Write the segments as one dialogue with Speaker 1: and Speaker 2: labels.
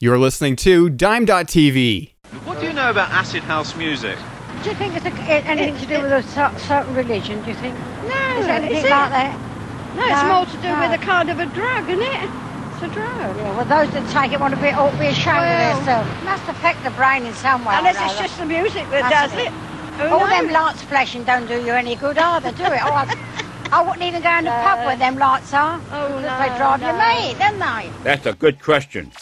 Speaker 1: You're listening to Dime.tv.
Speaker 2: What do you know about acid house music?
Speaker 3: Do you think it's a, it, anything to do with a cer- certain religion? Do you think?
Speaker 4: No,
Speaker 3: Is it anything
Speaker 4: is it?
Speaker 3: like that?
Speaker 4: No, it's
Speaker 3: No,
Speaker 4: more to do
Speaker 3: no.
Speaker 4: with a kind of a drug, isn't it? It's a drug.
Speaker 3: Yeah, well, those that take it want to be ought to be ashamed
Speaker 4: Oh, Well-
Speaker 3: of themselves. Must affect the brain in some way. or
Speaker 4: Unless it's
Speaker 3: another.
Speaker 4: just the music that
Speaker 3: Oh, That's
Speaker 4: does
Speaker 3: it. Oh,
Speaker 4: it. Who
Speaker 3: all them
Speaker 4: knows?
Speaker 3: lights flashing don't do you any good either, do it? Oh, I, I wouldn't even go in the pub where them lights are.
Speaker 4: Oh,
Speaker 3: 'cause
Speaker 4: no,
Speaker 3: they drive you
Speaker 4: no.
Speaker 3: mad, don't they?
Speaker 5: That's a good question.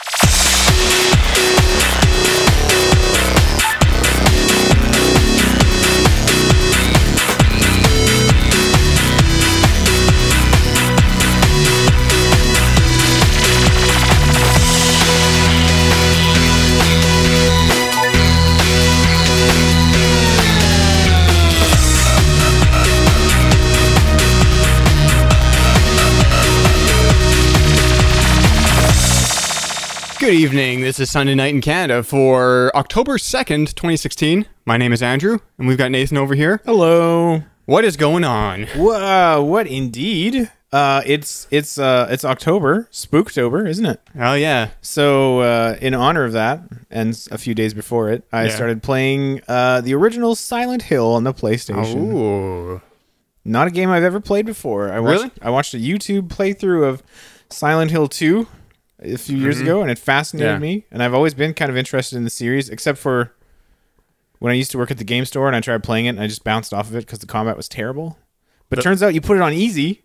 Speaker 1: Good evening. This is Sunday Night in Canada for October 2nd, 2016. My name is Andrew, and we've got Nathan over here.
Speaker 6: Hello.
Speaker 1: What is going on?
Speaker 6: Whoa, what indeed? Uh, it's it's uh, it's October, Spooktober, isn't it?
Speaker 1: Oh, yeah.
Speaker 6: So uh, in honor of that, and s- a few days before it, I
Speaker 1: Yeah.
Speaker 6: started playing uh, the original Silent Hill on the PlayStation.
Speaker 1: Ooh.
Speaker 6: Not a game I've ever played before. I watched
Speaker 1: Really?
Speaker 6: I watched a YouTube playthrough of Silent Hill Two a few years ago, and it fascinated
Speaker 1: Mm-hmm. Yeah.
Speaker 6: me. And I've always been kind of interested in the series, except for when I used to work at the game store and I tried playing it, and I just bounced off of it because the combat was terrible. But turns out you put it on easy,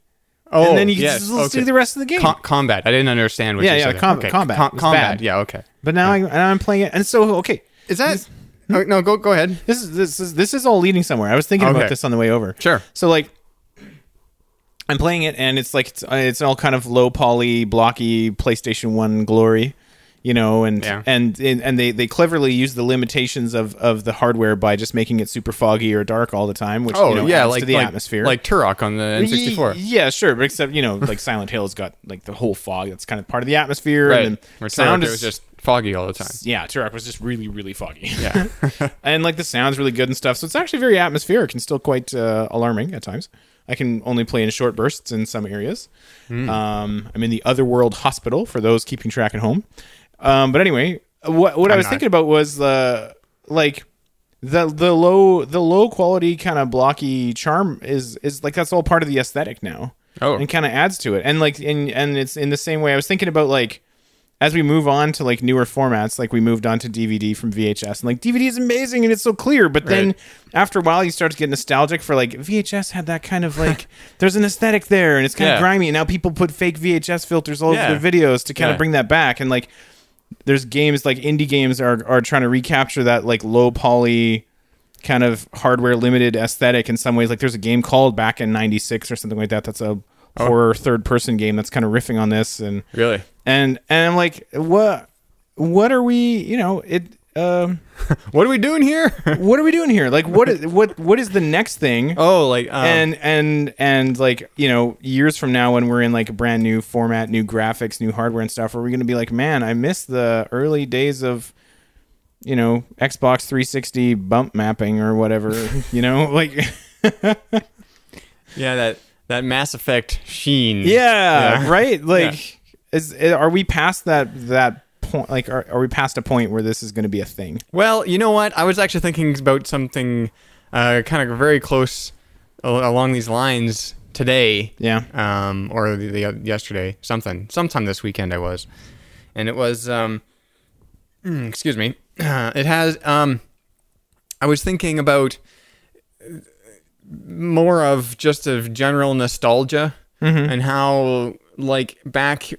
Speaker 1: Oh,
Speaker 6: and then you can
Speaker 1: yes,
Speaker 6: just let's
Speaker 1: okay.
Speaker 6: do the rest of the game.
Speaker 1: Com- combat. I didn't understand what
Speaker 6: Yeah,
Speaker 1: you
Speaker 6: yeah,
Speaker 1: said. there.
Speaker 6: com- combat
Speaker 1: Com-
Speaker 6: was
Speaker 1: combat.
Speaker 6: bad.
Speaker 1: Yeah, okay.
Speaker 6: but now I, and I'm playing it, and so okay,
Speaker 1: Is that. Oh, no, go go ahead.
Speaker 6: this is this is this is all leading somewhere. I was thinking
Speaker 1: Okay.
Speaker 6: about this on the way over.
Speaker 1: Sure.
Speaker 6: So like, I'm playing it, and it's like it's, uh, it's all kind of low poly, blocky PlayStation One glory, you know, and
Speaker 1: Yeah.
Speaker 6: and and and they they cleverly use the limitations of of the hardware by just making it super foggy or dark all the time, which
Speaker 1: Oh,
Speaker 6: you know,
Speaker 1: yeah,
Speaker 6: adds
Speaker 1: like
Speaker 6: to the
Speaker 1: like,
Speaker 6: atmosphere,
Speaker 1: Like Turok on the N64.
Speaker 6: Ye- Yeah, sure, but except you know, like Silent Hill's got like the whole fog that's kind of part of the atmosphere,
Speaker 1: right.
Speaker 6: and
Speaker 1: Where
Speaker 6: then
Speaker 1: Turok,
Speaker 6: sound
Speaker 1: it was
Speaker 6: is
Speaker 1: just foggy all the time.
Speaker 6: yeah, Turok was just really, really foggy.
Speaker 1: Yeah.
Speaker 6: and like the sound's really good and stuff. So it's actually very atmospheric and still quite uh, alarming at times. I can only play in short bursts in some areas. Um, I'm in the Otherworld Hospital for those keeping track at home. Um, but anyway, what what i was
Speaker 1: not.
Speaker 6: thinking about was the like the the low the low quality kind of blocky charm is is like that's all part of the aesthetic now.
Speaker 1: Oh.
Speaker 6: and kind of adds to it. And like and and it's in the same way I was thinking about like as we move on to like newer formats, like we moved on to DVD from VHS, and like DVD is amazing and it's so clear, but then
Speaker 1: Right.
Speaker 6: after a while you start to get nostalgic for like VHS had that kind of like there's an aesthetic there and it's kind
Speaker 1: Yeah.
Speaker 6: of grimy, and now people put fake VHS filters all
Speaker 1: Yeah.
Speaker 6: over their videos to kind
Speaker 1: Yeah.
Speaker 6: of bring that back, and like there's games like indie games are are trying to recapture that like low poly kind of hardware limited aesthetic in some ways. Like there's a game called back in '96 or something like that. That's a horror third person game that's kind of riffing on this and
Speaker 1: Oh. Really?
Speaker 6: and and I'm like, what what are we? You know it. Um,
Speaker 1: What are we doing here?
Speaker 6: what are we doing here? Like, what is what what is the next thing?
Speaker 1: oh, like um,
Speaker 6: and and and like you know years from now when we're in like a brand new format new graphics new hardware and stuff are we going to be like man i miss the early days of you know xbox 360 bump mapping or whatever you know like yeah,
Speaker 1: yeah, that that Mass Effect sheen.
Speaker 6: right like is are we past that that point like are, are we past a point where this is going to be a thing
Speaker 1: Well, you know what? I was actually thinking about something uh, kind of very close al- along these lines today.
Speaker 6: Yeah.
Speaker 1: Um, or the, the yesterday, something, sometime this weekend I was, and it was um, mm, excuse me. it has um, I was thinking about uh, more of just of general nostalgia
Speaker 6: Mm-hmm.
Speaker 1: and how like back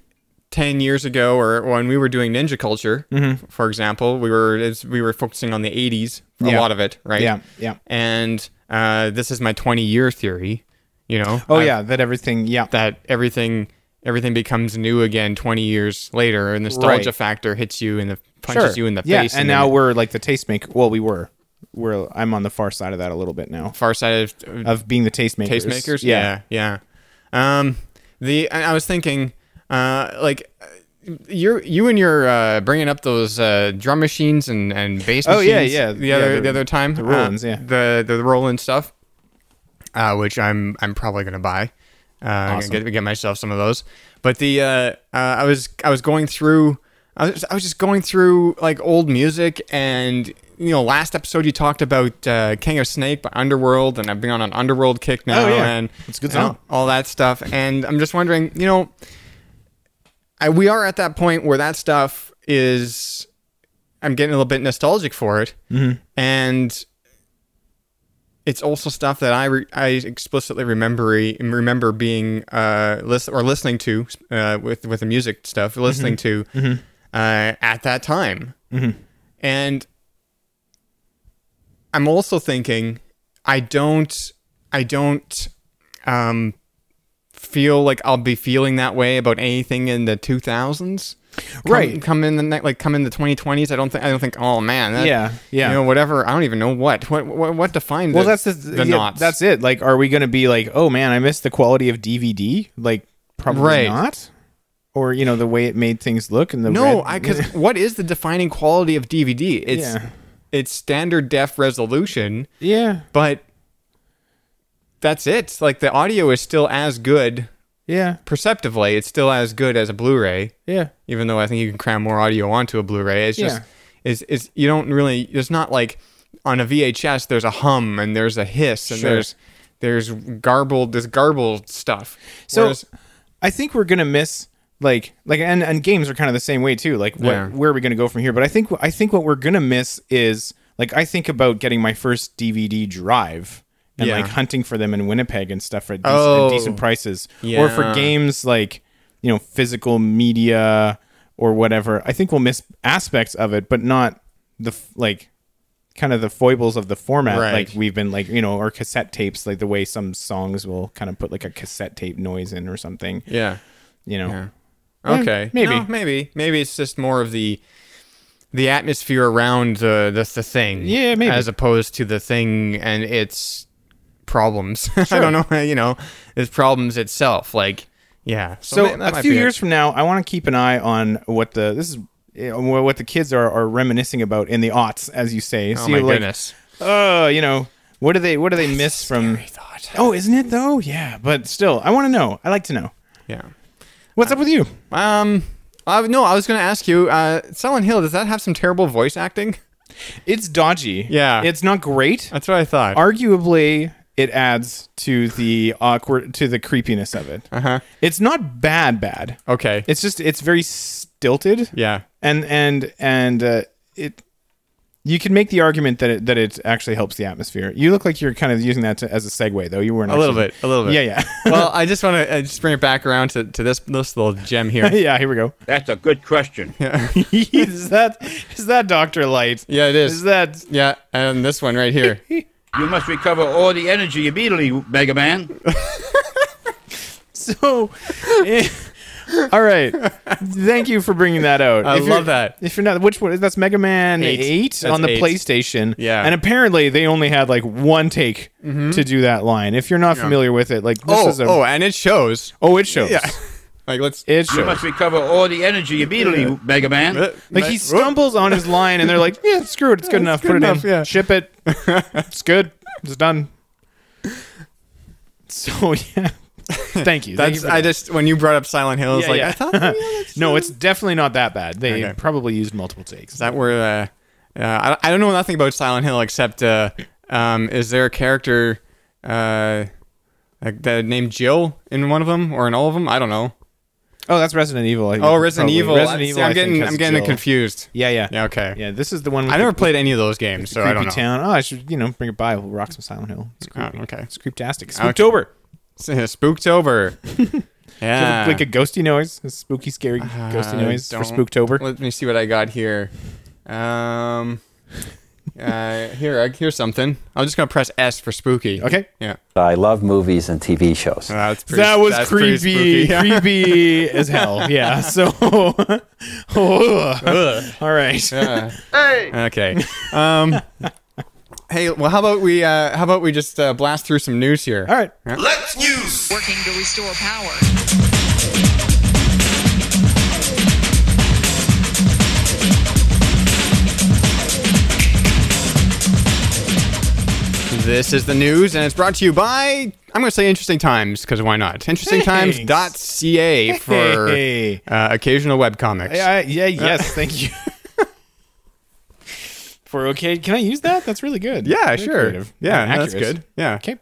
Speaker 1: 10 years ago or when we were doing ninja culture
Speaker 6: Mm-hmm.
Speaker 1: for example we were it's, we were focusing on the 80s a
Speaker 6: Yeah.
Speaker 1: lot of it right
Speaker 6: Yeah, yeah.
Speaker 1: and uh, this is my 20 year theory you know
Speaker 6: oh
Speaker 1: I've-
Speaker 6: yeah that everything yeah
Speaker 1: Uh, that everything everything becomes new again 20 years later and the nostalgia
Speaker 6: Right.
Speaker 1: factor hits you and the punches you in the
Speaker 6: yeah
Speaker 1: face
Speaker 6: and
Speaker 1: then
Speaker 6: now
Speaker 1: you're
Speaker 6: we're like the tastemaker well we were we're i'm on the far side of that a little bit now
Speaker 1: far-sighted uh,
Speaker 6: of being the tastemakers.
Speaker 1: tastemakers. Yeah, yeah. Um, the I I was thinking, uh, like you you and your uh, bringing up those uh, drum machines and and bass.
Speaker 6: Oh, yeah,
Speaker 1: machines
Speaker 6: yeah.
Speaker 1: The
Speaker 6: Yeah,
Speaker 1: other
Speaker 6: the-
Speaker 1: the other time
Speaker 6: the Roland's,
Speaker 1: uh,
Speaker 6: yeah.
Speaker 1: the the Roland stuff, uh, which I'm I'm probably gonna buy. Uh, I'm gonna
Speaker 6: Awesome.
Speaker 1: get, get myself some of those. But the uh, uh, I was I was going through. I was, I was just going through like old music, and you know, last episode you talked about uh, King of Snake by Underworld, and I've been on an Underworld kick now,
Speaker 6: Oh, yeah.
Speaker 1: and
Speaker 6: It's a good
Speaker 1: you know,
Speaker 6: song.
Speaker 1: all that stuff. And I'm just wondering, you know, I, we are at that point where that stuff is. I'm getting a little bit nostalgic for it,
Speaker 6: Mm-hmm.
Speaker 1: and it's also stuff that I re- I explicitly remember remember being uh listen or listening to uh with with the music stuff
Speaker 6: Mm-hmm.
Speaker 1: listening to uh at that time
Speaker 6: Mm-hmm.
Speaker 1: and I'm also thinking I don't I don't um feel like I'll be feeling that way about anything in the 2000s Come-
Speaker 6: Right.
Speaker 1: come in the ne- like come in the 2020s I don't think I don't think oh man that,
Speaker 6: Yeah, yeah.
Speaker 1: you know whatever I don't even know what what what, what defines
Speaker 6: well
Speaker 1: the-
Speaker 6: that's the,
Speaker 1: the
Speaker 6: yeah,
Speaker 1: knots.
Speaker 6: that's it like are we gonna be like oh man i miss the quality of dvd like probably
Speaker 1: Right.
Speaker 6: not or you know the way it made things look and the
Speaker 1: no,
Speaker 6: red-
Speaker 1: I because what is the defining quality of DVD? It's
Speaker 6: Yeah.
Speaker 1: it's standard def resolution,
Speaker 6: yeah
Speaker 1: but that's it. Like the audio is still as good
Speaker 6: yeah
Speaker 1: perceptively. It's still as good as a Blu-ray,
Speaker 6: yeah
Speaker 1: even though I think you can cram more audio onto a Blu-ray. It's just
Speaker 6: Yeah.
Speaker 1: is is you don't really. There's not like on a VHS. There's a hum and there's a hiss and
Speaker 6: Sure.
Speaker 1: there's there's garbled this garbled stuff.
Speaker 6: So
Speaker 1: Whereas-
Speaker 6: I think we're gonna miss like like and, and games are kind of the same way too. Like what,
Speaker 1: Yeah.
Speaker 6: where are we gonna go from here? But I think I think what we're gonna miss is like I think about getting my first DVD drive and
Speaker 1: Yeah.
Speaker 6: like hunting for them in Winnipeg and stuff at, dec-
Speaker 1: Oh.
Speaker 6: at decent prices, or for
Speaker 1: Yeah.
Speaker 6: games like you know physical media or whatever. I think we'll miss aspects of it, but not the f- like kind of the foibles of the format
Speaker 1: Right.
Speaker 6: like we've been like you know or cassette tapes like the way some songs will kind of put like a cassette tape noise in or something
Speaker 1: yeah.
Speaker 6: you know Yeah,
Speaker 1: Okay.
Speaker 6: maybe.
Speaker 1: No, maybe. Maybe it's just more of the the atmosphere around the the, the thing.
Speaker 6: Yeah, maybe.
Speaker 1: As opposed to the thing and its problems. I don't know. You know, its problems itself. Like, yeah.
Speaker 6: so
Speaker 1: ma- that
Speaker 6: a
Speaker 1: might
Speaker 6: few
Speaker 1: be it.
Speaker 6: years from now i want to keep an eye on what the this is eh, wh- what the kids are, are reminiscing about in the aughts as you say
Speaker 1: Oh
Speaker 6: so
Speaker 1: my
Speaker 6: like,
Speaker 1: goodness.
Speaker 6: oh you know what do they what do they miss from oh isn't it though yeah but still i want to know i like to know
Speaker 1: Yeah.
Speaker 6: what's
Speaker 1: Uh,
Speaker 6: up with you
Speaker 1: Um. I, no, I was going to ask you. Uh, Silent Hill. Does that have some terrible voice acting?
Speaker 6: it's dodgy
Speaker 1: Yeah.
Speaker 6: it's not great
Speaker 1: That's what I thought.
Speaker 6: arguably it adds to the awkward to the creepiness of it
Speaker 1: Uh-huh.
Speaker 6: it's not bad bad
Speaker 1: okay.
Speaker 6: it's just it's very stilted
Speaker 1: yeah.
Speaker 6: and and and uh, it you can make the argument that it, that it actually helps the atmosphere you look like you're kind of using that to, as a segue though you weren't
Speaker 1: A little
Speaker 6: actually-
Speaker 1: bit. A little bit.
Speaker 6: yeah yeah
Speaker 1: well, I just want to uh, just bring it back around to, to this this little gem here.
Speaker 6: yeah here we go
Speaker 5: That's a good question.
Speaker 6: is that is that dr light
Speaker 1: Yeah, it is.
Speaker 6: is that
Speaker 1: Yeah, and this one right here.
Speaker 5: You must recover all the energy immediately, Mega Man.
Speaker 6: so eh, all right thank you for bringing that out
Speaker 1: I
Speaker 6: If you're-
Speaker 1: love that.
Speaker 6: if you're not which one that's mega man
Speaker 1: Eight.
Speaker 6: 8,
Speaker 1: That's
Speaker 6: on the
Speaker 1: eight.
Speaker 6: playstation
Speaker 1: Yeah. Mm-hmm.
Speaker 6: and apparently they only had like one take to do that line if you're not familiar with it like this
Speaker 1: Oh,
Speaker 6: is a
Speaker 1: oh, and it shows.
Speaker 6: oh, it shows
Speaker 1: Yeah. Like let's.
Speaker 6: it
Speaker 5: You
Speaker 6: shows
Speaker 5: must recover all the energy immediately, Mega
Speaker 1: Uh,
Speaker 5: Man.
Speaker 6: like he stumbles on his line and they're like yeah screw it it's good enough
Speaker 1: good
Speaker 6: put
Speaker 1: enough,
Speaker 6: it in
Speaker 1: yeah.
Speaker 6: ship it it's good it's done so yeah thank you Thank
Speaker 1: That's.
Speaker 6: you for
Speaker 1: I
Speaker 6: that.
Speaker 1: just when you brought up Silent Hill, I was
Speaker 6: Yeah,
Speaker 1: like,
Speaker 6: yeah.
Speaker 1: I thought maybe that's-
Speaker 6: no it's definitely not that bad they
Speaker 1: Okay.
Speaker 6: probably used multiple takes
Speaker 1: is that where. Uh, uh, I, I don't know nothing about Silent Hill except uh, um, is there a character uh, like the named Jill in one of them or in all of them? I don't know.
Speaker 6: oh that's resident evil I think,
Speaker 1: Oh, Resident
Speaker 6: probably.
Speaker 1: Evil.
Speaker 6: resident
Speaker 1: I- see,
Speaker 6: evil
Speaker 1: I'm
Speaker 6: I think,
Speaker 1: getting.
Speaker 6: has
Speaker 1: I'm getting it
Speaker 6: Jill.
Speaker 1: confused.
Speaker 6: yeah yeah
Speaker 1: Yeah. Okay.
Speaker 6: yeah this is the one with
Speaker 1: I
Speaker 6: the
Speaker 1: never played any of those games, so I
Speaker 6: creepy
Speaker 1: don't know.
Speaker 6: town. Oh, I should, you know, bring it by. We'll rock some Silent Hill. It's
Speaker 1: Oh,
Speaker 6: creepy.
Speaker 1: okay.
Speaker 6: It's creeptastic.
Speaker 1: Okay.
Speaker 6: Spooktober.
Speaker 1: Spooktober. yeah.
Speaker 6: Like a ghosty noise. A spooky, scary ghosty
Speaker 1: Ah. Uh,
Speaker 6: noise
Speaker 1: don't-
Speaker 6: for Spooktober.
Speaker 1: Let me see what I got here. Um, uh, here, I, here's something. I'm just gonna press S for spooky.
Speaker 6: Okay.
Speaker 1: Yeah.
Speaker 7: I love movies and TV shows.
Speaker 1: Uh, That's pretty,
Speaker 6: That was
Speaker 1: that's pretty
Speaker 6: creepy.
Speaker 1: spooky.
Speaker 6: Creepy as hell. Yeah. So. oh, All right.
Speaker 1: Uh, okay. Um, hey, well, how about we uh, how about we just uh, blast through some news here?
Speaker 6: All right.
Speaker 8: working to restore power.
Speaker 1: Is This is the news, and it's brought to you by I'm going to say Interesting Times because why not? InterestingTimes.ca for
Speaker 6: Hey.
Speaker 1: uh, occasional web comics.
Speaker 6: Yeah, yeah, yes, thank you. For okay, can I use that? That's really good.
Speaker 1: Yeah,
Speaker 6: Very
Speaker 1: sure.
Speaker 6: creative.
Speaker 1: Yeah,
Speaker 6: And
Speaker 1: that's
Speaker 6: accurate.
Speaker 1: good. Yeah.
Speaker 6: Okay.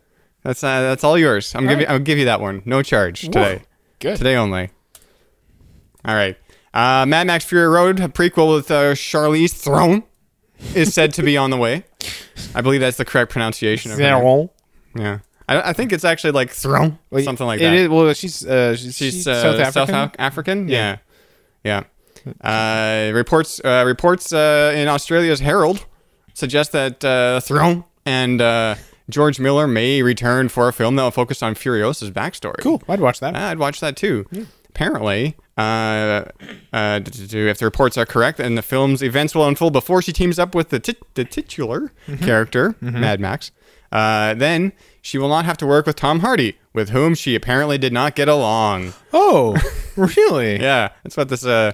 Speaker 1: That's uh, that's all yours. I'm giving I'll give you that one. No charge today.
Speaker 6: Good.
Speaker 1: Today only. All right. Uh, Mad Max Fury Road, a prequel with uh, Charlize Theron, is said to be on the way. I believe that's the correct pronunciation. Of her name.
Speaker 6: Well,
Speaker 1: Yeah. I, I think it's actually like Theron, something like that.
Speaker 6: It is, well, she's uh, she's,
Speaker 1: She's
Speaker 6: she's
Speaker 1: uh,
Speaker 6: South African.
Speaker 1: South Af- African. Yeah. Yeah. Uh, reports uh, reports uh, in Australia's Herald suggest that uh, Throne and uh, George Miller may return for a film that will focus on Furiosa's backstory.
Speaker 6: cool. I'd watch that.
Speaker 1: Ah, I'd watch that too. Apparently, uh, uh, d- d- d- if the reports are correct, and the film's events will unfold before she teams up with the, tit the titular
Speaker 6: Mm-hmm.
Speaker 1: character, Mad Max, uh, then she will not have to work with Tom Hardy, with whom she apparently did not get along.
Speaker 6: Oh, really?
Speaker 1: Yeah, that's what this uh,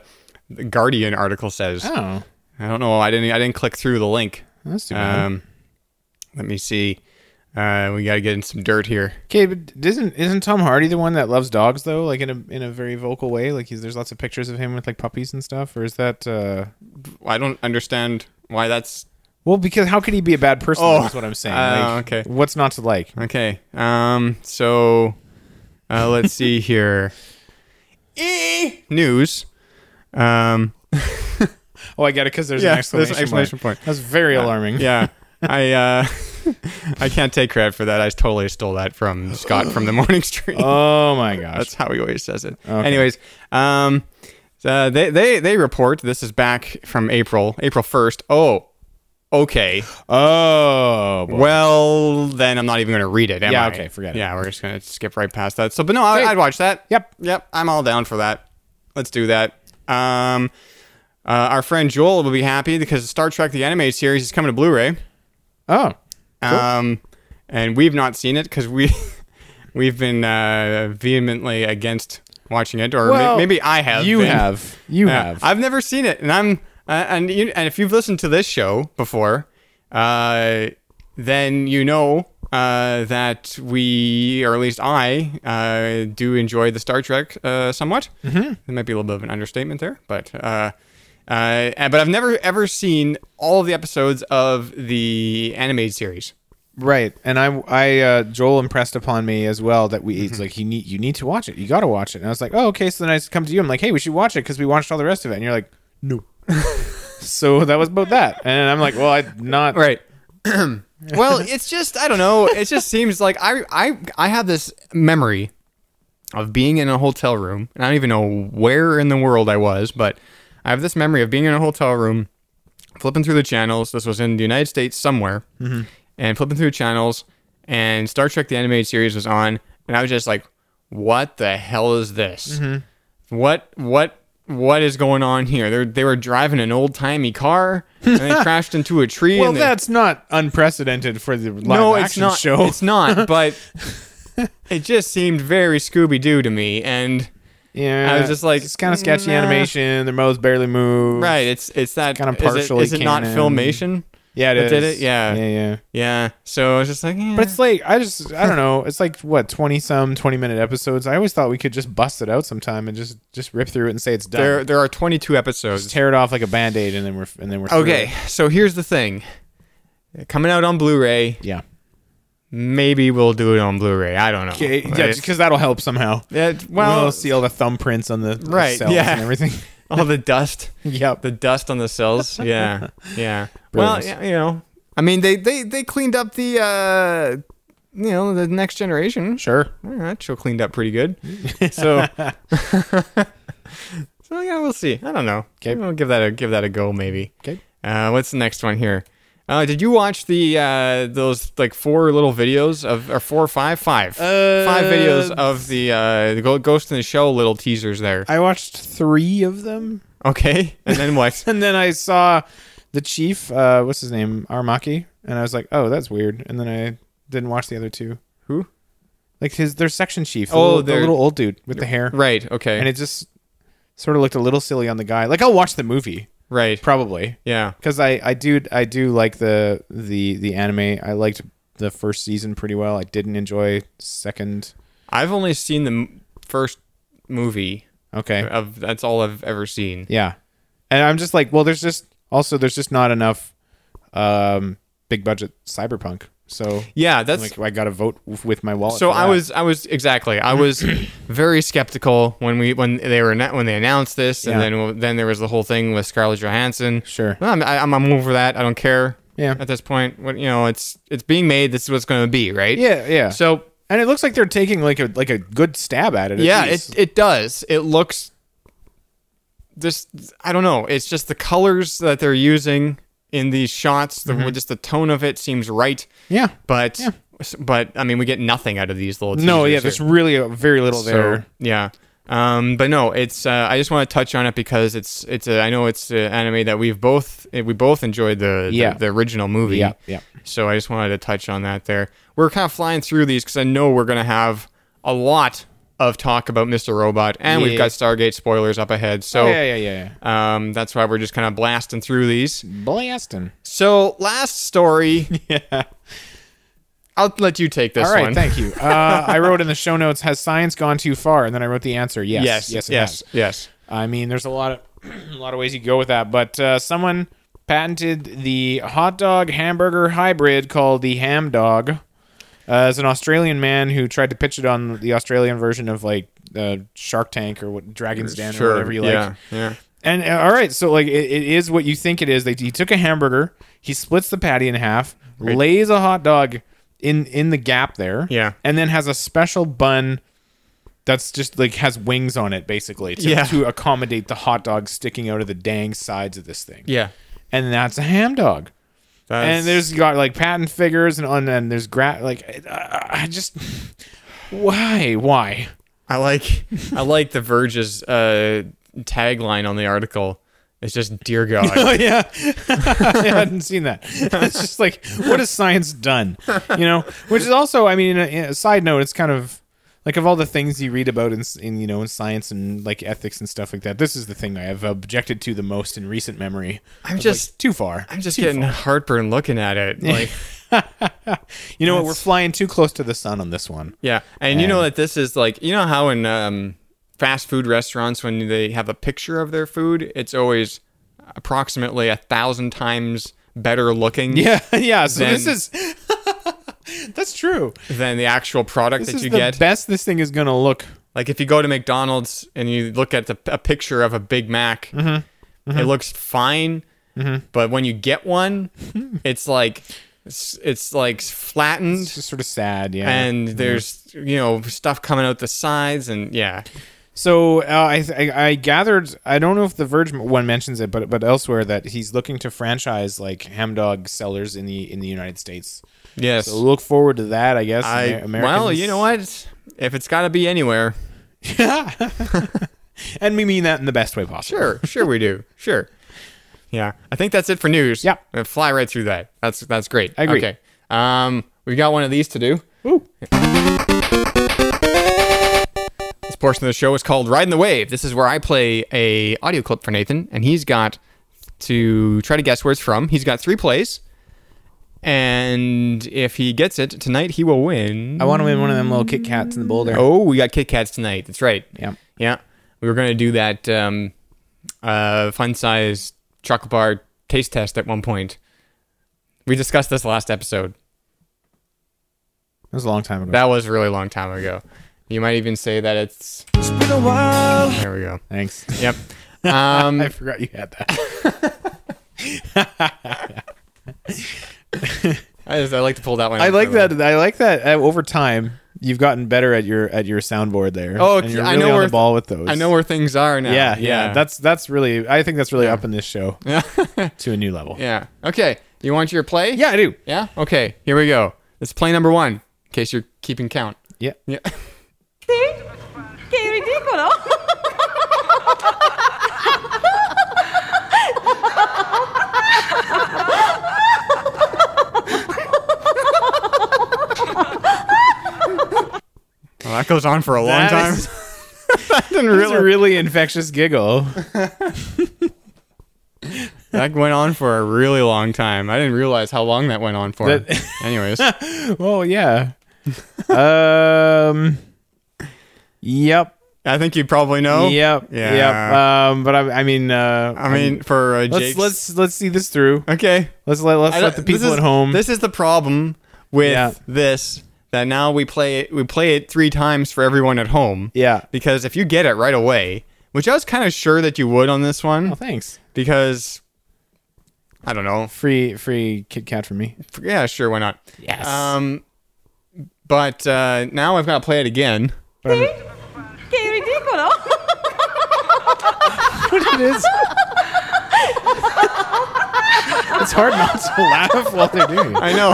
Speaker 1: Guardian article says.
Speaker 6: Oh,
Speaker 1: I don't know. I didn't. I didn't click through the link.
Speaker 6: that's too bad.
Speaker 1: Um, let me see. Uh, we got to get in some dirt here.
Speaker 6: Okay, but isn't isn't Tom Hardy the one that loves dogs though? Like in a in a very vocal way. Like he's there's lots of pictures of him with like puppies and stuff. Or is that uh?
Speaker 1: I don't understand why that's
Speaker 6: Well, because how could he be a bad person?
Speaker 1: Oh.
Speaker 6: That's what I'm saying.
Speaker 1: Oh,
Speaker 6: Like,
Speaker 1: okay.
Speaker 6: What's not to like?
Speaker 1: Okay. Um. So, uh, let's see here. E news. Um.
Speaker 6: Oh, I get it because there's
Speaker 1: Yeah,
Speaker 6: an exclamation,
Speaker 1: there's an exclamation
Speaker 6: mark.
Speaker 1: point.
Speaker 6: That's very alarming.
Speaker 1: Yeah. I uh, I can't take credit for that. I totally stole that from Scott from the Morning Stream.
Speaker 6: Oh my gosh.
Speaker 1: That's how he always says it. Anyways, um, uh, they they they report this is back from April April first. Oh, okay.
Speaker 6: oh. boy.
Speaker 1: Well, then I'm not even going to read it. Am
Speaker 6: Yeah,
Speaker 1: I?
Speaker 6: okay, forget it.
Speaker 1: Yeah, we're just going to skip right past that. So, but no, I, I'd watch that.
Speaker 6: Yep.
Speaker 1: yep. I'm all down for that. Let's do that. Um, uh, our friend Joel will be happy because Star Trek: The Animated Series is coming to Blu-ray.
Speaker 6: Oh.
Speaker 1: Um, and we've not seen it because we we've been uh, vehemently against watching it, or may-
Speaker 6: Well,
Speaker 1: maybe I have.
Speaker 6: You
Speaker 1: been.
Speaker 6: have. You
Speaker 1: Yeah.
Speaker 6: have.
Speaker 1: I've never seen it, and I'm uh, and you, and if you've listened to this show before, uh, then you know uh, that we, or at least I, uh, do enjoy the Star Trek uh, somewhat. Mm-hmm. There might be a little bit of an understatement there, but. Uh, uh, and- but I've never ever seen all of the episodes of the animated series.
Speaker 6: Right, and I, I, uh, Joel impressed upon me as well that we, he's like, you need, you need to watch it. You got to watch it. And I was like, oh, okay. So then I come to you. I'm like, hey, we should watch it because we watched all the rest of it. And you're like, no. so that was about that. And I'm like, well, I'm not.
Speaker 1: Right. well, it's just I don't know. It just seems like I I I have this memory of being in a hotel room, and I don't even know where in the world I was, but I have this memory of being in a hotel room, flipping through the channels. This was in the United States somewhere, and flipping through channels, and Star Trek: The Animated Series was on, and I was just like, "What the hell is this? What what?" What is going on here? They they were driving an old timey car and they crashed into a tree.
Speaker 6: Well,
Speaker 1: and they-
Speaker 6: that's not unprecedented for the live
Speaker 1: no, it's
Speaker 6: action
Speaker 1: not.
Speaker 6: show.
Speaker 1: It's not. But it just seemed very Scooby Doo to me, and
Speaker 6: yeah,
Speaker 1: I was just like,
Speaker 6: it's kind of sketchy
Speaker 1: nah.
Speaker 6: animation. Their mouths barely move.
Speaker 1: right, it's it's that
Speaker 6: Kinda
Speaker 1: is it-
Speaker 6: partially
Speaker 1: Is it, not
Speaker 6: canon.
Speaker 1: filmation?
Speaker 6: Yeah, it
Speaker 1: That
Speaker 6: is.
Speaker 1: did it? Yeah.
Speaker 6: Yeah, yeah.
Speaker 1: Yeah. So I was just like, eh.
Speaker 6: But it's like I just I don't know. It's like what twenty some twenty minute episodes. I always thought we could just bust it out sometime and just just rip through it and say it's done.
Speaker 1: there there are 22
Speaker 6: Just
Speaker 1: episodes.
Speaker 6: tear it off like a band aid and then we're and then we're through.
Speaker 1: Okay, so here's the thing. Coming out on Blu-ray,
Speaker 6: Yeah.
Speaker 1: maybe we'll do it on Blu-ray. I don't know.
Speaker 6: Okay. Yeah,
Speaker 1: Right?
Speaker 6: because that'll help somehow.
Speaker 1: Yeah,
Speaker 6: Well,
Speaker 1: well,
Speaker 6: see all the thumbprints on the
Speaker 1: Right,
Speaker 6: right, cells
Speaker 1: yeah.
Speaker 6: and everything.
Speaker 1: all the dust.
Speaker 6: yep.
Speaker 1: the dust on the cells. Yeah, yeah.
Speaker 6: Brilliant.
Speaker 1: Well, y- you know, I mean, they they they cleaned up the uh, you know, the next generation.
Speaker 6: sure.
Speaker 1: Yeah, that show cleaned up pretty good. So, so yeah, we'll see. I don't know.
Speaker 6: Okay.
Speaker 1: we'll give that a give that a go maybe.
Speaker 6: Okay.
Speaker 1: Uh, what's the next one here? Uh, did you watch the uh, those like four little videos of or four or five five
Speaker 6: Uh,
Speaker 1: five videos of the uh, the Go- Ghost in the Shell little teasers there?
Speaker 6: I watched three of them,
Speaker 1: okay, and then what?
Speaker 6: and then I saw the chief. Uh, what's his name? Armaki, and I was like, oh, that's weird. And then I didn't watch the other two.
Speaker 1: Who?
Speaker 6: Like his their section chief. The
Speaker 1: Oh,
Speaker 6: little, the
Speaker 1: they're-
Speaker 6: little old dude with the hair.
Speaker 1: Right. Okay.
Speaker 6: And it just sort of looked a little silly on the guy. Like I'll watch the movie
Speaker 1: right.
Speaker 6: probably.
Speaker 1: Yeah.
Speaker 6: because I I do I do like the the the anime. I liked the first season pretty well. I didn't enjoy second.
Speaker 1: I've only seen the m- first movie.
Speaker 6: Okay.
Speaker 1: Of that's all I've ever seen.
Speaker 6: Yeah. And I'm just like, well, there's just also there's just not enough um big budget cyberpunk. So
Speaker 1: Yeah, that's
Speaker 6: like I got to vote w- with my wallet.
Speaker 1: so
Speaker 6: for
Speaker 1: I
Speaker 6: that.
Speaker 1: was I was exactly I was very skeptical when we when they were anno- when they announced this and
Speaker 6: Yeah.
Speaker 1: then then there was the whole thing with Scarlett Johansson.
Speaker 6: Sure.
Speaker 1: Well, I'm, I- I'm I'm over that. I don't care.
Speaker 6: Yeah.
Speaker 1: At this point, what you know, it's it's being made. This is what's going to be, right?
Speaker 6: Yeah, yeah.
Speaker 1: So
Speaker 6: and it looks like they're taking like a like a good stab at it. at
Speaker 1: yeah,
Speaker 6: least.
Speaker 1: it it does. It looks this. I don't know. It's just the colors that they're using in these shots. The just the tone of it seems right.
Speaker 6: Mm-hmm. yeah.
Speaker 1: But
Speaker 6: Yeah.
Speaker 1: but I mean, we get nothing out of these little.
Speaker 6: No, yeah,
Speaker 1: teasers
Speaker 6: there's
Speaker 1: here.
Speaker 6: really uh very little
Speaker 1: So,
Speaker 6: there.
Speaker 1: yeah. Um, but no, it's. Uh, I just want to touch on it because it's. It's. A, I know it's an anime that we've both. We both enjoyed the the-
Speaker 6: Yeah.
Speaker 1: the, original movie.
Speaker 6: Yeah, yeah.
Speaker 1: So I just wanted to touch on that. There, we're kind of flying through these because I know we're gonna have a lot of talk about Mr. Robot, and we've
Speaker 6: Yeah.
Speaker 1: got Stargate spoilers up ahead. So
Speaker 6: Oh, yeah, yeah, yeah. yeah.
Speaker 1: Um, that's why we're just kind of blasting through these.
Speaker 6: Blasting.
Speaker 1: So last story. yeah. I'll let you take this
Speaker 6: All right,
Speaker 1: one.
Speaker 6: thank you. Uh, I wrote in the show notes, has science gone too far? And then I wrote the answer, yes.
Speaker 1: Yes. Yes.
Speaker 6: yes, it
Speaker 1: Yes.
Speaker 6: has.
Speaker 1: Yes.
Speaker 6: I mean, there's a lot of a lot of ways you could go with that, but uh, someone patented the hot dog hamburger hybrid called the ham dog. Uh, as an Australian man who tried to pitch it on the Australian version of like uh, Shark Tank or what Dragons Den or whatever you like,
Speaker 1: Yeah. Yeah.
Speaker 6: and uh, all right, so like it, it is what you think it is. They, he took a hamburger, he splits the patty in half, lays a hot dog in in the gap there,
Speaker 1: Yeah.
Speaker 6: and then has a special bun that's just like has wings on it basically to,
Speaker 1: Yeah.
Speaker 6: to accommodate the hot dog sticking out of the dang sides of this thing.
Speaker 1: Yeah.
Speaker 6: and that's a ham dog.
Speaker 1: That's-
Speaker 6: And there's got like patent figures and on and there's gra- like uh, I just why why
Speaker 1: I like I like the Verge's uh, tagline on the article. It's just dear God.
Speaker 6: yeah. I hadn't seen that. It's just like, what has science done? You know, which is also, I mean, a, a side note, it's kind of like of all the things you read about in, s- in, you know, in science and like ethics and stuff like that, this is the thing I have objected to the most in recent memory.
Speaker 1: I'm
Speaker 6: Of,
Speaker 1: just-
Speaker 6: like, too far.
Speaker 1: I'm just getting heartburn looking at it. Like
Speaker 6: You know what? We're flying too close to the sun on this one.
Speaker 1: yeah, and you know that this is like you know how in um, fast food restaurants when they have a picture of their food, it's always approximately a thousand times better looking
Speaker 6: Yeah. Yeah. So
Speaker 1: Then-
Speaker 6: this is, that's true.
Speaker 1: than the actual product
Speaker 6: This
Speaker 1: that
Speaker 6: is
Speaker 1: you
Speaker 6: the
Speaker 1: get.
Speaker 6: best this thing is going to look.
Speaker 1: Like if you go to McDonald's and you look at the, a picture of a Big Mac,
Speaker 6: Mm-hmm.
Speaker 1: it looks fine, but when you get one, it's like it's, it's like flattened
Speaker 6: It's just sort of sad. Yeah.
Speaker 1: and there's you know stuff coming out the sides and yeah,
Speaker 6: So uh, I, th- I I gathered I don't know if the Verge one mentions it, but but elsewhere that he's looking to franchise like ham dog sellers in the in the United States.
Speaker 1: yes.
Speaker 6: So look forward to that, I guess.
Speaker 1: I
Speaker 6: Amer-
Speaker 1: well, you
Speaker 6: Americans-
Speaker 1: know what? If it's got to be anywhere,
Speaker 6: and we mean that in the best way possible.
Speaker 1: sure, sure we do, sure. Yeah, I think that's it for news.
Speaker 6: Yeah.
Speaker 1: Uh, fly right through that. That's that's great.
Speaker 6: I agree.
Speaker 1: Okay, um, we've got one of these to do.
Speaker 6: Ooh.
Speaker 1: This portion of the show is called Riding the Wave. This is where I play a audio clip for Nathan, and he's got to try to guess where it's from. He's got three plays, and if he gets it tonight, he will win.
Speaker 6: I want to win one of them little Kit Kats in the Boulder.
Speaker 1: Oh, we got Kit Kats tonight. That's right.
Speaker 6: Yeah.
Speaker 1: Yeah. We were going to do that um, uh, fun size chocolate bar taste test at one point. We discussed this last episode.
Speaker 6: That was a long time ago.
Speaker 1: That was a really long time ago. You might even say that it's. It's been a while. There we go.
Speaker 6: Thanks.
Speaker 1: Yep. Um,
Speaker 6: I forgot you had that.
Speaker 1: I, just- I like to pull that one.
Speaker 6: I
Speaker 1: out
Speaker 6: like
Speaker 1: for a little-
Speaker 6: that. I like that. Uh, over time, you've gotten better at your at your soundboard there.
Speaker 1: Oh,
Speaker 6: And you're
Speaker 1: I
Speaker 6: really
Speaker 1: know
Speaker 6: on
Speaker 1: where-
Speaker 6: the ball with those.
Speaker 1: I know where things are now.
Speaker 6: Yeah, yeah, That's that's really. I think that's really up in this show
Speaker 1: yeah.
Speaker 6: to a new level.
Speaker 1: yeah. Okay. You want your play?
Speaker 6: Yeah, I do.
Speaker 1: Yeah. Okay. Here we go. It's play number one. In case you're keeping count.
Speaker 6: Yeah.
Speaker 1: Yeah.
Speaker 4: Che ridicolo!
Speaker 1: Well, that goes on for a long
Speaker 6: That
Speaker 1: time.
Speaker 6: is- That's a really infectious giggle.
Speaker 1: that went on for a really long time. I didn't realize how long that went on for.
Speaker 6: That-
Speaker 1: Anyways,
Speaker 6: well, yeah. um. Yep.
Speaker 1: I think you probably know.
Speaker 6: Yep.
Speaker 1: Oh, Yeah.
Speaker 6: Yep. Um. But I, I mean. Uh,
Speaker 1: I mean, for uh,
Speaker 6: let's
Speaker 1: Jake's-
Speaker 6: let's let's see this through.
Speaker 1: okay.
Speaker 6: Let's let let's
Speaker 1: I
Speaker 6: let the
Speaker 1: don't- this
Speaker 6: people
Speaker 1: is-
Speaker 6: at home.
Speaker 1: This is the problem with
Speaker 6: Yeah.
Speaker 1: this that now we play it we play it three times for everyone at home.
Speaker 6: Yeah.
Speaker 1: Because if you get it right away, which I was kind of sure that you would on this one,
Speaker 6: oh, thanks.
Speaker 1: because I don't know.
Speaker 6: Free free Kit Kat for me.
Speaker 1: Yeah, sure, why not? Yes. Um, but uh, now I've got to play it again.
Speaker 6: it is. it's hard not to laugh while they're doing
Speaker 1: I know.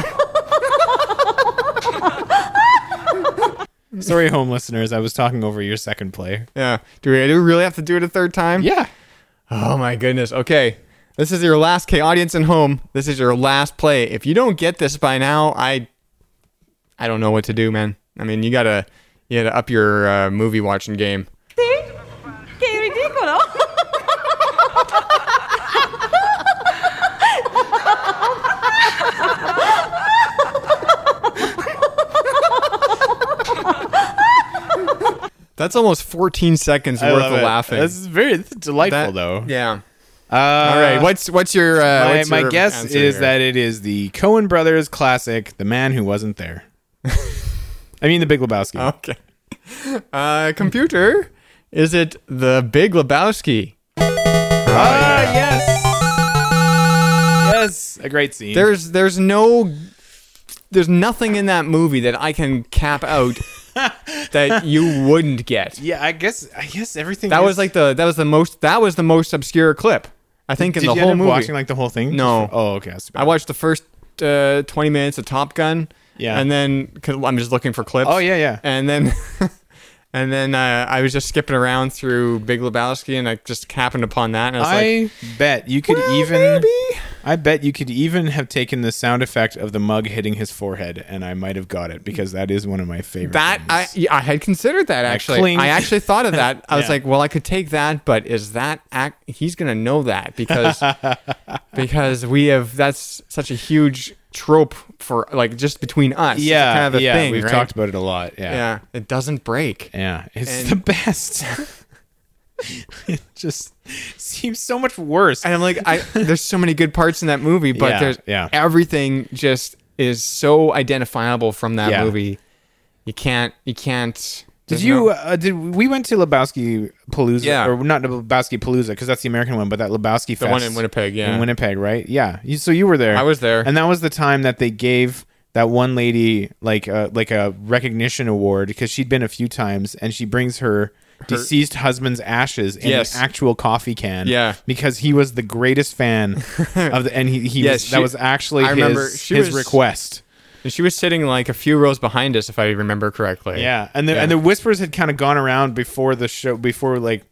Speaker 6: it. Sorry, home listeners. I was talking over your second play.
Speaker 1: yeah. Do we, do we really have to do it a third time?
Speaker 6: Yeah.
Speaker 1: Oh my goodness. Okay. This is your last K audience and home. This is your last play. If you don't get this by now, I I don't know what to do, man. I mean, you got to you got to up your uh, movie watching game. That's almost 14 seconds worth of laughing.
Speaker 6: This is very this is delightful,
Speaker 1: That-
Speaker 6: though.
Speaker 1: Yeah.
Speaker 6: Uh,
Speaker 1: All right. What's what's your uh,
Speaker 6: my,
Speaker 1: what's
Speaker 6: my
Speaker 1: your
Speaker 6: guess
Speaker 1: answer
Speaker 6: is
Speaker 1: here?
Speaker 6: that it is the Cohen Brothers classic, "The Man Who Wasn't There." I mean, The Big Lebowski.
Speaker 1: okay. Uh, computer, is it the Big Lebowski?
Speaker 6: Ah, yes, yes, a great scene.
Speaker 1: There's there's no there's nothing in that movie that I can cap out that you wouldn't get.
Speaker 6: yeah, I guess I guess everything
Speaker 1: That
Speaker 6: is-
Speaker 1: was like the that was the most that was the most obscure clip I think
Speaker 6: Did
Speaker 1: in the
Speaker 6: you
Speaker 1: whole
Speaker 6: end up
Speaker 1: movie.
Speaker 6: watching like the whole thing?
Speaker 1: No.
Speaker 6: Oh, okay. That's too bad.
Speaker 1: I watched the first uh, 20 minutes of Top Gun.
Speaker 6: Yeah.
Speaker 1: And then cause I'm just looking for clips.
Speaker 6: Oh, yeah, yeah.
Speaker 1: And then and then uh, I was just skipping around through Big Lebowski and I just happened upon that and I was like,
Speaker 6: I bet you could
Speaker 1: "Well,
Speaker 6: even.
Speaker 1: maybe."
Speaker 6: I bet you could even have taken the sound effect of the mug hitting his forehead, and I might have got it because that is one of my favorite.
Speaker 1: That I
Speaker 6: things.
Speaker 1: yeah, I had considered that actually.
Speaker 6: clinged.
Speaker 1: I actually thought of that. I was
Speaker 6: Yeah.
Speaker 1: like, well, I could take that, but is that act? He's gonna know that because because we have that's such a huge trope for like just between us. It's
Speaker 6: yeah,
Speaker 1: kind of a
Speaker 6: yeah,
Speaker 1: thing,
Speaker 6: we've
Speaker 1: right?
Speaker 6: talked about it a lot. Yeah,
Speaker 1: Yeah, it doesn't break.
Speaker 6: yeah, it's
Speaker 1: And-
Speaker 6: the best. it just seems so much worse.
Speaker 1: And I'm like, I there's so many good parts in that movie, but
Speaker 6: Yeah,
Speaker 1: there's
Speaker 6: yeah.
Speaker 1: everything just is so identifiable from that
Speaker 6: Yeah.
Speaker 1: movie. You can't. You can't.
Speaker 6: Did
Speaker 1: there's
Speaker 6: you?
Speaker 1: no-
Speaker 6: uh, did we went to Lebowski Palooza?
Speaker 1: Yeah.
Speaker 6: or not Lebowski Palooza because that's the American one, but that Lebowski Fest,
Speaker 1: one in Winnipeg, yeah.
Speaker 6: in Winnipeg, right? Yeah. You, so you were there.
Speaker 1: I was there.
Speaker 6: and that was the time that they gave that one lady like a like a recognition award because she'd been a few times, and she brings her. Deceased husband's ashes in
Speaker 1: Yes.
Speaker 6: an actual coffee can.
Speaker 1: Yeah.
Speaker 6: because he was the greatest fan of the, and he, he
Speaker 1: Yes,
Speaker 6: was,
Speaker 1: she-
Speaker 6: that was actually
Speaker 1: I
Speaker 6: his,
Speaker 1: remember she
Speaker 6: his
Speaker 1: was-
Speaker 6: request.
Speaker 1: And she was sitting like a few rows behind us, if I remember correctly.
Speaker 6: Yeah, and the and the whispers had kind of gone around before the show, before like,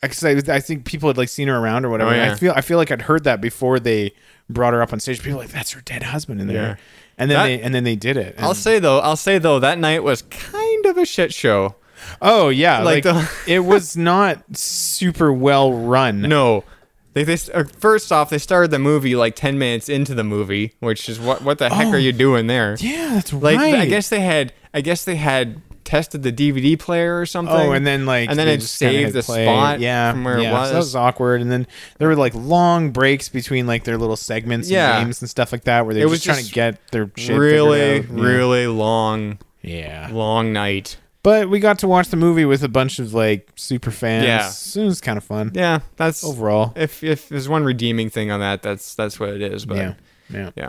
Speaker 6: cause I, I think people had like seen her around or whatever.
Speaker 1: Oh,
Speaker 6: and I
Speaker 1: yeah.
Speaker 6: feel I feel like I'd heard that before they brought her up on stage. People were like that's her dead husband in there,
Speaker 1: Yeah.
Speaker 6: and then
Speaker 1: That-
Speaker 6: they and then they did it.
Speaker 1: I'll
Speaker 6: And-
Speaker 1: say though, I'll say though, that night was kind of a shit show.
Speaker 6: oh yeah, like,
Speaker 1: like
Speaker 6: it was not super well run.
Speaker 1: No, they, they uh, first off they started the movie like ten minutes into the movie, which is what what the heck
Speaker 6: Oh.
Speaker 1: are you doing there?
Speaker 6: yeah, that's
Speaker 1: like
Speaker 6: right.
Speaker 1: I guess they had I guess they had tested the DVD player or something.
Speaker 6: Oh, and then like
Speaker 1: and then
Speaker 6: they
Speaker 1: it
Speaker 6: just kinda
Speaker 1: saved
Speaker 6: hit
Speaker 1: the
Speaker 6: play.
Speaker 1: spot
Speaker 6: yeah,
Speaker 1: from where
Speaker 6: yeah,
Speaker 1: it
Speaker 6: so
Speaker 1: was.
Speaker 6: that was awkward. And then there were like long breaks between like their little segments,
Speaker 1: Yeah.
Speaker 6: and games and stuff like that, where they
Speaker 1: It
Speaker 6: were
Speaker 1: was
Speaker 6: just trying to
Speaker 1: just
Speaker 6: get their shit
Speaker 1: really
Speaker 6: figured out. Yeah.
Speaker 1: really long
Speaker 6: yeah.
Speaker 1: long night.
Speaker 6: But we got to watch the movie with a bunch of like super fans.
Speaker 1: Yeah.
Speaker 6: So it was kind of fun.
Speaker 1: Yeah, that's
Speaker 6: Overall.
Speaker 1: If if there's one redeeming thing on that, that's that's what it is. But
Speaker 6: Yeah. Yeah.
Speaker 1: Yeah.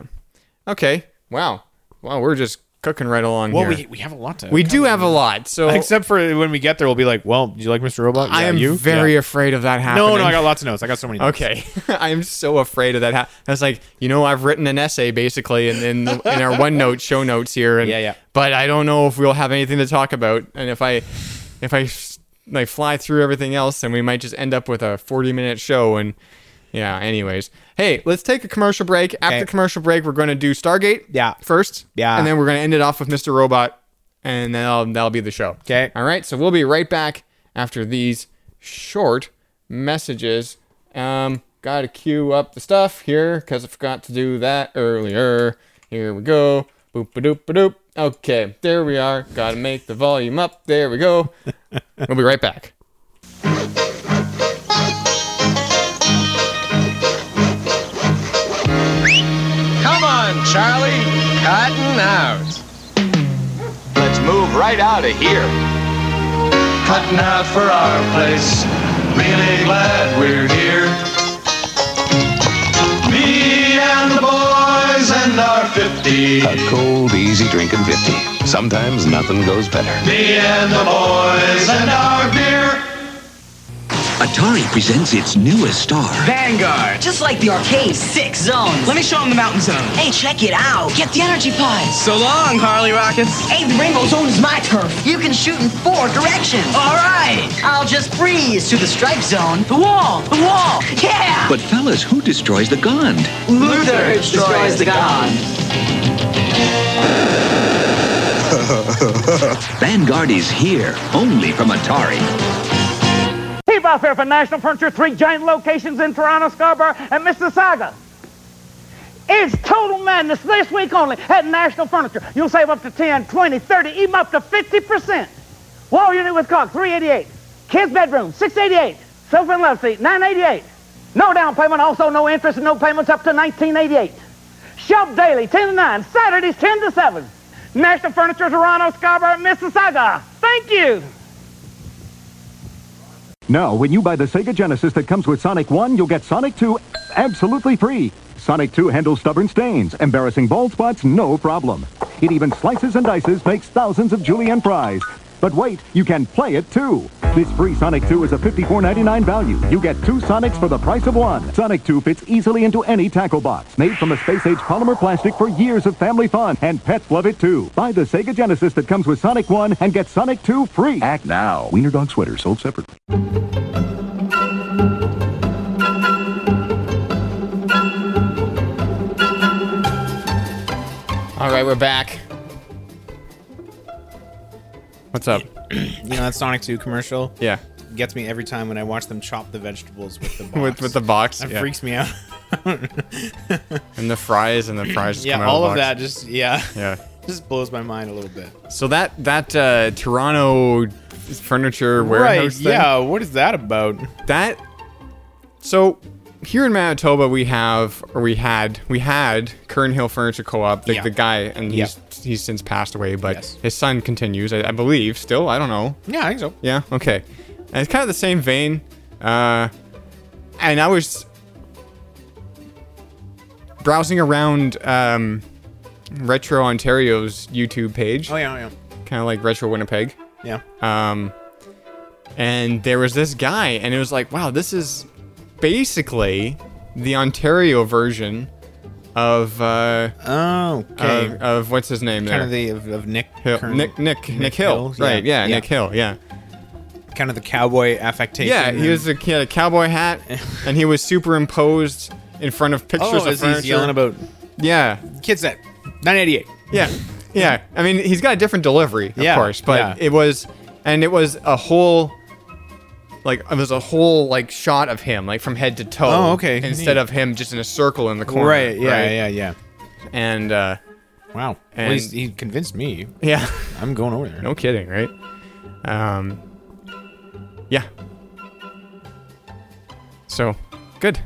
Speaker 1: Okay. Wow. Wow. We're just cooking right along
Speaker 6: Well,
Speaker 1: here.
Speaker 6: we, we have a lot to.
Speaker 1: we do have a lot. So
Speaker 6: Except for when we get there, we'll be like, well, do you like Mr. Robot?
Speaker 1: I
Speaker 6: Yeah,
Speaker 1: am
Speaker 6: you?
Speaker 1: very
Speaker 6: Yeah.
Speaker 1: afraid of that happening.
Speaker 6: No, no, I got lots of notes. I got so many notes.
Speaker 1: Okay, I am so afraid of that. Ha- I was like, you know, I've written an essay basically, in in, the, in our OneNote show notes here, and
Speaker 6: Yeah, yeah.
Speaker 1: But I don't know if we'll have anything to talk about, and if I, if I, s- like fly through everything else, then we might just end up with a forty-minute show, and yeah. Anyways, hey, let's take a commercial break.
Speaker 6: Okay.
Speaker 1: After commercial break, we're going to do Stargate,
Speaker 6: Yeah.
Speaker 1: first,
Speaker 6: Yeah.
Speaker 1: and then we're going to end it off with Mr. Robot, and then that'll, that'll be the show.
Speaker 6: Okay.
Speaker 1: All right. So we'll be right back after these short messages. Um, Got to queue up the stuff here because I forgot to do that earlier. Here we go. Boop a doop a doop. Okay, there we are. Got to make the volume up. There we go. we'll be right back.
Speaker 2: Come on, Charlie. Cotton out. Let's move right out of here. Cutting out for our place. Really glad we're here. Me and the boys and our 50.
Speaker 9: A cold, easy drinking 50. Sometimes nothing goes better.
Speaker 2: Me and the boys and our beer.
Speaker 10: Atari presents its newest star.
Speaker 8: Vanguard. Just like the arcade, six zones. Let me show them the mountain zone.
Speaker 10: Hey, check it out.
Speaker 8: Get the energy pods.
Speaker 10: So long, Harley Rockets.
Speaker 8: Hey, the rainbow zone is my turf.
Speaker 10: You can shoot in four directions.
Speaker 8: All right.
Speaker 10: I'll just breeze through the strike zone.
Speaker 8: The wall. The wall. Yeah.
Speaker 10: But fellas, who destroys the Gond?
Speaker 8: Luther destroys the god.
Speaker 10: Vanguard is here, only from Atari.
Speaker 11: Keep out there for National Furniture, three giant locations in Toronto, Scarborough, and Mississauga. It's total madness this week only at National Furniture. You'll save up to 10, 20, 30, even up to 50%. Wall unit with clock, 388. Kids bedroom, 688. Sofa and love seat, 988. No down payment, also no interest and no payments up to 1988. Shop daily, 10 to 9. Saturdays, 10 to 7. National Furniture, Toronto, Scarborough, and Mississauga. Thank you.
Speaker 12: Now, when you buy the Sega Genesis that comes with Sonic 1, you'll get Sonic 2 absolutely free. Sonic 2 handles stubborn stains, embarrassing bald spots, no problem. It even slices and dices, makes thousands of julienne fries. But wait, you can play it too. This free Sonic 2 is a $54.99 value. You get two Sonics for the price of one. Sonic 2 fits easily into any tackle box, made from a space-age polymer plastic for years of family fun, and pets love it too. Buy the Sega Genesis that comes with Sonic 1 and get Sonic 2 free. Act now. Wiener Dog Sweater sold separately.
Speaker 1: All right, we're back. What's up?
Speaker 6: You know that Sonic 2 commercial?
Speaker 1: Yeah.
Speaker 6: Gets me every time when I watch them chop the vegetables with the box.
Speaker 1: With, with the box,
Speaker 6: That
Speaker 1: yeah.
Speaker 6: freaks me out.
Speaker 1: and the fries and the fries. just come
Speaker 6: yeah,
Speaker 1: out
Speaker 6: all
Speaker 1: the
Speaker 6: of
Speaker 1: box.
Speaker 6: that just yeah,
Speaker 1: Yeah.
Speaker 6: just blows my mind a little bit.
Speaker 1: So that that uh, Toronto furniture
Speaker 6: Right?
Speaker 1: warehouse thing.
Speaker 6: Yeah. What is that about?
Speaker 1: That. So here in Manitoba, we have or we had we had Kern Hill Furniture Co-op. The,
Speaker 6: Yeah.
Speaker 1: the guy and
Speaker 6: Yeah.
Speaker 1: he's he's since passed away, but
Speaker 6: Yes.
Speaker 1: his son continues, I, I believe. Still, I don't know.
Speaker 6: Yeah, I think so.
Speaker 1: Yeah. Okay. And it's kind of the same vein. Uh, and I was browsing around um, Retro Ontario's YouTube page,
Speaker 6: Oh yeah, yeah,
Speaker 1: kind of like Retro Winnipeg.
Speaker 6: yeah.
Speaker 1: Um, and there was this guy, and it was like, wow, this is basically the Ontario version of uh,
Speaker 6: oh, okay.
Speaker 1: of, of what's his name
Speaker 6: kind
Speaker 1: there?
Speaker 6: of the of, of Nick
Speaker 1: Hill,
Speaker 6: Kern-
Speaker 1: Nick Nick Nick Hill, right? Yeah, Nick Hill, yeah.
Speaker 6: Kind of the cowboy affectation.
Speaker 1: Yeah, he
Speaker 6: and-
Speaker 1: was a, he had a cowboy hat, and he was superimposed in front of pictures
Speaker 6: Oh,
Speaker 1: of
Speaker 6: as
Speaker 1: furniture.
Speaker 6: he's yelling about
Speaker 1: yeah,
Speaker 6: kids that 988.
Speaker 1: yeah, yeah. I mean, he's got a different delivery, of
Speaker 6: Yeah,
Speaker 1: course, but
Speaker 6: yeah.
Speaker 1: it was, and it was a whole, like it was a whole like shot of him, like from head to toe.
Speaker 6: Oh, okay,
Speaker 1: Instead
Speaker 6: neat.
Speaker 1: of him just in a circle in the corner.
Speaker 6: Right. Yeah. Yeah. Yeah.
Speaker 1: And uh,
Speaker 6: Wow.
Speaker 1: And-
Speaker 6: well, he's, he convinced me.
Speaker 1: yeah,
Speaker 6: I'm going over there.
Speaker 1: no kidding, right? Um, yeah. So, good.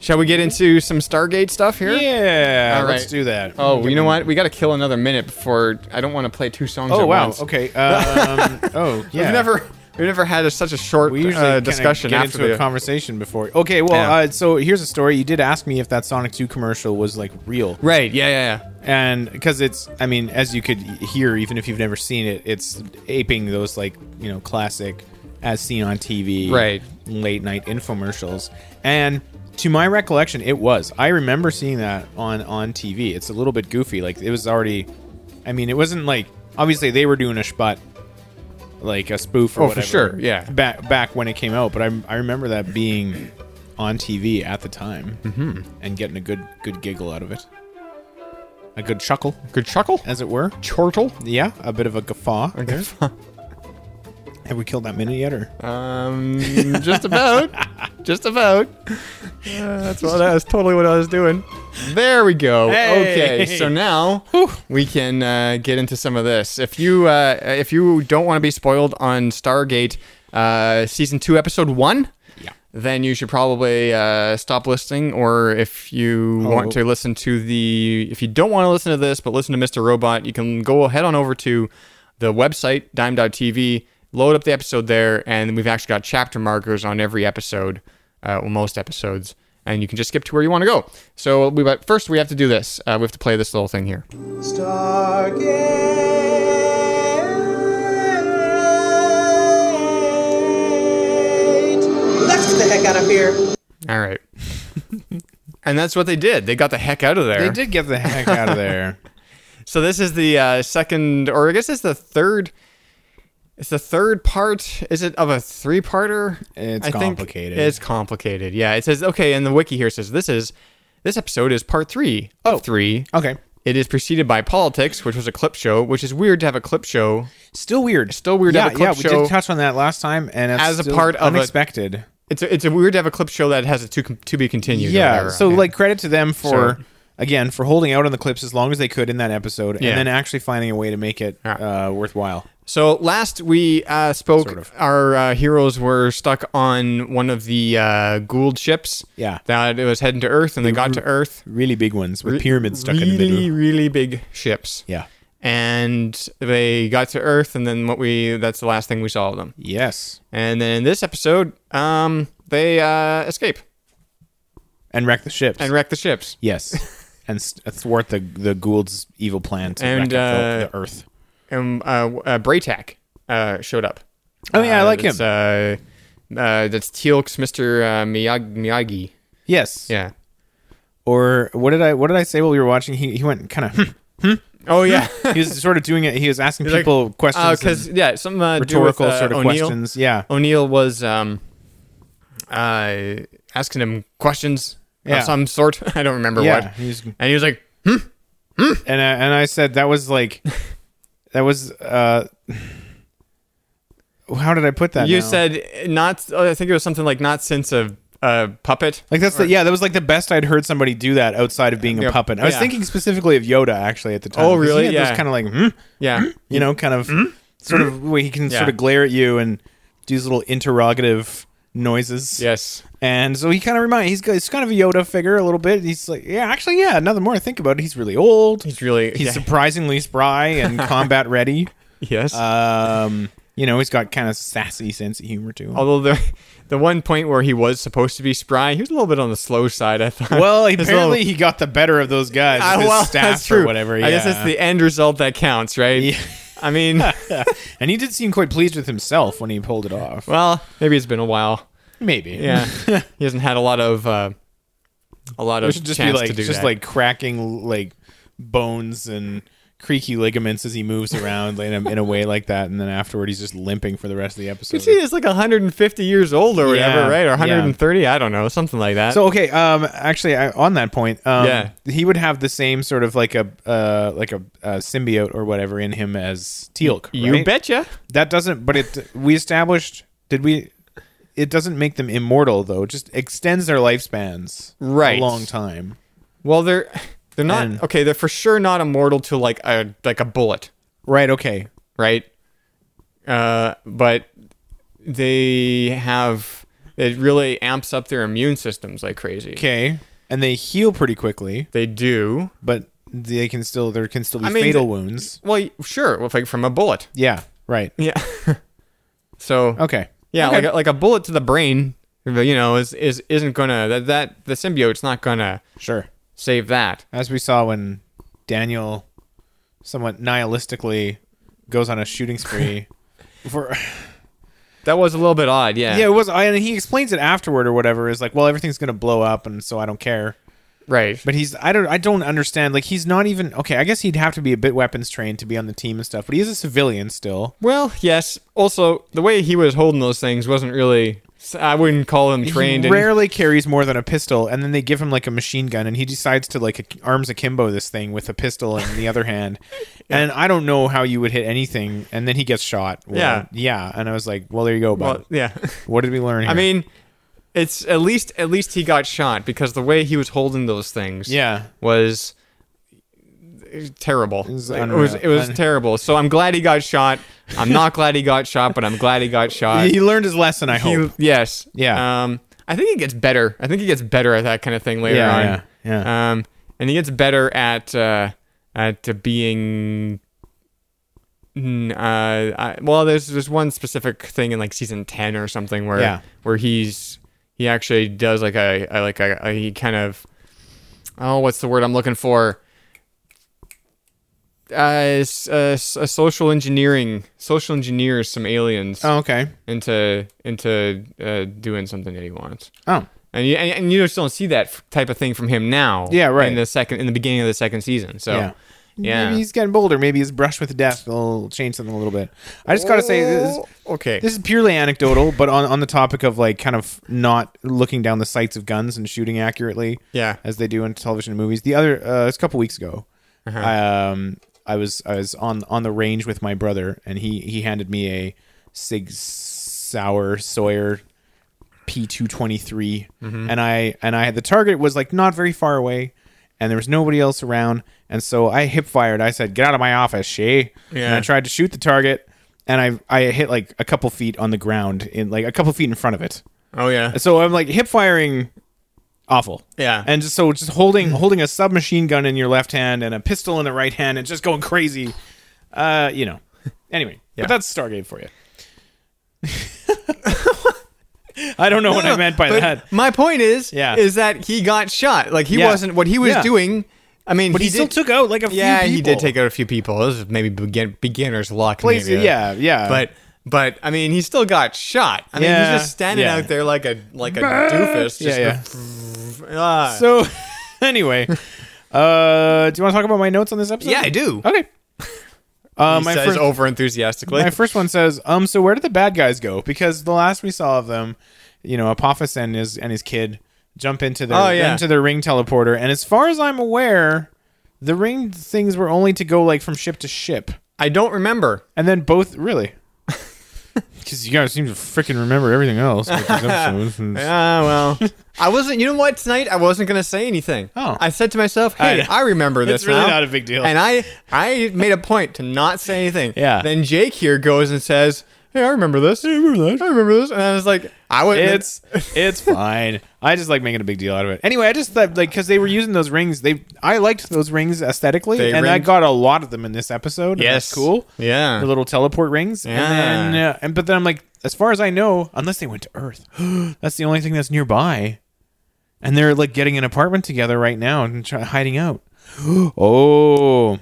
Speaker 1: Shall we get into some Stargate stuff here?
Speaker 6: Yeah.
Speaker 1: All
Speaker 6: Let's
Speaker 1: right.
Speaker 6: do that.
Speaker 1: Oh, you know what? We got to kill another minute before. I don't want to play two songs.
Speaker 6: Oh
Speaker 1: at
Speaker 6: wow.
Speaker 1: once.
Speaker 6: Okay. Um, oh yeah.
Speaker 1: We've never we've never had a, such a short
Speaker 6: We usually
Speaker 1: uh,
Speaker 6: kinda
Speaker 1: discussion
Speaker 6: get
Speaker 1: after
Speaker 6: into
Speaker 1: the
Speaker 6: a conversation before. Okay. Well,
Speaker 1: Yeah.
Speaker 6: uh, so here's a story. You did ask me if that Sonic 2 commercial was like real,
Speaker 1: right. Yeah, yeah, yeah.
Speaker 6: and because it's, I mean, as you could hear, even if you've never seen it, it's aping those like you know classic, as seen on TV,
Speaker 1: Right.
Speaker 6: late night infomercials. And to my recollection, it was. I remember seeing that on on TV. It's a little bit goofy. Like it was already. I mean, it wasn't like obviously they were doing a spot, like a spoof or
Speaker 1: Oh, for
Speaker 6: whatever.
Speaker 1: sure, yeah.
Speaker 6: Back back when it came out, but I I remember that being on TV at the time mm-hmm. and getting a good good giggle out of it. A good chuckle,
Speaker 1: Good chuckle,
Speaker 6: as it were.
Speaker 1: chortle.
Speaker 6: Yeah, a bit of a guffaw. there. Have we killed that many yet, or
Speaker 1: um, just about, just about. Uh, that's what that's totally what I was doing. There we go. Okay, so
Speaker 6: Hey.
Speaker 1: now we can uh, get into some of this. If you uh, if you don't want to be spoiled on Stargate uh, season two episode one, yeah. then you should probably uh, stop listening. Or if you want to listen to the if you don't want to listen to this but listen to Mr. Robot, you can go head on over to the website dime.tv, load up the episode there, and we've actually got chapter markers on every episode, uh, well, most episodes. And you can just skip to where you want to go. So, we, but first we have to do this. Uh, we have to play this little thing here.
Speaker 13: Let's get the heck out of here.
Speaker 1: All right. and that's what they did. They got the heck out of there.
Speaker 6: They did get the heck out of there.
Speaker 1: so this is the uh, second, or I guess it's the third. It's the third part. Is it of a three-parter?
Speaker 6: It's
Speaker 1: I think
Speaker 6: complicated.
Speaker 1: It's complicated. Yeah. It says okay, and the wiki here says this is this episode is part three
Speaker 6: Oh.
Speaker 1: of three.
Speaker 6: Okay.
Speaker 1: It is preceded by politics, which was a clip show, which is weird to have a clip show.
Speaker 6: Still weird.
Speaker 1: Still weird to
Speaker 6: yeah,
Speaker 1: have a
Speaker 6: yeah,
Speaker 1: clip
Speaker 6: we
Speaker 1: show
Speaker 6: did touch on that last time, and it's
Speaker 1: as a
Speaker 6: still
Speaker 1: part of a-
Speaker 6: unexpected.
Speaker 1: It's a, it's a weird to have a clip show that has a to to be continued. or
Speaker 6: yeah,
Speaker 1: whatever.
Speaker 6: so like credit to them
Speaker 1: So-
Speaker 6: for again for holding out on the clips as long as they could in that episode,
Speaker 1: Yeah.
Speaker 6: and then actually finding a way to make it uh, worthwhile.
Speaker 1: So last we uh, spoke, our uh, heroes were stuck on one of the uh, Gould ships.
Speaker 6: Yeah.
Speaker 1: that it was heading to Earth, and they got to Earth.
Speaker 6: Really big ones with
Speaker 1: Re-
Speaker 6: pyramids stuck
Speaker 1: really,
Speaker 6: in the middle.
Speaker 1: really big ships.
Speaker 6: Yeah.
Speaker 1: and they got to Earth, and then what we—that's the last thing we saw of them.
Speaker 6: Yes,
Speaker 1: And then in this episode, um, they uh, escape
Speaker 6: and wreck the ships.
Speaker 1: and wreck the ships.
Speaker 6: yes, and s- thwart the the Gould's evil plan to
Speaker 1: And,
Speaker 6: wreck up the-
Speaker 1: uh,
Speaker 6: the Earth.
Speaker 1: And uh, uh, Braytac uh, showed up.
Speaker 6: Oh, yeah, I
Speaker 1: Uh,
Speaker 6: like him.
Speaker 1: that's, Uh, uh, that's Teal'c's Mister uh, Miyagi. Miyagi.
Speaker 6: Yes.
Speaker 1: Yeah.
Speaker 6: Or what did I what did I say while we were watching? He he went kind of.
Speaker 1: Oh yeah.
Speaker 6: he was sort of doing it. He was asking
Speaker 1: Like,
Speaker 6: people questions.
Speaker 1: uh, 'cause,
Speaker 6: and
Speaker 1: yeah, some uh,
Speaker 6: rhetorical
Speaker 1: do with, uh,
Speaker 6: sort of
Speaker 1: O'Neill.
Speaker 6: questions. Yeah.
Speaker 1: O'Neill was um, uh, asking him questions
Speaker 6: Yeah.
Speaker 1: of some sort. I don't remember
Speaker 6: Yeah,
Speaker 1: what.
Speaker 6: he was-
Speaker 1: and he was like,
Speaker 6: and I, and I said that was like that was uh how did I put that?
Speaker 1: "You
Speaker 6: now?
Speaker 1: said not." oh, I think it was something like not since a uh, puppet.
Speaker 6: like that's the yeah that was like the best I'd heard somebody do that outside of being a
Speaker 1: Yeah,
Speaker 6: puppet. I was
Speaker 1: yeah.
Speaker 6: thinking specifically of Yoda actually at the time.
Speaker 1: Oh,
Speaker 6: 'cause he
Speaker 1: really?
Speaker 6: had
Speaker 1: Yeah.
Speaker 6: Those kind of like hmm,
Speaker 1: Yeah,
Speaker 6: you know kind of sort of where he can
Speaker 1: Mm-hmm. Yeah.
Speaker 6: sort of glare at you and do these little interrogative noises.
Speaker 1: yes,
Speaker 6: And so he kind of remind he's, he's kind of a Yoda figure a little bit. He's like, yeah, actually, yeah. Now the more I think about it, he's really old.
Speaker 1: he's really
Speaker 6: He's
Speaker 1: yeah.
Speaker 6: surprisingly spry and combat ready.
Speaker 1: yes.
Speaker 6: Um, you know, he's got kind of sassy sense of humor to him.
Speaker 1: Although the the one point where he was supposed to be spry, he was a little bit on the slow side. I thought.
Speaker 6: well,
Speaker 1: His little-
Speaker 6: apparently he got the better of those guys.
Speaker 1: Ah,
Speaker 6: with his
Speaker 1: well,
Speaker 6: staff
Speaker 1: that's true.
Speaker 6: or whatever. Yeah.
Speaker 1: I guess it's the end result that counts, right?
Speaker 6: Yeah.
Speaker 1: I mean,
Speaker 6: and he did seem quite pleased with himself when he pulled it off.
Speaker 1: well, maybe it's been a while.
Speaker 6: Maybe.
Speaker 1: Yeah, he hasn't had a lot of uh, a lot of
Speaker 6: We should just be
Speaker 1: chance
Speaker 6: like
Speaker 1: to do
Speaker 6: just
Speaker 1: that.
Speaker 6: like cracking like bones and creaky ligaments as he moves around in a, in a way like that, and then afterward he's just limping for the rest of the
Speaker 1: you
Speaker 6: episode.
Speaker 1: see, it's like 150 years old or whatever,
Speaker 6: Yeah,
Speaker 1: right? Or
Speaker 6: yeah.
Speaker 1: 130? I don't know, something like that.
Speaker 6: So okay, um, actually, I, on that point, um,
Speaker 1: Yeah.
Speaker 6: he would have the same sort of like a uh, like a, uh symbiote or whatever in him as Teal'c.
Speaker 1: you
Speaker 6: right?
Speaker 1: betcha.
Speaker 6: That doesn't, but it we established did we? It doesn't make them immortal though. It just extends their lifespans
Speaker 1: Right.
Speaker 6: a long time.
Speaker 1: Well, they're they're not
Speaker 6: And-
Speaker 1: okay. They're for sure not immortal to like a like a bullet,
Speaker 6: Right. Okay.
Speaker 1: right? Uh, but they have it really amps up their immune systems like crazy.
Speaker 6: Okay. And they heal pretty quickly,
Speaker 1: They do.
Speaker 6: but they can still there can still be
Speaker 1: I mean,
Speaker 6: fatal
Speaker 1: th-
Speaker 6: wounds.
Speaker 1: Well, y- sure, well, like from a bullet.
Speaker 6: Yeah. Right.
Speaker 1: Yeah. so
Speaker 6: Okay.
Speaker 1: Yeah,
Speaker 6: Okay.
Speaker 1: like a, like a bullet to the brain, you know, is is isn't gonna that that the symbiote's not gonna
Speaker 6: Sure.
Speaker 1: save that.
Speaker 6: as we saw when Daniel somewhat nihilistically goes on a shooting spree. For
Speaker 1: That was a little bit odd, yeah.
Speaker 6: yeah, it was, I- and he explains it afterward or whatever. Is like, well, everything's gonna blow up, and so I don't care.
Speaker 1: right.
Speaker 6: But he's, I don't, I don't understand. Like, he's not even okay. I guess he'd have to be a bit weapons trained to be on the team and stuff. But he is a civilian still.
Speaker 1: well, yes. Also, the way he was holding those things wasn't really So I wouldn't call him trained.
Speaker 6: He
Speaker 1: in-
Speaker 6: rarely carries more than a pistol, and then they give him like a machine gun, and he decides to like a, arms akimbo this thing with a pistol in the other hand. And I don't know how you would hit anything, and then he gets shot. Well,
Speaker 1: Yeah.
Speaker 6: yeah. And I was like, well, there you go, bud.
Speaker 1: Well, yeah.
Speaker 6: What did we learn? Here?
Speaker 1: I mean, it's at least at least he got shot because the way he was holding those things,
Speaker 6: Yeah.
Speaker 1: was terrible. It
Speaker 6: was
Speaker 1: was it was,
Speaker 6: unreal.
Speaker 1: terrible. So I'm glad he got shot. I'm not glad he got shot, but I'm glad he got shot.
Speaker 6: he learned his lesson. I hope.
Speaker 1: He- yes.
Speaker 6: Yeah.
Speaker 1: Um, I think he gets better. I think he gets better at that kind of thing later
Speaker 6: Yeah,
Speaker 1: on.
Speaker 6: yeah, yeah.
Speaker 1: Um, and he gets better at uh, at uh, being. Mm, Uh, I, well, there's there's one specific thing in like season ten or something where
Speaker 6: Yeah.
Speaker 1: where he's he actually does like a, a like a, a he kind of oh what's the word I'm looking for uh, s- uh, s- a social engineering social engineers some aliens
Speaker 6: oh, okay.
Speaker 1: into into uh, doing something that he wants.
Speaker 6: Oh,
Speaker 1: And you, and, and you just don't see that f- type of thing from him now.
Speaker 6: Yeah, right.
Speaker 1: In the second, in the beginning of the second season. So,
Speaker 6: Yeah.
Speaker 1: yeah,
Speaker 6: Maybe he's getting bolder. Maybe his brush with death will change something a little bit. I just gotta say this.
Speaker 1: okay.
Speaker 6: This is purely anecdotal, but on, on the topic of like kind of not looking down the sights of guns and shooting accurately,
Speaker 1: Yeah.
Speaker 6: as they do in television and movies. The other, uh, it was a couple weeks ago,
Speaker 1: Uh-huh.
Speaker 6: um, I was I was on on the range with my brother, and he he handed me a Sig Sauer Sawyer P two twenty three, and I and I had the target was like not very far away, and there was nobody else around, and so I hip fired. I said, "Get out of my office, Shay!" And I
Speaker 1: Yeah.
Speaker 6: tried to shoot the target, and I I hit like a couple feet on the ground in like a couple feet in front of it.
Speaker 1: oh yeah,
Speaker 6: So I'm like hip firing, awful.
Speaker 1: Yeah.
Speaker 6: And just, so just holding holding a submachine gun in your left hand and a pistol in the right hand and just going crazy. Uh, you know. Anyway, but that's Stargate for you. I don't know what I meant by
Speaker 1: But
Speaker 6: that.
Speaker 1: my point is,
Speaker 6: Yeah.
Speaker 1: is that he got shot. Like he
Speaker 6: Yeah.
Speaker 1: wasn't what he was
Speaker 6: Yeah.
Speaker 1: doing. I mean,
Speaker 6: But he, still
Speaker 1: did-
Speaker 6: took out like a
Speaker 1: Yeah,
Speaker 6: few
Speaker 1: he did
Speaker 6: people.
Speaker 1: take out a few people. This is maybe begin, beginner's luck.
Speaker 6: Places-
Speaker 1: maybe.
Speaker 6: yeah, yeah.
Speaker 1: But but I mean, he still got shot. I mean,
Speaker 6: Yeah,
Speaker 1: he's just standing
Speaker 6: yeah.
Speaker 1: out there like a like a doofus. Just
Speaker 6: Yeah, yeah.
Speaker 1: ah.
Speaker 6: So anyway, uh, do you want to talk about my notes on this episode?
Speaker 1: yeah, I do.
Speaker 6: Okay. Uh,
Speaker 1: he
Speaker 6: my
Speaker 1: says
Speaker 6: first,
Speaker 1: over enthusiastically.
Speaker 6: my first one says, um, so where did the bad guys go? Because the last we saw of them, you know, Apophis and his and his kid jump into their
Speaker 1: Oh, yeah.
Speaker 6: into their ring teleporter, and as far as I'm aware, the ring things were only to go like from ship to ship,
Speaker 1: I don't remember.
Speaker 6: and then both really. Because you guys seem to freaking remember everything else. with these episodes.
Speaker 1: Ah, well. I wasn't, you know what, tonight I wasn't going to say anything.
Speaker 6: Oh.
Speaker 1: I said to myself,
Speaker 6: I
Speaker 1: hey,
Speaker 6: know.
Speaker 1: I, remember this
Speaker 6: It's really
Speaker 1: now.
Speaker 6: not a big deal.
Speaker 1: And I, I made a point to not say anything.
Speaker 6: Yeah.
Speaker 1: Then Jake here goes and says, hey, I remember this. I remember this. I remember this. And I was like, I would
Speaker 6: It's it's fine. I just like making a big deal out of it. Anyway, I just thought like because they were using those rings. They I liked those rings aesthetically,
Speaker 1: They
Speaker 6: and I
Speaker 1: ring-
Speaker 6: got a lot of them in this episode. and that's
Speaker 1: Yes.
Speaker 6: cool.
Speaker 1: Yeah.
Speaker 6: the little teleport rings. And then
Speaker 1: Yeah.
Speaker 6: uh, and but then I'm like, as far as I know, unless they went to Earth, that's the only thing that's nearby. And they're like getting an apartment together right now and try, hiding out. oh,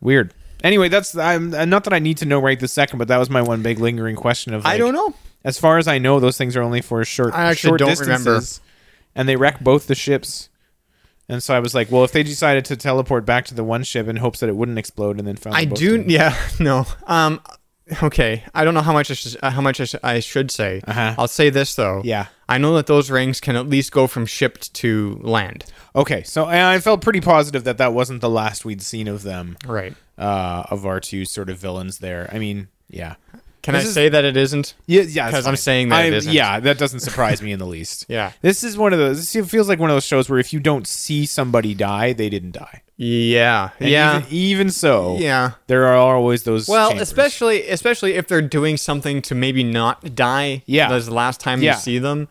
Speaker 6: weird. Anyway, that's I'm uh, not that I need to know right this second, but that was my one big lingering question of
Speaker 1: I
Speaker 6: like,
Speaker 1: don't know.
Speaker 6: as far as I know, those things are only for short.
Speaker 1: I actually
Speaker 6: short
Speaker 1: don't remember.
Speaker 6: distances, And they wreck both the ships. And so I was like, well, if they decided to teleport back to the one ship in hopes that it wouldn't explode, and then found
Speaker 1: I
Speaker 6: both
Speaker 1: do,
Speaker 6: didn't.
Speaker 1: yeah, no. Um, okay. I don't know how much I, sh- uh, how much I, sh- I should say.
Speaker 6: Uh-huh.
Speaker 1: I'll say this, though.
Speaker 6: Yeah.
Speaker 1: I know that those rings can at least go from shipped to land.
Speaker 6: Okay, so I I felt pretty positive that that wasn't the last we'd seen of them,
Speaker 1: Right.
Speaker 6: uh, of our two sort of villains there. I mean, yeah,
Speaker 1: Can
Speaker 6: This
Speaker 1: I
Speaker 6: is-
Speaker 1: say that it isn't?
Speaker 6: yeah, yeah, it's
Speaker 1: 'Cause I'm
Speaker 6: fine.
Speaker 1: saying that it isn't.
Speaker 6: Yeah, that doesn't surprise me in the least.
Speaker 1: Yeah.
Speaker 6: this is one of those. This feels like one of those shows where if you don't see somebody die, they didn't die.
Speaker 1: Yeah.
Speaker 6: And
Speaker 1: yeah.
Speaker 6: even, even so,
Speaker 1: Yeah.
Speaker 6: there are always those.
Speaker 1: Well,
Speaker 6: chambers.
Speaker 1: especially especially if they're doing something to maybe not die.
Speaker 6: Yeah.
Speaker 1: That's the last time
Speaker 6: Yeah.
Speaker 1: you see them,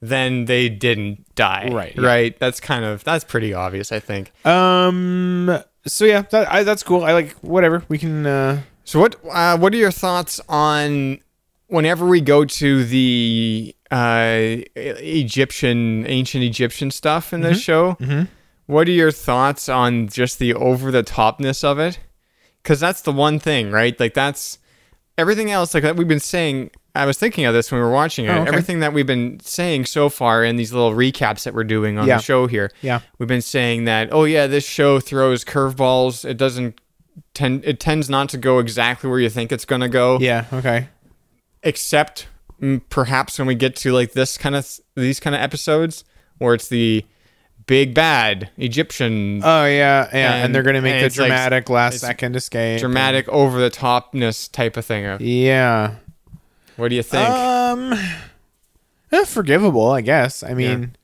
Speaker 1: then they didn't die.
Speaker 6: Right, yeah.
Speaker 1: Right. That's kind of that's pretty obvious, I think.
Speaker 6: Um. So yeah, that I, that's cool. I like whatever we can. uh
Speaker 1: So what uh, what are your thoughts on whenever we go to the uh, Egyptian ancient Egyptian stuff in
Speaker 6: Mm-hmm.
Speaker 1: this show? What are your thoughts on just the over the topness of it? Because that's the one thing, right? Like that's everything else. Like that we've been saying. I was thinking of this when we were watching it.
Speaker 6: Oh, okay.
Speaker 1: Everything that we've been saying so far in these little recaps that we're doing on
Speaker 6: Yeah.
Speaker 1: the show here.
Speaker 6: Yeah.
Speaker 1: We've been saying that, oh yeah, this show throws curveballs. It doesn't tend it tends not to go exactly where you think it's gonna go.
Speaker 6: Yeah. Okay.
Speaker 1: Except mm, perhaps when we get to like this kind of these kind of episodes where it's the big bad Egyptian.
Speaker 6: Oh yeah, yeah, and, they're gonna make the
Speaker 1: it's, like,
Speaker 6: dramatic last
Speaker 1: it's
Speaker 6: second escape.
Speaker 1: dramatic over the topness type of thing.
Speaker 6: Yeah.
Speaker 1: What do you think?
Speaker 6: Um, eh, forgivable, I guess. I mean,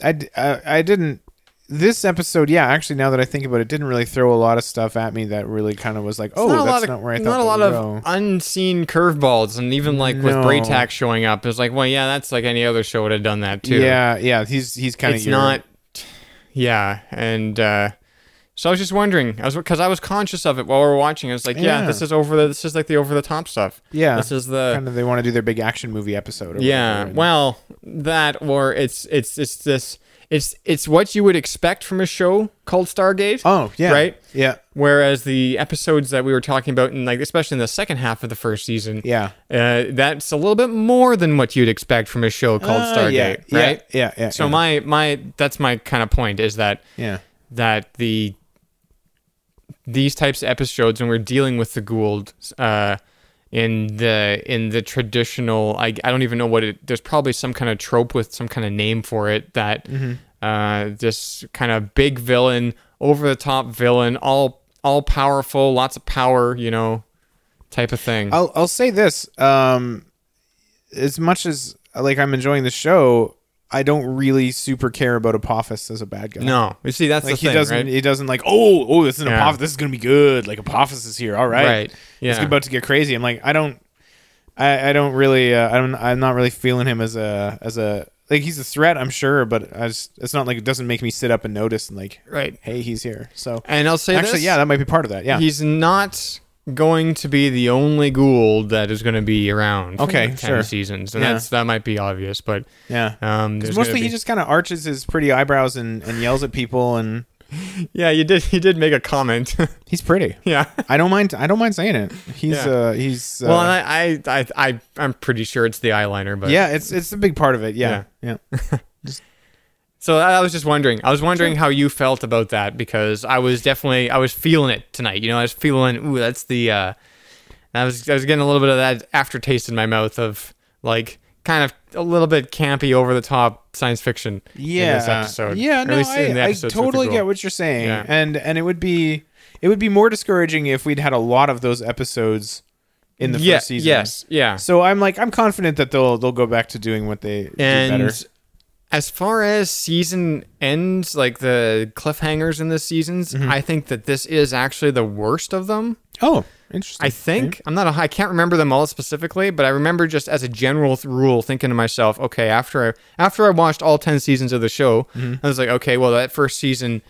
Speaker 6: I d I, I, didn't. This episode, yeah, actually, now that I think about it, didn't really throw a lot of stuff at me that really kind of was like, oh,
Speaker 1: It's not a
Speaker 6: that's
Speaker 1: lot of,
Speaker 6: not where I thought
Speaker 1: not a
Speaker 6: that
Speaker 1: lot
Speaker 6: would
Speaker 1: of
Speaker 6: go.
Speaker 1: unseen curveballs, and even like with
Speaker 6: No.
Speaker 1: Braytac showing up, it's like, well, yeah, that's like any other show would have done that too.
Speaker 6: Yeah, yeah, he's he's kind
Speaker 1: it's
Speaker 6: of your,
Speaker 1: not. Yeah, and uh, so I was just wondering, I was because I was conscious of it while we were watching. I was like, yeah,
Speaker 6: Yeah.
Speaker 1: this is over the, this is like the over the top stuff.
Speaker 6: Yeah,
Speaker 1: this is the
Speaker 6: kind of they want to do their big action movie episode. Or
Speaker 1: yeah.
Speaker 6: whatever.
Speaker 1: Well, that or it's it's it's this it's it's what you would expect from a show called Stargate.
Speaker 6: Oh, yeah,
Speaker 1: right.
Speaker 6: yeah,
Speaker 1: Whereas the episodes that we were talking about, in like especially in the second half of the first season,
Speaker 6: yeah.
Speaker 1: uh, that's a little bit more than what you'd expect from a show called
Speaker 6: Uh,
Speaker 1: Stargate,
Speaker 6: yeah, yeah,
Speaker 1: right?
Speaker 6: yeah, yeah,
Speaker 1: So
Speaker 6: yeah.
Speaker 1: my my that's my kind of point is that
Speaker 6: Yeah.
Speaker 1: that the these types of episodes when we're dealing with the Gould uh, in the in the traditional I, I don't even know what it there's probably some kind of trope with some kind of name for it that
Speaker 6: Mm-hmm.
Speaker 1: uh, this kind of big villain over the top villain all all powerful lots of power you know type of thing
Speaker 6: I'll I'll say this. Um, as much as like I'm enjoying the show, I don't really super care about Apophis as a bad guy.
Speaker 1: no you see that's
Speaker 6: like
Speaker 1: the
Speaker 6: he
Speaker 1: thing
Speaker 6: doesn't
Speaker 1: right?
Speaker 6: he doesn't like oh oh this is an
Speaker 1: Yeah.
Speaker 6: Apophis this is gonna be good like Apophis is here all right
Speaker 1: Right,
Speaker 6: it's
Speaker 1: yeah.
Speaker 6: about to get crazy I'm like I don't I, I don't really uh, I'm I'm not really feeling him as a as a like he's a threat I'm sure but I just, it's not like it doesn't make me sit up and notice and like
Speaker 1: Right.
Speaker 6: hey he's here so
Speaker 1: And I'll say
Speaker 6: actually
Speaker 1: this.
Speaker 6: yeah that might be part of that yeah
Speaker 1: He's not going to be the only Gould that is going to be around. for
Speaker 6: Okay,
Speaker 1: ten
Speaker 6: sure.
Speaker 1: seasons, and
Speaker 6: Yeah.
Speaker 1: that's that might be obvious, but
Speaker 6: yeah
Speaker 1: um,
Speaker 6: because
Speaker 1: there's gonna
Speaker 6: mostly he
Speaker 1: be-
Speaker 6: just kind of arches his pretty eyebrows and, and yells at people and
Speaker 1: yeah, you did you did make a comment,
Speaker 6: he's pretty
Speaker 1: yeah.
Speaker 6: I don't mind I don't mind saying it he's
Speaker 1: Yeah.
Speaker 6: uh he's uh,
Speaker 1: well, and I, I I I I'm pretty sure it's the eyeliner, but
Speaker 6: yeah it's it's a big part of it yeah. yeah.
Speaker 1: So I I was just wondering. I was wondering how you felt about that because I was definitely I was feeling it tonight. You know, I was feeling ooh, that's the uh I was I was getting a little bit of that aftertaste in my mouth of like kind of a little bit campy over the top science fiction in this episode.
Speaker 6: Yeah,
Speaker 1: Or at
Speaker 6: no,
Speaker 1: least in the
Speaker 6: I, I
Speaker 1: episodes with the
Speaker 6: totally
Speaker 1: girl.
Speaker 6: get what you're saying,
Speaker 1: Yeah.
Speaker 6: and and it would be it would be more discouraging if we'd had a lot of those episodes in the
Speaker 1: Yeah,
Speaker 6: first season.
Speaker 1: yes, yeah.
Speaker 6: So I'm like I'm confident that they'll they'll go back to doing what they do
Speaker 1: And
Speaker 6: better.
Speaker 1: as far as season ends, like the cliffhangers in the seasons,
Speaker 6: Mm-hmm.
Speaker 1: I think that this is actually the worst of them.
Speaker 6: Oh, interesting.
Speaker 1: I think I'm not. A, I can't remember them all specifically, but I remember just as a general th- rule, thinking to myself, okay, after I after I watched all ten seasons of the show,
Speaker 6: Mm-hmm.
Speaker 1: I was like, okay, well, that first season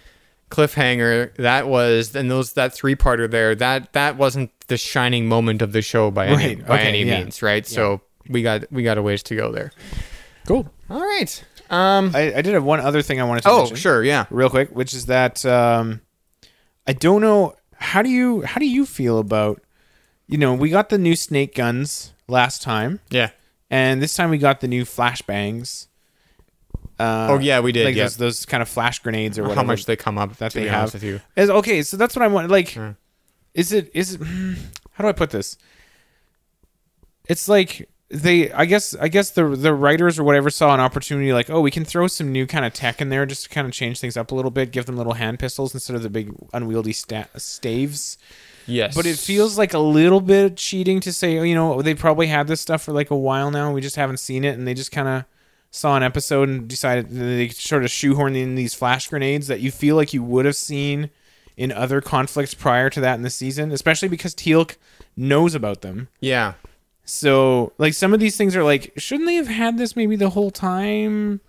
Speaker 1: cliffhanger that was, and those that three parter there, that that wasn't the shining moment of the show by any
Speaker 6: Right,
Speaker 1: by
Speaker 6: okay,
Speaker 1: any
Speaker 6: yeah.
Speaker 1: means, right? So we got we got a ways to go there.
Speaker 6: Cool.
Speaker 1: All right. Um.
Speaker 6: I, I did have one other thing I wanted to.
Speaker 1: Oh,
Speaker 6: mention.
Speaker 1: sure. Yeah.
Speaker 6: real quick, which is that um, I don't know how do you how do you feel about you know we got the new snake guns last time,
Speaker 1: Yeah.
Speaker 6: and this time we got the new flashbangs. Uh,
Speaker 1: Oh, yeah, we did,
Speaker 6: Like
Speaker 1: yeah.
Speaker 6: those, those kind of flash grenades or whatever
Speaker 1: How much they come up?
Speaker 6: that
Speaker 1: to
Speaker 6: they
Speaker 1: be
Speaker 6: have.
Speaker 1: honest With you. Mm.
Speaker 6: Is- okay, so that's what I want. Like, is it is it? How do I put this? It's like they. I guess I guess the the writers or whatever saw an opportunity. Like, oh, we can throw some new kind of tech in there just to kind of change things up a little bit. Give them little hand pistols instead of the big unwieldy sta- staves.
Speaker 1: Yes.
Speaker 6: But it feels like a little bit cheating to say, oh, you know, they probably had this stuff for like a while now. We just haven't seen it, and they just kind of saw an episode and decided they sort of shoehorned in these flash grenades that you feel like you would have seen in other conflicts prior to that in the season, especially because Teal'c knows about them.
Speaker 1: Yeah.
Speaker 6: So, like, some of these things are like, shouldn't they have had this maybe the whole time?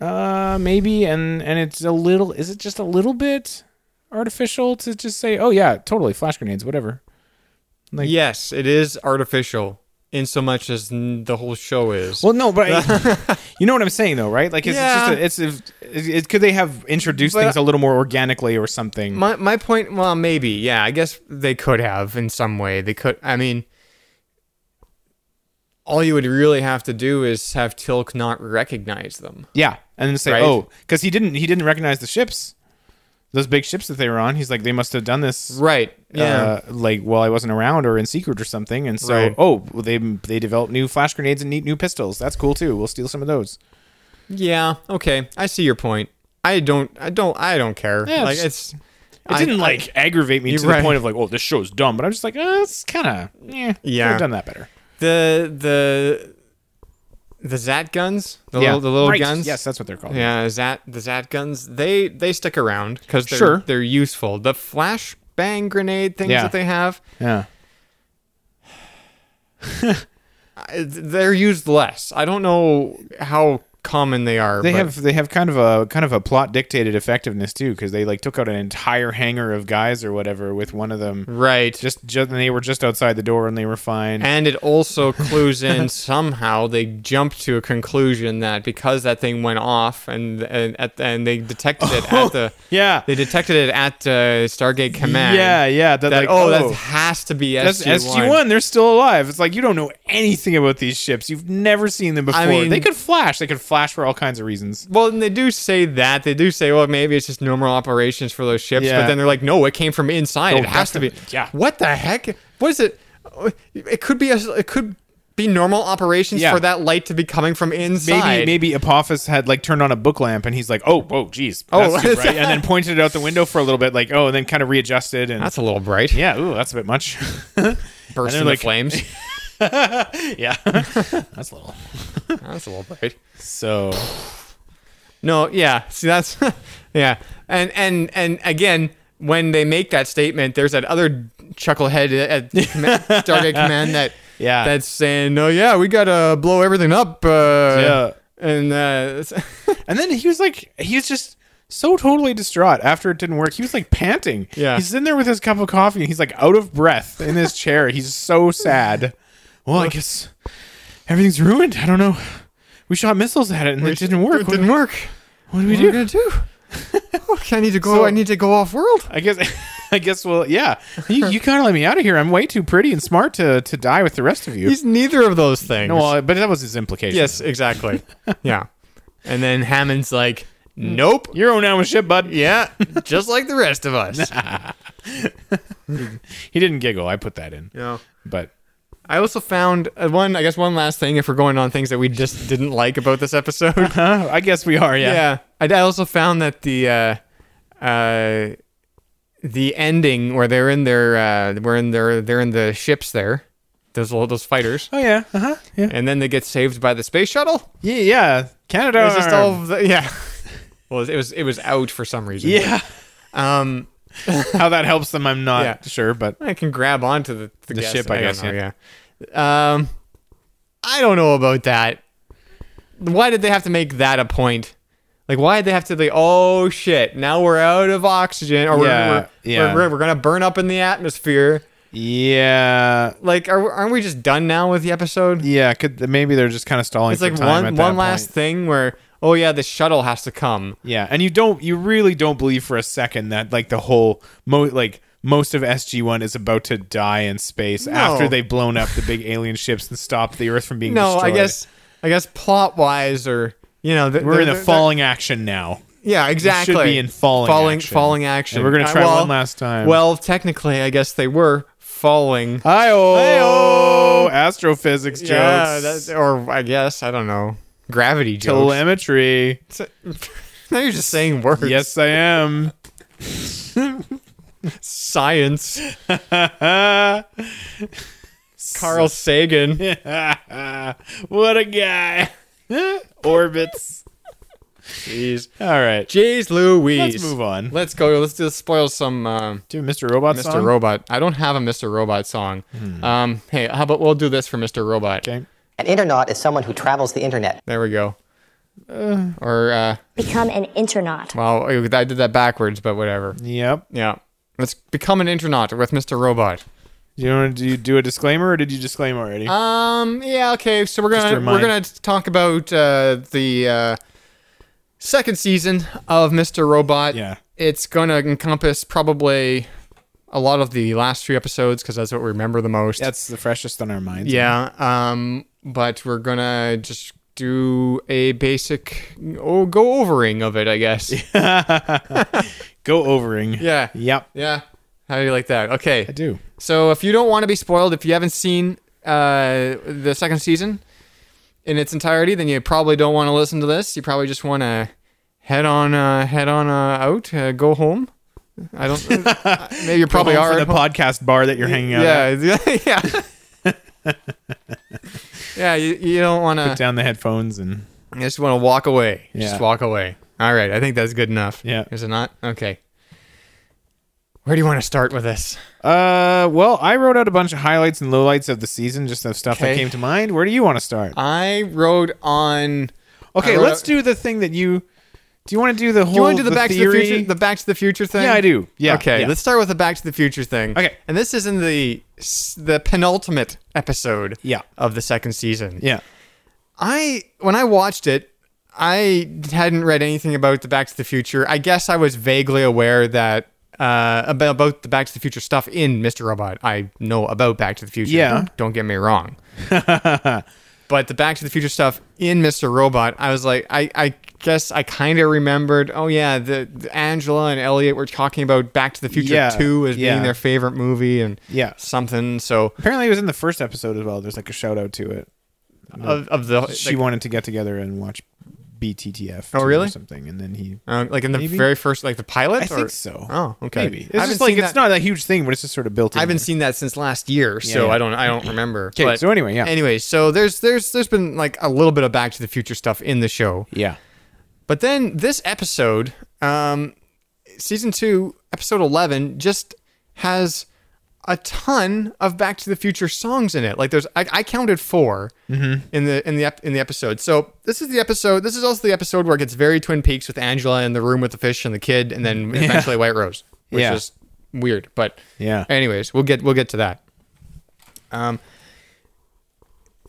Speaker 6: Uh, maybe, and and it's a little. Is it just a little bit artificial to just say, oh yeah, totally flash grenades, whatever? Like-
Speaker 1: yes, it is artificial in so much as n- the whole show is.
Speaker 6: Well, no, but I- you know what I'm saying, though, right? Like, it's
Speaker 1: Yeah.
Speaker 6: just a, it's a, it, it, could they have introduced
Speaker 1: But-
Speaker 6: things a little more organically or something?
Speaker 1: my my point, well, maybe, yeah. I guess they could have in some way. They could. I mean, all you would really have to do is have Tilk not recognize them.
Speaker 6: yeah, and then say,
Speaker 1: Right.
Speaker 6: oh, because he didn't he didn't recognize the ships. those big ships that they were on. He's like, they must have done this
Speaker 1: right. Yeah.
Speaker 6: uh, like while I wasn't around or in secret or something. And so,
Speaker 1: Right.
Speaker 6: oh, well, they they developed new flash grenades and neat new pistols. That's cool too. We'll steal some of those.
Speaker 1: Yeah. Okay. I see your point. I don't. I don't. I don't care.
Speaker 6: Yeah,
Speaker 1: like
Speaker 6: it's-
Speaker 1: it's.
Speaker 6: It
Speaker 1: I-
Speaker 6: didn't
Speaker 1: I-
Speaker 6: like aggravate me
Speaker 1: You're
Speaker 6: to the
Speaker 1: right.
Speaker 6: point of like, oh, this show's dumb. But I'm just like, uh, it's kind of yeah,
Speaker 1: Yeah.
Speaker 6: I've done that better.
Speaker 1: the the the Zat guns, the
Speaker 6: Yeah.
Speaker 1: little the little
Speaker 6: Right.
Speaker 1: guns.
Speaker 6: Yes, that's what they're called.
Speaker 1: Yeah, Zat the Zat guns. They they stick around because they're
Speaker 6: Sure.
Speaker 1: they're useful. The flash bang grenade things
Speaker 6: Yeah.
Speaker 1: that they have,
Speaker 6: Yeah,
Speaker 1: I- they're used less. I don't know how common they are.
Speaker 6: they
Speaker 1: but
Speaker 6: have they have kind of a kind of a plot dictated effectiveness too, because they like took out an entire hangar of guys or whatever with one of them.
Speaker 1: right.
Speaker 6: Just, just and they were just outside the door and they were fine.
Speaker 1: and it also clues in somehow they jump to a conclusion that because that thing went off and and, at, and they detected it at the
Speaker 6: Oh, yeah.
Speaker 1: they detected it at uh, Stargate Command
Speaker 6: Yeah, yeah, that,
Speaker 1: that,
Speaker 6: like,
Speaker 1: oh,
Speaker 6: oh.
Speaker 1: that has to be
Speaker 6: That's SG one. They're still alive. It's like you don't know anything about these ships. You've never seen them before.
Speaker 1: mean-
Speaker 6: they could flash. They could flash for all kinds of reasons.
Speaker 1: Well, and they do say that. They do say, well, maybe it's just normal operations for those ships.
Speaker 6: Yeah.
Speaker 1: But then they're like, no, it came from inside.
Speaker 6: Oh,
Speaker 1: it has to be.
Speaker 6: definitely. Yeah.
Speaker 1: What the heck? What is it? It could be a. It could be normal operations
Speaker 6: Yeah.
Speaker 1: for that light to be coming from
Speaker 6: Maybe
Speaker 1: inside.
Speaker 6: maybe Apophis had like turned on a book lamp and he's like, oh, whoa, geez,
Speaker 1: Oh,
Speaker 6: that's too bright," and then pointed it out the window for a little bit, like oh, and then kind of readjusted and
Speaker 1: that's a little bright.
Speaker 6: yeah, ooh, that's a bit much.
Speaker 1: Burst
Speaker 6: they're
Speaker 1: into
Speaker 6: like-
Speaker 1: flames.
Speaker 6: yeah, that's a little.
Speaker 1: that's a little bright.
Speaker 6: So
Speaker 1: No, yeah. See, that's yeah. And and and again, when they make that statement, there's that other chucklehead at Command- Stargate Command that
Speaker 6: Yeah.
Speaker 1: that's saying, "Oh yeah, we gotta blow everything up." Uh,
Speaker 6: Yeah.
Speaker 1: And uh,
Speaker 6: And then he was like, he was just so totally distraught after it didn't work. He was like panting.
Speaker 1: Yeah.
Speaker 6: He's in there with his cup of coffee and he's like out of breath in his chair. He's so sad. Well, I guess everything's ruined. I don't know. We shot missiles at it and it didn't work.
Speaker 1: It didn't
Speaker 6: what,
Speaker 1: work.
Speaker 6: What do
Speaker 1: What
Speaker 6: we
Speaker 1: are we
Speaker 6: do?
Speaker 1: gonna do? Okay, I need to go.
Speaker 6: So-
Speaker 1: I need to go off world.
Speaker 6: I guess. I guess. Well, yeah. You, you gotta let me out of here. I'm way too pretty and smart to to die with the rest of you.
Speaker 1: He's neither of those things.
Speaker 6: no, well, but that was his implication.
Speaker 1: yes, exactly. yeah. And then Hammond's like, "Nope."
Speaker 6: You're on now with ship, bud.
Speaker 1: Yeah, just like the rest of us.
Speaker 6: He didn't giggle. I put that in.
Speaker 1: Yeah.
Speaker 6: But
Speaker 1: I also found uh, one. I guess one last thing, if we're going on things that we just didn't like about this episode.
Speaker 6: uh, I guess we are. Yeah.
Speaker 1: yeah, I, I also found that the uh, uh, the ending where they're in their uh, we're in their they're in the ships there, those little those fighters,
Speaker 6: Oh yeah. Uh huh. Yeah.
Speaker 1: and then they get saved by the space shuttle.
Speaker 6: Yeah, yeah. Canada.
Speaker 1: It was just all of the, yeah. Well, it was it was out for some reason.
Speaker 6: yeah.
Speaker 1: Um,
Speaker 6: How that helps them, I'm not
Speaker 1: Yeah.
Speaker 6: sure, but
Speaker 1: I can grab onto the the,
Speaker 6: The
Speaker 1: guess-
Speaker 6: ship, I
Speaker 1: don't
Speaker 6: guess,
Speaker 1: know,
Speaker 6: yeah.
Speaker 1: yeah. Um, I don't know about that. Why did they have to make that a point? Like, why did they have to like, oh shit, now we're out of oxygen, or
Speaker 6: Yeah,
Speaker 1: we're, we're,
Speaker 6: yeah.
Speaker 1: we're, we're gonna burn up in the atmosphere.
Speaker 6: yeah,
Speaker 1: Like, are, aren't we just done now with the episode?
Speaker 6: yeah. Could maybe they're just kind of stalling.
Speaker 1: it's
Speaker 6: for
Speaker 1: like
Speaker 6: time
Speaker 1: one
Speaker 6: at that
Speaker 1: one last
Speaker 6: point.
Speaker 1: thing where, oh yeah, the shuttle has to come.
Speaker 6: Yeah, and you don't, you really don't believe for a second that like the whole mo like most of SG One is about to die in space after they've blown up the big alien ships and stopped the Earth from being.
Speaker 1: No,
Speaker 6: destroyed.
Speaker 1: I guess, I guess plot wise, or you know, th-
Speaker 6: we're in
Speaker 1: they're-
Speaker 6: a
Speaker 1: they're-
Speaker 6: falling action now.
Speaker 1: Yeah, exactly.
Speaker 6: should be in falling
Speaker 1: falling,
Speaker 6: action.
Speaker 1: falling action.
Speaker 6: And we're gonna
Speaker 1: Uh,
Speaker 6: try one last time. Uh,
Speaker 1: Well, technically, I guess they were falling.
Speaker 6: Hi
Speaker 1: Hi-oh.
Speaker 6: oh, astrophysics jokes,
Speaker 1: Yeah, that, or I guess I don't know gravity jokes.
Speaker 6: telemetry.
Speaker 1: now you're just saying words.
Speaker 6: Yes, I am.
Speaker 1: science. Carl Sagan.
Speaker 6: what a guy. Orbits.
Speaker 1: Jeez,
Speaker 6: All right.
Speaker 1: Jeez, Louise.
Speaker 6: Let's move on.
Speaker 1: Let's go. Let's just spoil some uh,
Speaker 6: Do a Mr. Robot
Speaker 1: Mr.
Speaker 6: song.
Speaker 1: Robot. I don't have a Mr. Robot song. Um, hey, how about we'll do this for Mr. Robot?
Speaker 6: Hmm. Okay.
Speaker 13: An internaut is someone who travels the internet.
Speaker 1: There we go. or uh,
Speaker 14: Become an internaut.
Speaker 1: well, I did that backwards, but whatever.
Speaker 6: Yep.
Speaker 1: Yeah. Let's become an internaut with Mr. Robot.
Speaker 6: Do you want to do, do a disclaimer or did you disclaim already?
Speaker 1: Um. Yeah. Okay. So we're
Speaker 6: Just a
Speaker 1: gonna
Speaker 6: remind-
Speaker 1: we're gonna talk about uh, the uh, second season of Mr. Robot.
Speaker 6: Yeah.
Speaker 1: It's gonna encompass probably a lot of the last three episodes because that's what we remember the most.
Speaker 6: That's the freshest on our minds.
Speaker 1: yeah. Um. But we're gonna just do a basic oh go overing of it, I guess.
Speaker 6: Go overing.
Speaker 1: Yeah.
Speaker 6: Yep.
Speaker 1: Yeah. How do you like that? Okay. I
Speaker 6: do.
Speaker 1: So if you don't want to be spoiled, if you haven't seen uh, the second season in its entirety, then you probably don't want to listen to this. You probably just want to head on, uh, head on uh, out, uh, go home. I don't. uh, maybe you probably
Speaker 6: Go home
Speaker 1: are
Speaker 6: for
Speaker 1: at
Speaker 6: the
Speaker 1: home.
Speaker 6: podcast bar that you're hanging out.
Speaker 1: Yeah,
Speaker 6: at.
Speaker 1: yeah, yeah. yeah, you, you don't want
Speaker 6: Put
Speaker 1: to.
Speaker 6: down the headphones and
Speaker 1: You just want to walk away. You Just
Speaker 6: Yeah.
Speaker 1: walk away. All right, I think that's good enough.
Speaker 6: Yeah.
Speaker 1: Is it not? Okay. Where do you want to start with this?
Speaker 6: Uh, well, I wrote out a bunch of highlights and lowlights of the season, just of stuff
Speaker 1: Okay.
Speaker 6: that came to mind. Where do you want to start?
Speaker 1: I wrote on. I
Speaker 6: Okay,
Speaker 1: wrote
Speaker 6: let's
Speaker 1: out-
Speaker 6: do the thing that you. Do you want to do the whole?
Speaker 1: Do you want to do the, Back to
Speaker 6: theory?
Speaker 1: the Future? The Back to the Future thing?
Speaker 6: Yeah, I do. Yeah,
Speaker 1: Okay.
Speaker 6: yeah.
Speaker 1: Let's start with the Back to the Future thing.
Speaker 6: Okay.
Speaker 1: And this is in the s- the penultimate episode.
Speaker 6: Yeah.
Speaker 1: Of the second season.
Speaker 6: Yeah.
Speaker 1: I when I watched it, I hadn't read anything about the Back to the Future. I guess I was vaguely aware that uh, about, about the Back to the Future stuff in Mr. Robot. I know about Back to the Future.
Speaker 6: Yeah.
Speaker 1: Don't get me wrong. but the Back to the Future stuff in Mr. Robot, I was like, I, I guess I kind of remembered. Oh yeah, the, the Angela and Elliot were talking about Back to the Future
Speaker 6: Yeah,
Speaker 1: Two as
Speaker 6: yeah.
Speaker 1: being their favorite movie and
Speaker 6: Yeah.
Speaker 1: something. So
Speaker 6: Apparently, it was in the first episode as well. There's like a shout out to it.
Speaker 1: of, of the
Speaker 6: Mm-hmm. she
Speaker 1: like,
Speaker 6: wanted to get together and watch BTTF.
Speaker 1: Oh,
Speaker 6: too
Speaker 1: really?
Speaker 6: Or something, and then he.
Speaker 1: Uh, like in the
Speaker 6: Maybe?
Speaker 1: very first, like the pilot.
Speaker 6: I
Speaker 1: or-
Speaker 6: think so.
Speaker 1: Oh, okay. I
Speaker 6: Maybe it's
Speaker 1: haven't
Speaker 6: just like
Speaker 1: seen
Speaker 6: it's
Speaker 1: that-
Speaker 6: not a huge thing, but it's just sort of built. in
Speaker 1: I haven't
Speaker 6: there.
Speaker 1: seen that since last year, so
Speaker 6: yeah.
Speaker 1: I don't. I don't remember.
Speaker 6: 'Kay,
Speaker 1: But
Speaker 6: so anyway, yeah.
Speaker 1: Anyway, so there's there's there's been like a little bit of Back to the Future stuff in the show,
Speaker 6: Yeah.
Speaker 1: but then this episode, um, season two, episode eleven, just has a ton of Back to the Future songs in it. Like there's, I, I counted 4 in the in the ep- in the episode. So this is the episode. This is also the episode where it gets very Twin Peaks with Angela in the room with the fish and the kid, and then eventually White Rose, which
Speaker 6: Yeah.
Speaker 1: is weird. But
Speaker 6: Yeah.
Speaker 1: anyways, we'll get we'll get to that. Um,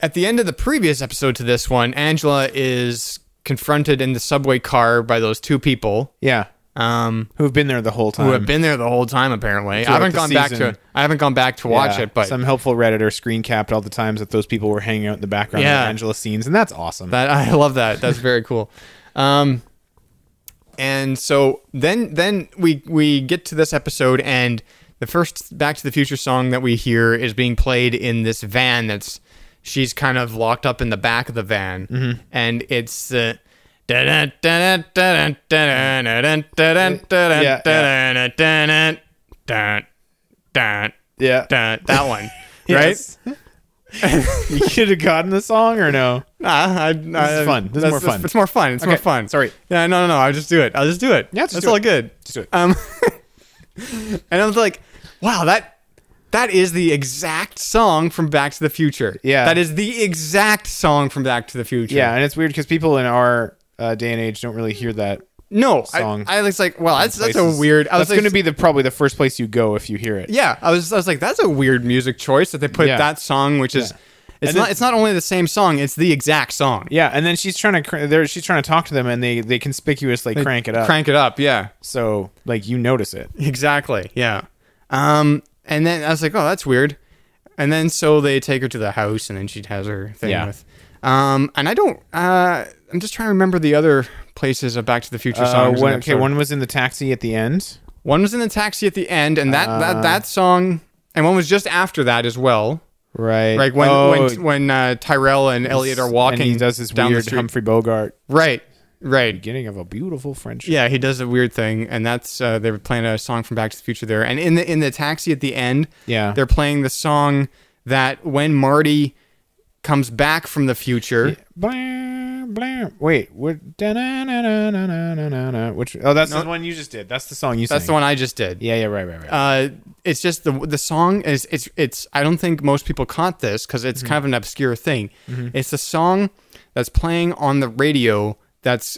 Speaker 1: at the end of the previous episode to this one, Angela is confronted in the subway car by those two people.
Speaker 6: Yeah.
Speaker 1: Um,
Speaker 6: Who've been there the whole time?
Speaker 1: who have been there the whole time apparently. I
Speaker 6: Um, Throughout
Speaker 1: haven't
Speaker 6: the
Speaker 1: gone back
Speaker 6: season.
Speaker 1: to I haven't gone back to watch
Speaker 6: Yeah.
Speaker 1: it, but
Speaker 6: some helpful Redditor screen capped all the times that those people were hanging out in the background
Speaker 1: Yeah.
Speaker 6: of Angela scenes, and that's awesome.
Speaker 1: That I love that. That's very cool. Um, and so then then we we get to this episode and the first Back to the Future song that we hear is being played in this van that's she's kind of locked up in the back of the van and it's uh,
Speaker 6: Yeah.
Speaker 1: that one right
Speaker 6: Yes. you could have gotten the song or no?
Speaker 1: Nah, Ah, I, this
Speaker 6: is fun. This is more fun.
Speaker 1: It's more fun. It's more
Speaker 6: Okay,
Speaker 1: fun.
Speaker 6: sorry.
Speaker 1: Yeah, no, no, no. I'll just do it. I'll just do it.
Speaker 6: Yeah, just
Speaker 1: that's
Speaker 6: do
Speaker 1: all
Speaker 6: it.
Speaker 1: good.
Speaker 6: Just do it.
Speaker 1: Um, and I was like, wow, that that is the exact song from Back to the Future.
Speaker 6: Yeah.
Speaker 1: that is the exact song from Back to the Future.
Speaker 6: Yeah, and it's weird because people in our uh, day and age don't really hear that.
Speaker 1: no,
Speaker 6: Song.
Speaker 1: I, I was like, well, that's that's a
Speaker 6: places.
Speaker 1: weird. I was
Speaker 6: That's
Speaker 1: like,
Speaker 6: going to be the probably the first place you go if you hear it.
Speaker 1: Yeah, I was I was like, that's a weird music choice that they put
Speaker 6: Yeah.
Speaker 1: that song, which is.
Speaker 6: Yeah.
Speaker 1: It's
Speaker 6: And
Speaker 1: not.
Speaker 6: then-
Speaker 1: it's not only the same song. It's the exact song.
Speaker 6: Yeah, and then she's trying to cr- there she's trying to talk to them, and they they conspicuously crank it up.
Speaker 1: Crank it up. Yeah.
Speaker 6: So like you notice it.
Speaker 1: Exactly. Yeah. Um, and then I was like, oh, that's weird. And then so they take her to the house, and then she has her thing
Speaker 6: Yeah.
Speaker 1: with. Um, and I don't. Uh, I'm just trying to remember the other places of Back to the Future
Speaker 6: Uh,
Speaker 1: songs. in
Speaker 6: one,
Speaker 1: the
Speaker 6: okay,
Speaker 1: episode.
Speaker 6: one was in the taxi at the end.
Speaker 1: One was in the taxi at the end, and that
Speaker 6: Uh.
Speaker 1: that, that song, and one was just after that as well.
Speaker 6: Right.
Speaker 1: Like when
Speaker 6: Oh,
Speaker 1: when when uh, Tyrell and Elliot are walking,
Speaker 6: and he does this
Speaker 1: down the
Speaker 6: weird
Speaker 1: street.
Speaker 6: Humphrey Bogart
Speaker 1: Right. Right.
Speaker 6: beginning of a beautiful friendship.
Speaker 1: Yeah, he does a weird thing, and that's uh, they were playing a song from Back to the Future there, and in the in the taxi at the end,
Speaker 6: Yeah.
Speaker 1: they're playing the song that when Marty comes back from the future,
Speaker 6: Blah, blah. Wait, what? da-na-na-na-na-na-na-na. Which? Oh, that's the one you just did. That's the song you.
Speaker 1: that's the
Speaker 6: sang.
Speaker 1: one I just did.
Speaker 6: Yeah, yeah, right, right, right.
Speaker 1: Uh, it's just the the song is it's it's I don't think most people caught this because it's
Speaker 6: Mm-hmm.
Speaker 1: kind of an obscure thing. It's the song that's playing on the radio that's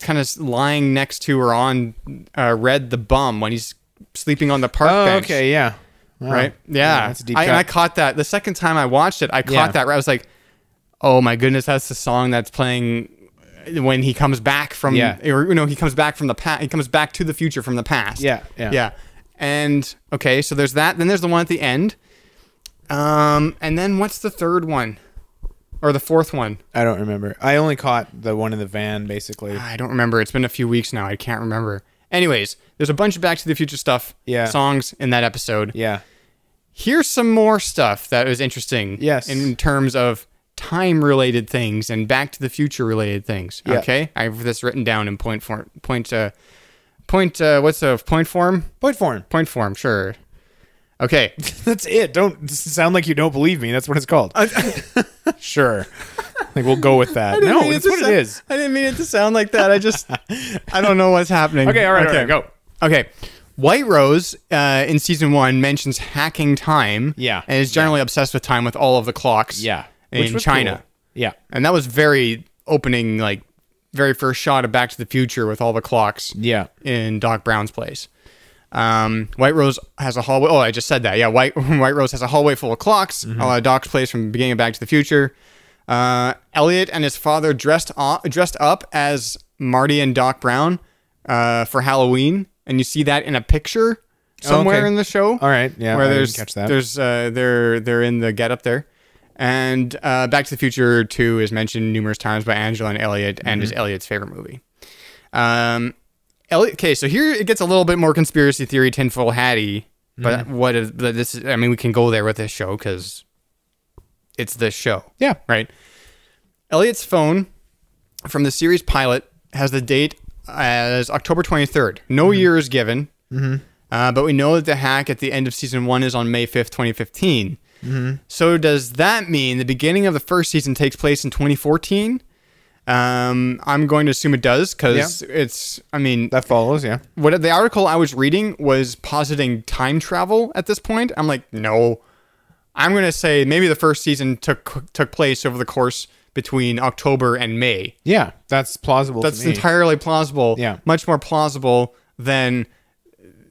Speaker 1: kind of lying next to or on uh, Red the bum when he's sleeping on the park
Speaker 6: oh,
Speaker 1: bench.
Speaker 6: okay, Oh, yeah. Wow.
Speaker 1: right? Yeah,
Speaker 6: that's a deep
Speaker 1: I, and
Speaker 6: cut.
Speaker 1: I caught that the second time I watched it. I caught
Speaker 6: Yeah.
Speaker 1: that. Right, I was like, "Oh my goodness, that's the song that's playing when he comes back from,
Speaker 6: Yeah.
Speaker 1: or you know, he comes back from the past. He comes back to the future from the past.
Speaker 6: Yeah, yeah.
Speaker 1: yeah. And okay, so there's that. Then there's the one at the end. Um, and then what's the third one, or the fourth one?
Speaker 6: I don't remember. I only caught the one in the van, basically.
Speaker 1: I don't remember. It's been a few weeks now. I can't remember. Anyways, there's a bunch of Back to the Future stuff,
Speaker 6: Yeah.
Speaker 1: songs in that episode.
Speaker 6: Yeah.
Speaker 1: Here's some more stuff that was interesting. Yes. In terms of time related things and Back to the Future related things.
Speaker 6: Yeah.
Speaker 1: Okay, I have this written down in point form. Point. Uh, point. Uh, what's the point form?
Speaker 6: Point form.
Speaker 1: Point form. Sure. Okay.
Speaker 6: That's it. Don't sound like you don't believe me. That's what it's called. sure. Like we'll go with that. No, it's what it is.
Speaker 1: I didn't mean it to sound like that. I just I don't know what's happening.
Speaker 6: Okay, all right, all right, go.
Speaker 1: Okay. White Rose uh, in season one mentions hacking time.
Speaker 6: Yeah.
Speaker 1: And is generally obsessed with time with all of the clocks.
Speaker 6: Yeah.
Speaker 1: In
Speaker 6: Which was
Speaker 1: China.
Speaker 6: cool. Yeah.
Speaker 1: And that was very opening, like very first shot of Back to the Future with all the clocks.
Speaker 6: Yeah.
Speaker 1: In Doc Brown's place. Um, White Rose has a hallway. Oh, I just said that. Yeah, White White Rose has a hallway full of clocks.
Speaker 6: Mm-hmm.
Speaker 1: A la Doc's place from the beginning of Back to the Future. Uh, Elliot and his father dressed up, dressed up as Marty and Doc Brown uh, for Halloween, and you see that in a picture somewhere
Speaker 6: Oh, Okay.
Speaker 1: in the show.
Speaker 6: All right, yeah, I
Speaker 1: where
Speaker 6: didn't
Speaker 1: there's
Speaker 6: catch that.
Speaker 1: there's uh, they're they're in the getup there. And uh, Back to the Future 2 is mentioned numerous times by Angela and Elliot and
Speaker 6: Mm-hmm.
Speaker 1: is Elliot's favorite movie. Um, Elliot, okay, so here it gets a little bit more conspiracy theory, tinfoil hatty. But
Speaker 6: Mm-hmm.
Speaker 1: what is but this? Is, I mean, we can go there with this show because it's this show.
Speaker 6: Yeah.
Speaker 1: Right. Elliot's phone from the series pilot has the date as October 23rd. No year is given,
Speaker 6: Mm-hmm.
Speaker 1: uh, but we know that the hack at the end of season one is on May 5th, 2015. So does that mean the beginning of the first season takes place in 2014? Um, I'm going to assume it does because it's. I mean,
Speaker 6: that follows. Yeah.
Speaker 1: What the article I was reading was positing time travel at this point. I'm like, no. I'm going to say maybe the first season took took place over the course between October and May.
Speaker 6: Yeah. That's plausible. to
Speaker 1: That's
Speaker 6: me.
Speaker 1: entirely plausible.
Speaker 6: Yeah.
Speaker 1: Much more plausible than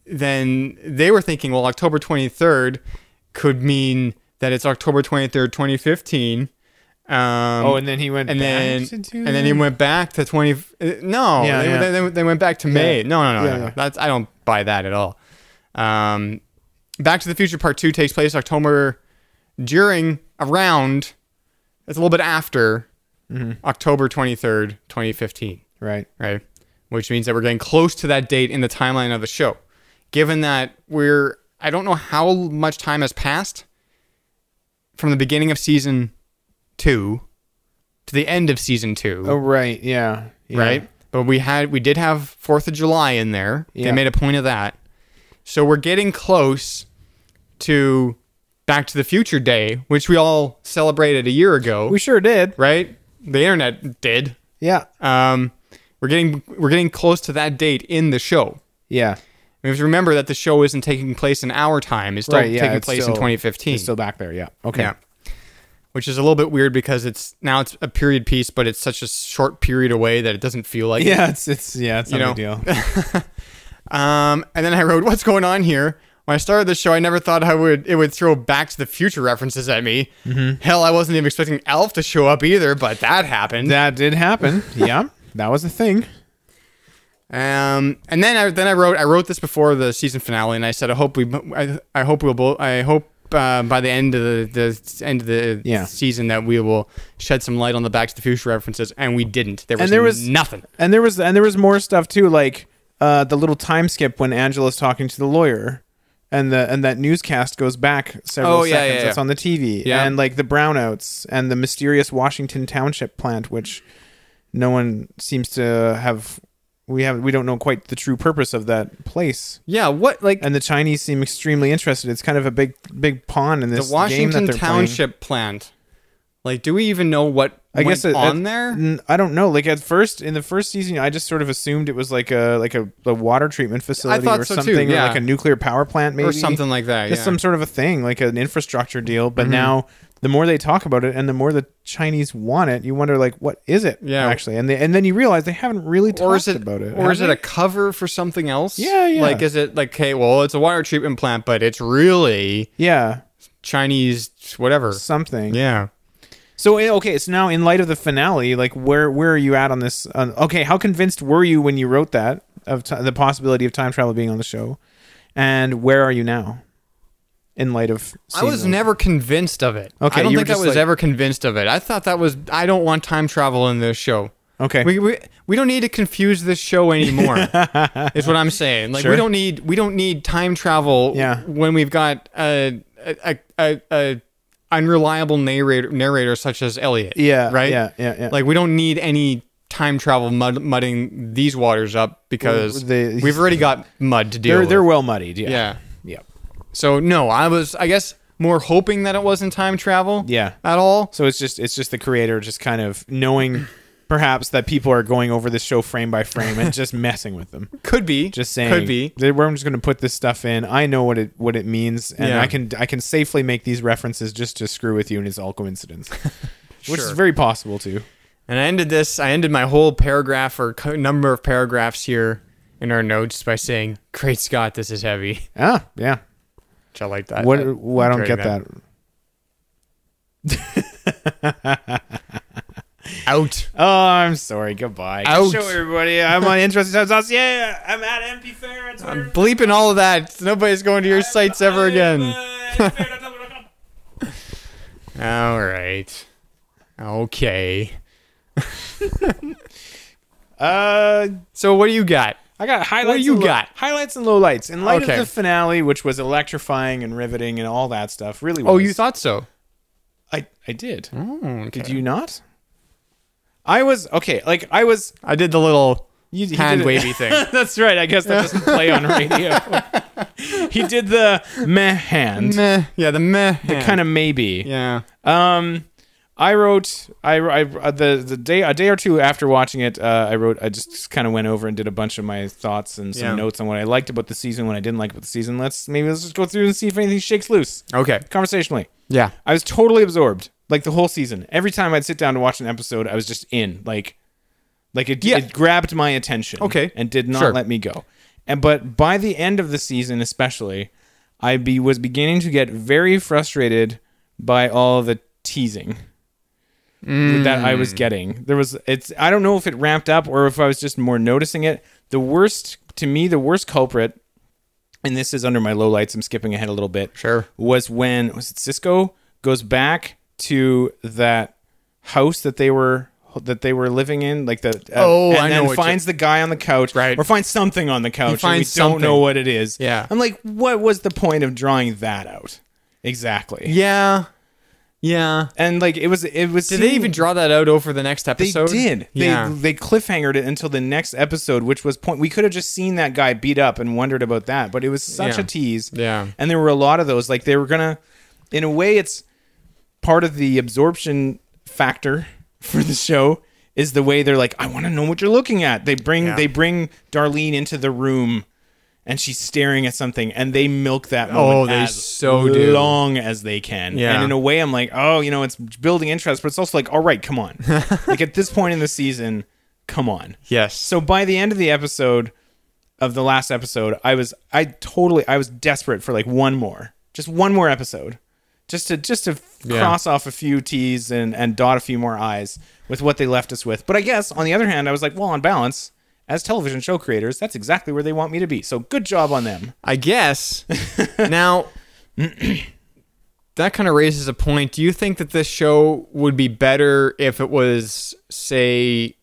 Speaker 1: than they were thinking, well, October 23rd could mean that it's October 23rd, 2015. Um,
Speaker 6: Oh, and then he went
Speaker 1: and
Speaker 6: back
Speaker 1: then
Speaker 6: to do
Speaker 1: and then he
Speaker 6: that?
Speaker 1: went back to 20 uh, no
Speaker 6: Yeah,
Speaker 1: they,
Speaker 6: yeah.
Speaker 1: They, they went back to May no no no,
Speaker 6: Yeah,
Speaker 1: no, no.
Speaker 6: yeah.
Speaker 1: that's I don't buy that at all um, Back to the Future Part 2 takes place October during around it's a little bit after
Speaker 6: Mm-hmm.
Speaker 1: October 23rd 2015
Speaker 6: Right.
Speaker 1: right? Which means that we're getting close to that date in the timeline of the show. Given that we're, I don't know how much time has passed from the beginning of season two to the end of season two,
Speaker 6: Oh right. Yeah. yeah.
Speaker 1: right? But we had, we did have Fourth of July in there. They
Speaker 6: Yeah.
Speaker 1: made a point of that. So we're getting close to Back to the Future Day, which we all celebrated a year ago,
Speaker 6: We sure did.
Speaker 1: right? The internet did.
Speaker 6: Yeah.
Speaker 1: Um, we're getting we're getting close to that date in the show.
Speaker 6: Yeah.
Speaker 1: We have to remember that the show isn't taking place in our time; it's still
Speaker 6: right. Yeah.
Speaker 1: taking
Speaker 6: it's
Speaker 1: place
Speaker 6: still-
Speaker 1: in 2015.
Speaker 6: It's still back there. Yeah. Okay.
Speaker 1: Yeah. which is a little bit weird because it's now it's a period piece, but it's such a short period away that it doesn't feel like it.
Speaker 6: Yeah, it's it's yeah, it's
Speaker 1: You
Speaker 6: not a big
Speaker 1: know.
Speaker 6: deal.
Speaker 1: Um, and then I wrote, "What's going on here?" When I started the show, I never thought I would it would throw Back to the Future references at me.
Speaker 6: Mm-hmm.
Speaker 1: Hell, I wasn't even expecting Alf to show up either, but that happened.
Speaker 6: That did happen. Yeah, that was a thing.
Speaker 1: Um, and then I then I wrote I wrote this before the season finale, and I said I hope we I, I hope we'll bo- I hope uh, by the end of the, the end of the
Speaker 6: Yeah.
Speaker 1: season that we will shed some light on the Back to the Future references, and we didn't. There was,
Speaker 6: And there was
Speaker 1: nothing.
Speaker 6: And there was and there was more stuff too, like uh, the little time skip when Angela's talking to the lawyer, and the and that newscast goes back several
Speaker 1: Oh, yeah,
Speaker 6: seconds.
Speaker 1: yeah,
Speaker 6: That's
Speaker 1: yeah.
Speaker 6: on the TV.
Speaker 1: Yeah.
Speaker 6: and like the brownouts and the mysterious Washington Township plant, which no one seems to have. We have we don't know quite the true purpose of that place.
Speaker 1: Yeah, what like
Speaker 6: And the Chinese seem extremely interested. It's kind of a big big pawn in
Speaker 1: the
Speaker 6: this game
Speaker 1: Washington
Speaker 6: that they're playing.
Speaker 1: Township plant? Like, do we even know what
Speaker 6: I guess
Speaker 1: went
Speaker 6: it,
Speaker 1: on
Speaker 6: it-
Speaker 1: there?
Speaker 6: n- I don't know. Like at first, in the first season, I just sort of assumed it was like a like a, a water treatment facility
Speaker 1: thought
Speaker 6: or
Speaker 1: so too,
Speaker 6: something,
Speaker 1: yeah.
Speaker 6: or like a nuclear power plant, maybe
Speaker 1: or something like that.
Speaker 6: Just
Speaker 1: yeah. Mm-hmm.
Speaker 6: some sort of a thing, like an infrastructure deal. But now, the more they talk about it, and the more the Chinese want it, you wonder like, what is it?
Speaker 1: Yeah.
Speaker 6: actually, and they, and then you realize they haven't really talked
Speaker 1: or is it
Speaker 6: about it,
Speaker 1: or is
Speaker 6: have
Speaker 1: it
Speaker 6: they?
Speaker 1: a cover for something else?
Speaker 6: Yeah, yeah.
Speaker 1: Like, is it like, okay, well, it's a water treatment plant, but it's really
Speaker 6: yeah
Speaker 1: Chinese whatever.
Speaker 6: something?
Speaker 1: Yeah.
Speaker 6: So eh, okay, so now in light of the finale, like where where are you at on this? On, okay, how convinced were you when you wrote that of ti the possibility of time travel being on the show, and where are you now? In light of,
Speaker 1: I was
Speaker 6: seeing-
Speaker 1: never convinced of it.
Speaker 6: Okay,
Speaker 1: I don't
Speaker 6: you were
Speaker 1: think I
Speaker 6: just
Speaker 1: was
Speaker 6: like-
Speaker 1: ever convinced of it. I thought that was I don't want time travel in this show.
Speaker 6: Okay.
Speaker 1: We, we, we don't need to confuse this show anymore. is what I'm saying. Like
Speaker 6: Sure.
Speaker 1: we don't need we don't need time travel
Speaker 6: Yeah.
Speaker 1: when we've got a a, a, a unreliable narrator narrator such as Elliot.
Speaker 6: Yeah,
Speaker 1: Right.
Speaker 6: yeah, yeah, yeah.
Speaker 1: Like we don't need any time travel mud, mudding these waters up because
Speaker 6: Well, they-
Speaker 1: we've already got mud to deal.
Speaker 6: They're
Speaker 1: with.
Speaker 6: they're well muddied. Yeah.
Speaker 1: yeah.
Speaker 6: Yep.
Speaker 1: So no, I was I guess more hoping that it wasn't time travel.
Speaker 6: Yeah.
Speaker 1: At all.
Speaker 6: So it's just it's just the creator just kind of knowing perhaps that people are going over this show frame by frame and just messing with them.
Speaker 1: Could be.
Speaker 6: Just saying
Speaker 1: Could be.
Speaker 6: "They- we're just going to put this stuff in. I know what it what it means and
Speaker 1: Yeah.
Speaker 6: I can I can safely make these references just to screw with you and it's all coincidence. Which is
Speaker 1: Sure.
Speaker 6: very possible too.
Speaker 1: And I ended this. I ended my whole paragraph or co- number of paragraphs here in our notes by saying, "Great Scott, this is heavy."
Speaker 6: Ah, yeah.
Speaker 1: Which I like that.
Speaker 6: what
Speaker 1: I,
Speaker 6: well, I don't
Speaker 1: enjoyed
Speaker 6: get that.
Speaker 1: Out.
Speaker 6: Oh, I'm sorry. Goodbye.
Speaker 1: Out.
Speaker 6: Show everybody. I'm on interesting times. Us. Yeah, I'm at MP Fair. It's
Speaker 1: I'm bleeping all of that. Nobody's going to your sites ever again. all right. Okay.
Speaker 6: Uh,
Speaker 1: So what do you got?
Speaker 6: I got highlights.
Speaker 1: you
Speaker 6: and lo-
Speaker 1: got?
Speaker 6: highlights and lowlights. In light
Speaker 1: Okay.
Speaker 6: of the finale, which was electrifying and riveting and all that stuff, really. Was,
Speaker 1: Oh, you thought so?
Speaker 6: I I did.
Speaker 1: okay.
Speaker 6: Did you not? I was okay. Like I was
Speaker 1: I did the little
Speaker 6: you, he
Speaker 1: hand
Speaker 6: did it-
Speaker 1: wavy thing.
Speaker 6: That's right. I guess that doesn't play on radio. he did the meh hand,
Speaker 1: meh. Yeah, the meh.
Speaker 6: the kind of maybe.
Speaker 1: Yeah.
Speaker 6: Um, I wrote I, I uh, the the day a day or two after watching it, uh, I wrote I just kind of went over and did a bunch of my thoughts and some
Speaker 1: Yeah.
Speaker 6: notes on what I liked about the season, what I didn't like about the season. Let's maybe let's just go through and see if anything shakes loose
Speaker 1: Okay.
Speaker 6: conversationally.
Speaker 1: Yeah.
Speaker 6: I was totally absorbed, like the whole season. Every time I'd sit down to watch an episode, I was just in, like, like it,
Speaker 1: Yeah.
Speaker 6: it grabbed my attention,
Speaker 1: Okay.
Speaker 6: and did not
Speaker 1: Sure.
Speaker 6: let me go. And but by the end of the season, especially, I be was beginning to get very frustrated by all the teasing that I
Speaker 1: Hmm.
Speaker 6: was getting. There was it's I don't know if it ramped up or if I was just more noticing it. The worst to me, the worst culprit, and this is under my low lights. I'm skipping ahead a little bit.
Speaker 1: Sure.
Speaker 6: Was when was it Cisco goes back to that house that they were that they were living in, like the uh,
Speaker 1: Oh,
Speaker 6: and
Speaker 1: I know
Speaker 6: then
Speaker 1: what you-
Speaker 6: finds the guy on the couch,
Speaker 1: Right.
Speaker 6: or finds something on the couch. and we
Speaker 1: finds
Speaker 6: don't know
Speaker 1: something.
Speaker 6: what it is.
Speaker 1: Yeah.
Speaker 6: I'm like, what was the point of drawing that out? Exactly.
Speaker 1: Yeah. Yeah.
Speaker 6: And like it was, it was.
Speaker 1: Did they
Speaker 6: seeing-
Speaker 1: even draw that out over the next
Speaker 6: they
Speaker 1: episode?
Speaker 6: did.
Speaker 1: Yeah.
Speaker 6: They they cliffhangered it until the next episode, which was point. We could have just seen that guy beat up and wondered about that, but it was such
Speaker 1: Yeah.
Speaker 6: a tease.
Speaker 1: Yeah.
Speaker 6: And there were a lot of those. Like they were gonna, in a way, it's part of the absorption factor for the show is the way they're like, I want to know what you're looking at. They bring
Speaker 1: Yeah.
Speaker 6: they bring Darlene into the room. And she's staring at something, and they milk that
Speaker 1: Oh,
Speaker 6: moment
Speaker 1: they
Speaker 6: as
Speaker 1: so do.
Speaker 6: long as they can.
Speaker 1: Yeah.
Speaker 6: And in a way, I'm like, oh, you know, it's building interest, but it's also like, all right, come on. like at this point in the season, come on.
Speaker 1: Yes.
Speaker 6: So by the end of the episode, of the last episode, I was, I totally, I was desperate for like one more, just one more episode, just to, just to
Speaker 1: Yeah.
Speaker 6: cross off a few T's and, and dot a few more I's with what they left us with. But I guess on the other hand, I was like, well, on balance, as television show creators, that's exactly where they want me to be. So good job on them.
Speaker 1: I guess. now, that kind of raises a point. Do you think that this show would be better if it was, say,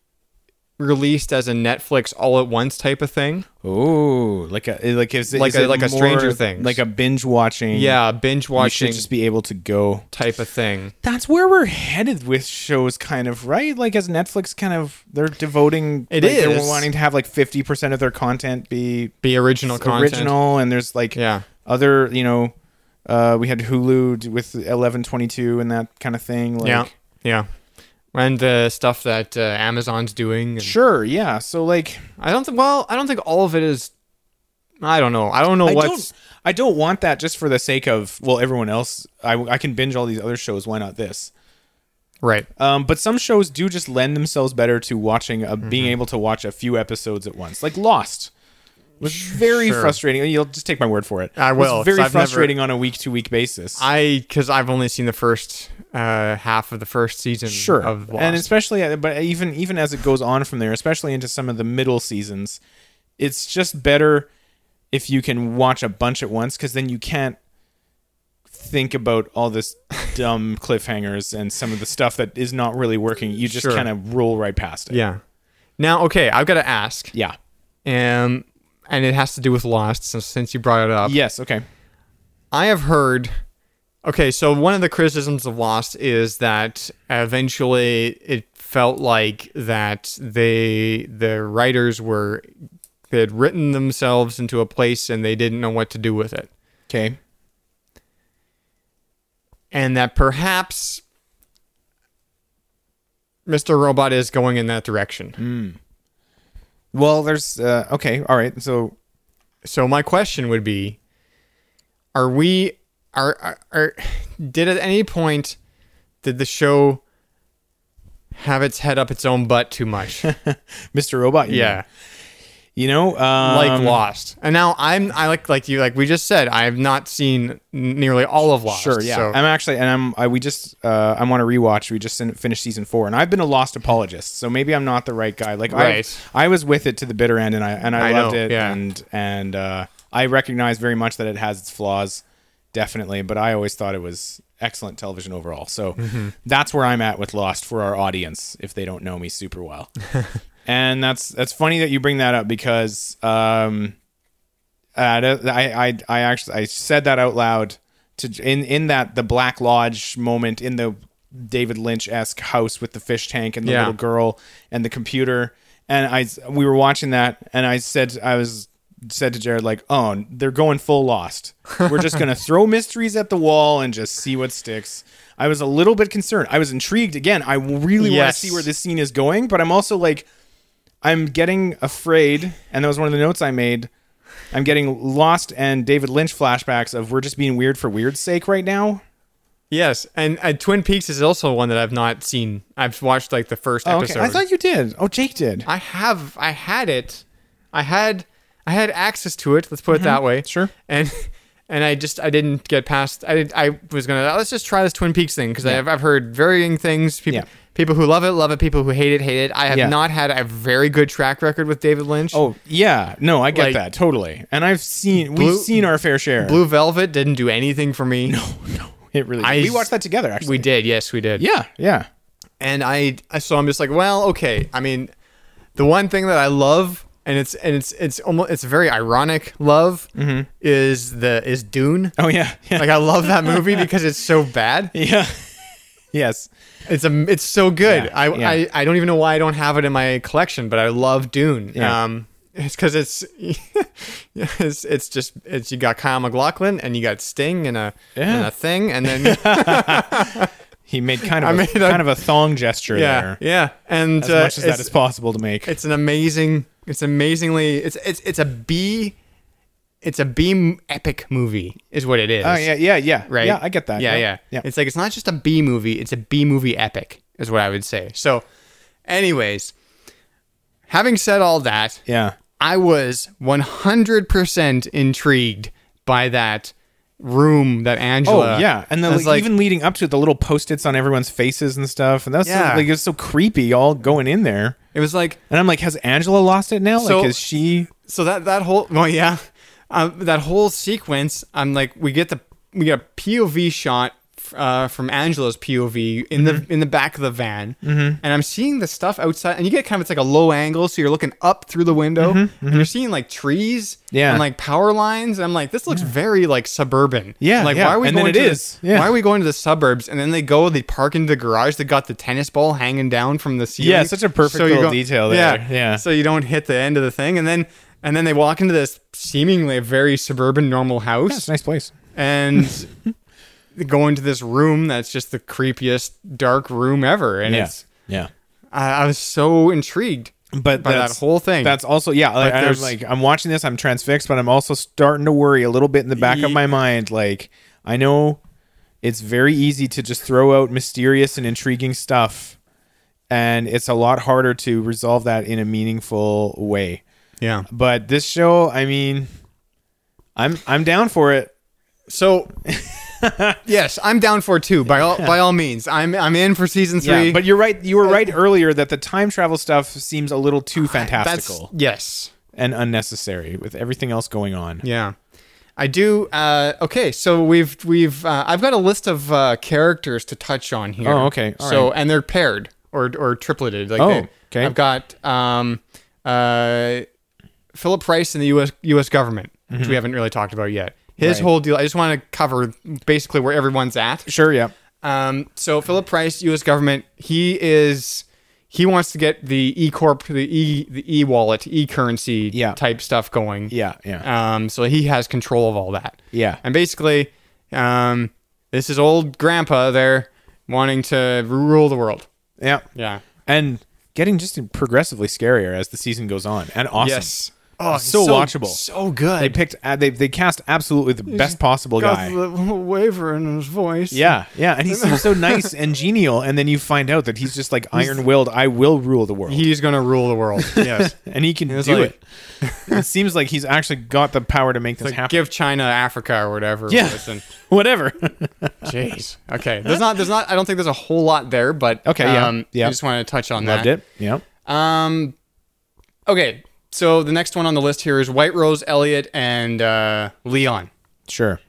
Speaker 1: released as a Netflix all at once type of thing?
Speaker 6: Oh, like a like is it,
Speaker 1: Like
Speaker 6: is
Speaker 1: a-
Speaker 6: it
Speaker 1: like a
Speaker 6: more
Speaker 1: Stranger Things.
Speaker 6: like a binge watching.
Speaker 1: Yeah, binge
Speaker 6: you
Speaker 1: watching
Speaker 6: should just be able to go.
Speaker 1: type of thing.
Speaker 6: That's where we're headed with shows, kind of right. Like as Netflix, kind of they're devoting.
Speaker 1: It
Speaker 6: It is
Speaker 1: is.
Speaker 6: they're wanting to have like fifty percent of their content be
Speaker 1: Be original content.
Speaker 6: original, and there's like
Speaker 1: Yeah.
Speaker 6: other you know, uh, we had Hulu d- with eleven twenty two and that kind of thing. Like,
Speaker 1: yeah. Yeah. And the stuff that uh, Amazon's doing. and-
Speaker 6: sure, yeah. So like,
Speaker 1: I don't think. Well, I don't think all of it is. I don't know. I don't know
Speaker 6: I
Speaker 1: what's.
Speaker 6: don't, I don't want that just for the sake of well, everyone else. I I can binge all these other shows. Why not this?
Speaker 1: Right.
Speaker 6: Um, but some shows do just lend themselves better to watching, uh, being
Speaker 1: Mm-hmm.
Speaker 6: able to watch a few episodes at once. Like Lost was very
Speaker 1: Sure.
Speaker 6: frustrating. You'll just take my word for it.
Speaker 1: I
Speaker 6: It was
Speaker 1: will, 'cause
Speaker 6: very
Speaker 1: I've never-
Speaker 6: frustrating on a week to week basis.
Speaker 1: I because I've only seen the first uh, half of the first season.
Speaker 6: sure,
Speaker 1: Of Lost.
Speaker 6: and especially, uh, but even even as it goes on from there, especially into some of the middle seasons, it's just better if you can watch a bunch at once because then you can't think about all this dumb cliffhangers and some of the stuff that is not really working. You just
Speaker 1: Sure.
Speaker 6: kind of roll right past it.
Speaker 1: yeah. Now, okay, I've got to ask.
Speaker 6: Yeah.
Speaker 1: Um, and it has to do with Lost since, since you brought it up.
Speaker 6: Yes, okay.
Speaker 1: I have heard. Okay, so one of the criticisms of Lost is that eventually it felt like that they the writers were they had written themselves into a place and they didn't know what to do with it.
Speaker 6: Okay.
Speaker 1: And that perhaps Mr. Robot is going in that direction.
Speaker 6: Well, there's uh, okay, all right. So,
Speaker 1: so my question would be: Are we? Are, are are? Did at any point did the show have its head up its own butt too much?
Speaker 6: Mr. Robot. you
Speaker 1: yeah,
Speaker 6: mean. You know, um,
Speaker 1: like Lost. And now I'm I like like you like we just said I have not seen nearly all of Lost.
Speaker 6: Sure, yeah.
Speaker 1: so-
Speaker 6: I'm actually, and I'm. I, we just. Uh, I'm on a rewatch. We just fin- finished season four, and I've been a Lost apologist, so maybe I'm not the right guy. Like,
Speaker 1: Right.
Speaker 6: I, I was with it to the bitter end, and I and I,
Speaker 1: I
Speaker 6: loved
Speaker 1: know,
Speaker 6: it,
Speaker 1: yeah.
Speaker 6: and and uh, I recognize very much that it has its flaws, definitely. But I always thought it was excellent television overall. So
Speaker 1: Mm-hmm.
Speaker 6: that's where I'm at with Lost for our audience, if they don't know me super well. and that's that's funny that you bring that up because. Um, uh, I, I, I actually I said that out loud to in in that the Black Lodge moment in the David Lynch esque house with the fish tank and the
Speaker 1: Yeah.
Speaker 6: little girl and the computer and I we were watching that and I said I was said to Jared like oh they're going full lost we're just gonna throw mysteries at the wall and just see what sticks I was a little bit concerned I was intrigued again I really want
Speaker 1: Yes.
Speaker 6: to see where this scene is going but I'm also like I'm getting afraid, and that was one of the notes I made. I'm getting lost and David Lynch flashbacks of we're just being weird for weird's sake right now.
Speaker 1: Yes, and uh, Twin Peaks is also one that I've not seen. I've watched like the first
Speaker 6: Oh, okay.
Speaker 1: episode.
Speaker 6: I thought you did. Oh, Jake did.
Speaker 1: I have. I had it. I had. I had access to it. Let's put it that way.
Speaker 6: Mm-hmm. Sure.
Speaker 1: And and I just I didn't get past. I did. I was gonna let's just try this Twin Peaks thing because I've I've heard varying things. People
Speaker 6: Yeah.
Speaker 1: people who love it love it. People who hate it hate it. I have
Speaker 6: Yeah.
Speaker 1: not had a very good track record with David Lynch.
Speaker 6: Oh, yeah. No, I get
Speaker 1: Like-
Speaker 6: that totally. And I've seen
Speaker 1: Blue-
Speaker 6: we've seen our fair share.
Speaker 1: Blue Velvet didn't do anything for me. No,
Speaker 6: It really.
Speaker 1: I-
Speaker 6: we watched that together. Actually,
Speaker 1: we did. Yes, we did.
Speaker 6: Yeah, yeah.
Speaker 1: and I, I so I'm just like, well, okay. I mean, the one thing that I love, and it's and it's it's almost it's very ironic love is the is Dune.
Speaker 6: Mm-hmm. Oh yeah, yeah,
Speaker 1: Like I love that movie because it's so bad.
Speaker 6: yeah. yes.
Speaker 1: It's a it's so good.
Speaker 6: Yeah,
Speaker 1: I,
Speaker 6: yeah.
Speaker 1: I I don't even know why I don't have it in my collection, but I love Dune.
Speaker 6: Yeah.
Speaker 1: Um, it's because it's, it's it's just it's you got Kyle McLaughlin and you got Sting and a and
Speaker 6: Yeah.
Speaker 1: a thing and then
Speaker 6: He made kind of
Speaker 1: I
Speaker 6: a,
Speaker 1: made a-
Speaker 6: kind of a thong gesture
Speaker 1: yeah
Speaker 6: there.
Speaker 1: yeah and
Speaker 6: As
Speaker 1: uh,
Speaker 6: much as that
Speaker 1: it's-
Speaker 6: is possible to make.
Speaker 1: It's an amazing. It's amazingly. It's it's it's a B. It's a B m- epic movie, is what it is.
Speaker 6: Oh yeah, yeah, yeah.
Speaker 1: Right.
Speaker 6: Yeah, I get that.
Speaker 1: Yeah, yeah,
Speaker 6: yeah.
Speaker 1: It's like it's not just a B movie. It's a B movie epic, is what I would say. So, anyways, having said all that,
Speaker 6: yeah.
Speaker 1: I was one hundred percent intrigued by that room that
Speaker 6: Oh
Speaker 1: Angela.
Speaker 6: yeah, and then
Speaker 1: I
Speaker 6: like,
Speaker 1: was Uh, like,
Speaker 6: even leading up to it, the little post-its on everyone's faces and stuff, and that's
Speaker 1: Yeah.
Speaker 6: so, like it's so creepy, all going in there.
Speaker 1: it was like
Speaker 6: And I'm like, has Angela lost it now?
Speaker 1: So-
Speaker 6: like, is she?
Speaker 1: so that that whole well yeah um, that whole sequence i'm like we get the we get a pov shot uh, from angela's pov in
Speaker 6: Mm-hmm.
Speaker 1: the in the back of the van and i'm seeing the stuff outside and you get kind of it's like a low angle so you're looking up through the window and you're seeing like trees
Speaker 6: Mm-hmm, Yeah.
Speaker 1: and like power lines and i'm like this looks very like suburban
Speaker 6: Yeah,
Speaker 1: like
Speaker 6: yeah.
Speaker 1: why are we
Speaker 6: And then
Speaker 1: going
Speaker 6: it
Speaker 1: to the-
Speaker 6: is. Yeah.
Speaker 1: why are we going to the suburbs and then they go they park into the garage they got the tennis ball hanging down from the ceiling
Speaker 6: Yeah, such a perfect
Speaker 1: you
Speaker 6: little detail there.
Speaker 1: yeah
Speaker 6: Yeah.
Speaker 1: so so you don't hit the end of the thing and then and then they walk into this seemingly very suburban normal
Speaker 6: Yeah, it's
Speaker 1: house
Speaker 6: a nice place.
Speaker 1: and they go into this room that's just the creepiest dark room ever and it's
Speaker 6: yeah.
Speaker 1: I, I was so intrigued
Speaker 6: But
Speaker 1: by that
Speaker 6: that's-
Speaker 1: whole thing
Speaker 6: That's also yeah. Like, I'm
Speaker 1: there's-
Speaker 6: like, I'm watching this, I'm transfixed, but I'm also starting to worry a little bit in the back of
Speaker 1: Ye-
Speaker 6: my mind. Like, I know it's very easy to just throw out mysterious and intriguing stuff, and it's a lot harder to resolve that in a meaningful way.
Speaker 1: yeah
Speaker 6: But this show, I mean, I'm I'm down for it.
Speaker 1: so yes i'm down for it too by all by all means i'm i'm in for season three
Speaker 6: but you're right. You were right earlier that the time travel stuff seems a little too
Speaker 1: that's
Speaker 6: fantastical
Speaker 1: yes
Speaker 6: and unnecessary with everything else going on.
Speaker 1: Yeah. I do. Uh, okay, so we've we've uh, I've got a list of uh, characters to touch on here.
Speaker 6: Oh, okay. All
Speaker 1: so
Speaker 6: right.
Speaker 1: and they're paired. or or tripleted. Like
Speaker 6: Oh,
Speaker 1: they-
Speaker 6: okay.
Speaker 1: I've got um, uh, Philip Price and the U.S. U.S. government, which
Speaker 6: Mhm.
Speaker 1: we haven't really talked about yet. His
Speaker 6: Right.
Speaker 1: whole deal. I just want to cover basically where everyone's at.
Speaker 6: Sure. Yeah.
Speaker 1: Um, so Philip Price, U.S. government, he is he wants to get the E Corp, the E the E wallet, E currency type stuff going.
Speaker 6: Yeah, yeah.
Speaker 1: Um, so he has control of all that.
Speaker 6: Yeah.
Speaker 1: And basically, um, this is old Grandpa there wanting to rule the world.
Speaker 6: Yeah.
Speaker 1: Yeah.
Speaker 6: And getting just progressively scarier as the season goes on and awesome.
Speaker 1: Yes. Oh,
Speaker 6: It's so,
Speaker 1: so-
Speaker 6: watchable.
Speaker 1: so good.
Speaker 6: They picked uh, they they cast absolutely the best possible guy.
Speaker 1: the waver in his voice.
Speaker 6: Yeah, yeah, and he seems so nice and genial, and then you find out that he's just like
Speaker 1: He's-
Speaker 6: iron willed. I will rule the world.
Speaker 1: He's gonna rule the world. Yes.
Speaker 6: and he can
Speaker 1: It's
Speaker 6: do
Speaker 1: like-
Speaker 6: it. it seems like he's actually got the power to make this
Speaker 1: It's like
Speaker 6: happen.
Speaker 1: give China Africa or whatever. it
Speaker 6: Yeah.
Speaker 1: was, and-
Speaker 6: Whatever.
Speaker 1: Jeez. Okay. There's not. There's not. I don't think there's a whole lot there, but
Speaker 6: Okay, yeah,
Speaker 1: Um,
Speaker 6: yeah.
Speaker 1: I just want to touch on
Speaker 6: Loved
Speaker 1: that.
Speaker 6: it. Yeah.
Speaker 1: Um. Okay. So the next one on the list here is White Rose, Elliot, and uh, Leon.
Speaker 6: Sure.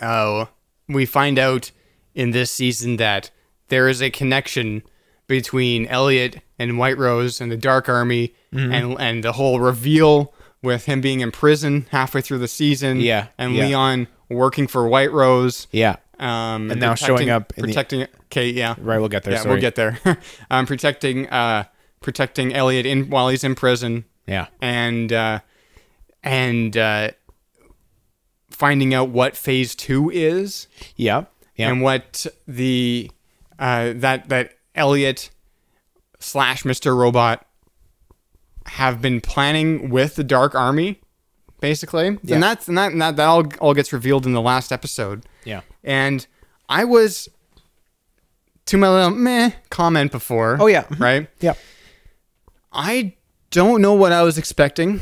Speaker 1: Uh, we find out in this season that there is a connection between Elliot and White Rose and the Dark Army,
Speaker 6: Mhm.
Speaker 1: and and the whole reveal with him being in prison halfway through the season.
Speaker 6: Yeah,
Speaker 1: And
Speaker 6: yeah.
Speaker 1: Leon working for White Rose.
Speaker 6: Yeah.
Speaker 1: Um,
Speaker 6: And now showing
Speaker 1: protecting-
Speaker 6: up in the-
Speaker 1: protecting. okay. Yeah.
Speaker 6: Right, we'll get there,
Speaker 1: Yeah,
Speaker 6: sorry.
Speaker 1: we'll get there. um, protecting. Uh, protecting Elliot in while he's in prison.
Speaker 6: Yeah.
Speaker 1: And uh, and uh, finding out what phase two is.
Speaker 6: Yeah. Yeah.
Speaker 1: And what the uh, that that Elliot slash Mr. Robot have been planning with the Dark Army, basically.
Speaker 6: Yeah.
Speaker 1: And that's and that, and that that all all gets revealed in the last episode.
Speaker 6: Yeah.
Speaker 1: And I was to my little meh comment before. Oh
Speaker 6: yeah.
Speaker 1: Right?
Speaker 6: Yeah.
Speaker 1: I don't know what I was expecting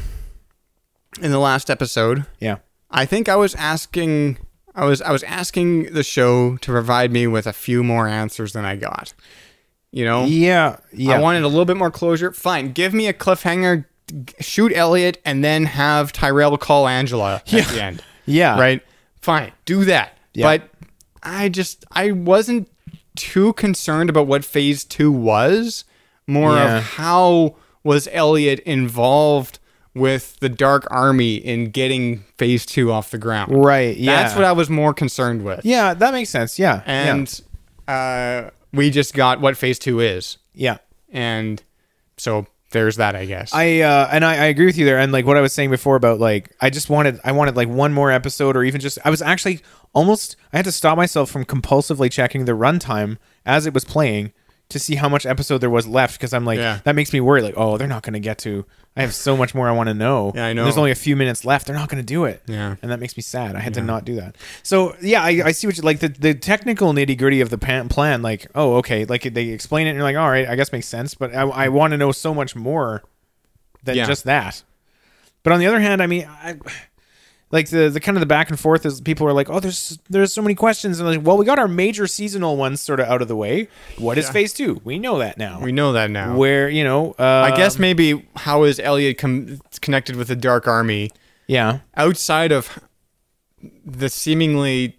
Speaker 1: in the last episode.
Speaker 6: Yeah.
Speaker 1: I think I was asking I was I was asking the show to provide me with a few more answers than I got. You know?
Speaker 6: Yeah, yeah.
Speaker 1: I wanted a little bit more closure. Fine, give me a cliffhanger, g- shoot Elliot and then have Tyrell call Angela at the end.
Speaker 6: Yeah.
Speaker 1: Right? Ah. Fine, do that.
Speaker 6: Yeah.
Speaker 1: But I just I wasn't too concerned about what phase 2 was, more
Speaker 6: Yeah.
Speaker 1: of how was Elliot involved with the Dark Army in getting phase 2 off the ground.
Speaker 6: Right, yeah.
Speaker 1: That's what I was more concerned with.
Speaker 6: Yeah, that makes sense. Yeah.
Speaker 1: And uh we just got what phase 2 is.
Speaker 6: Yeah.
Speaker 1: And so there's that, I guess.
Speaker 6: I uh, and I, I agree with you there. And like what I was saying before about like I just wanted I wanted like one more episode or even just I was actually almost I had to stop myself from compulsively checking the runtime as it was playing to see how much episode there was left because I'm like
Speaker 1: Yeah.
Speaker 6: that makes me worry like oh they're not gonna get to I have so much more I want to know
Speaker 1: Yeah, I
Speaker 6: And
Speaker 1: know.
Speaker 6: there's only a few minutes left they're not gonna do it
Speaker 1: Yeah.
Speaker 6: and that makes me sad I had to
Speaker 1: Yeah.
Speaker 6: not do that so yeah I, I see what you like the, the technical nitty gritty of the pan, plan like oh okay like they explain it and you're like all right I guess makes sense but I, I want to know so much more than
Speaker 1: Yeah.
Speaker 6: just that. But on the other hand, I mean, I, like the the kind of the back and forth is people are like, oh, there's there's so many questions, and like, well, we got our major seasonal ones sort of out of the way. What is
Speaker 1: Yeah.
Speaker 6: phase two? We know that now.
Speaker 1: we know that now.
Speaker 6: Where you know, uh,
Speaker 1: I guess maybe how is Elliot com- connected with the Dark Army
Speaker 6: yeah,
Speaker 1: outside of the seemingly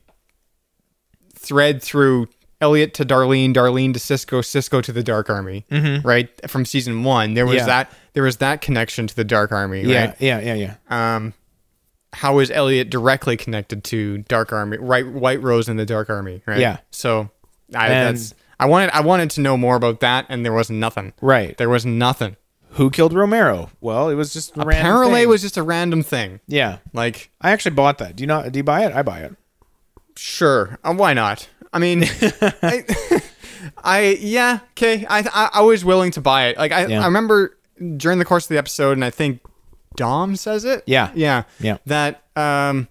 Speaker 1: thread through Elliot to Darlene, Darlene to Cisco, Cisco to the Dark Army,
Speaker 6: Mhm.
Speaker 1: right? From season one, there was
Speaker 6: Yeah.
Speaker 1: that there was that connection to the Dark Army,
Speaker 6: yeah,
Speaker 1: right?
Speaker 6: yeah, yeah, yeah.
Speaker 1: Um, how is Elliot directly connected to Dark Army, right? White Rose and the Dark Army, right?
Speaker 6: Yeah.
Speaker 1: So I
Speaker 6: And-
Speaker 1: that's I wanted I wanted to know more about that, and there was nothing.
Speaker 6: Right.
Speaker 1: There was nothing.
Speaker 6: Who killed Romero? Well, it was just a random
Speaker 1: Apparently,
Speaker 6: thing.
Speaker 1: it was just a random thing.
Speaker 6: yeah.
Speaker 1: Like,
Speaker 6: I actually bought that. Do you not? Do you buy it? I buy it.
Speaker 1: sure, uh, why not? I mean, I, I yeah, okay. I, I I was willing to buy it. Like, I
Speaker 6: Yeah.
Speaker 1: I remember during the course of the episode, and I think Dom says it.
Speaker 6: Yeah.
Speaker 1: yeah,
Speaker 6: Yeah.
Speaker 1: That um.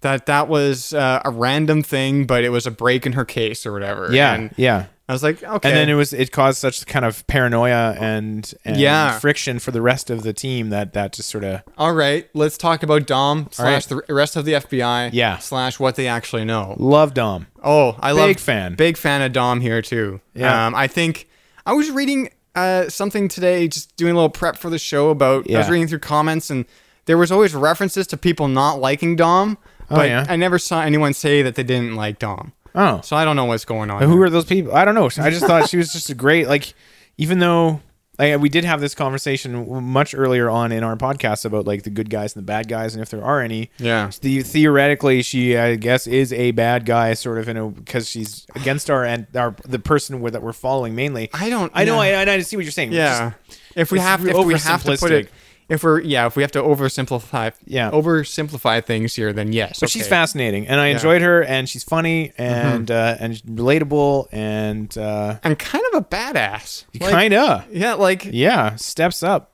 Speaker 1: That that was uh, a random thing, but it was a break in her case or whatever.
Speaker 6: Yeah,
Speaker 1: and
Speaker 6: yeah.
Speaker 1: I was like, okay.
Speaker 6: And then it was it caused such kind of paranoia and, and
Speaker 1: Yeah.
Speaker 6: friction for the rest of the team that that just sort of
Speaker 1: all right, let's talk about Dom slash
Speaker 6: right.
Speaker 1: the rest of the FBI.
Speaker 6: Yeah.
Speaker 1: slash what they actually know.
Speaker 6: loved Dom.
Speaker 1: Oh, I
Speaker 6: Big
Speaker 1: love
Speaker 6: fan.
Speaker 1: Big fan of Dom here too.
Speaker 6: Yeah.
Speaker 1: Um, I think I was reading uh, something today, just doing a little prep for the show about. I was
Speaker 6: Yeah.
Speaker 1: reading through comments, and there was always references to people not liking Dom,
Speaker 6: Oh,
Speaker 1: but
Speaker 6: yeah?
Speaker 1: I never saw anyone say that they didn't like Dom.
Speaker 6: Oh.
Speaker 1: So I don't know what's going on.
Speaker 6: Who
Speaker 1: there.
Speaker 6: are those people? I don't know. I just thought she was just a great like even though like, we did have this conversation much earlier on in our podcast about like the good guys and the bad guys and if there are any.
Speaker 1: Yeah.
Speaker 6: The, theoretically, she I guess is a bad guy, sort of in a because she's against our and our the person where, that we're following mainly.
Speaker 1: I don't.
Speaker 6: I know.
Speaker 1: yeah.
Speaker 6: I, I see what you're saying.
Speaker 1: Yeah.
Speaker 6: Just-
Speaker 1: if we
Speaker 6: it's
Speaker 1: have,
Speaker 6: re-
Speaker 1: if we have to put
Speaker 6: oversimplistic.
Speaker 1: it, if we're, yeah, if we have to oversimplify,
Speaker 6: Yeah.
Speaker 1: oversimplify things here, then yes.
Speaker 6: But she's
Speaker 1: okay.
Speaker 6: fascinating, and I
Speaker 1: Yeah. Mm-hmm.
Speaker 6: enjoyed her, and she's funny, and uh, and relatable, and uh,
Speaker 1: and kind of a badass. Like,
Speaker 6: kinda,
Speaker 1: Yeah. Like.
Speaker 6: yeah, steps up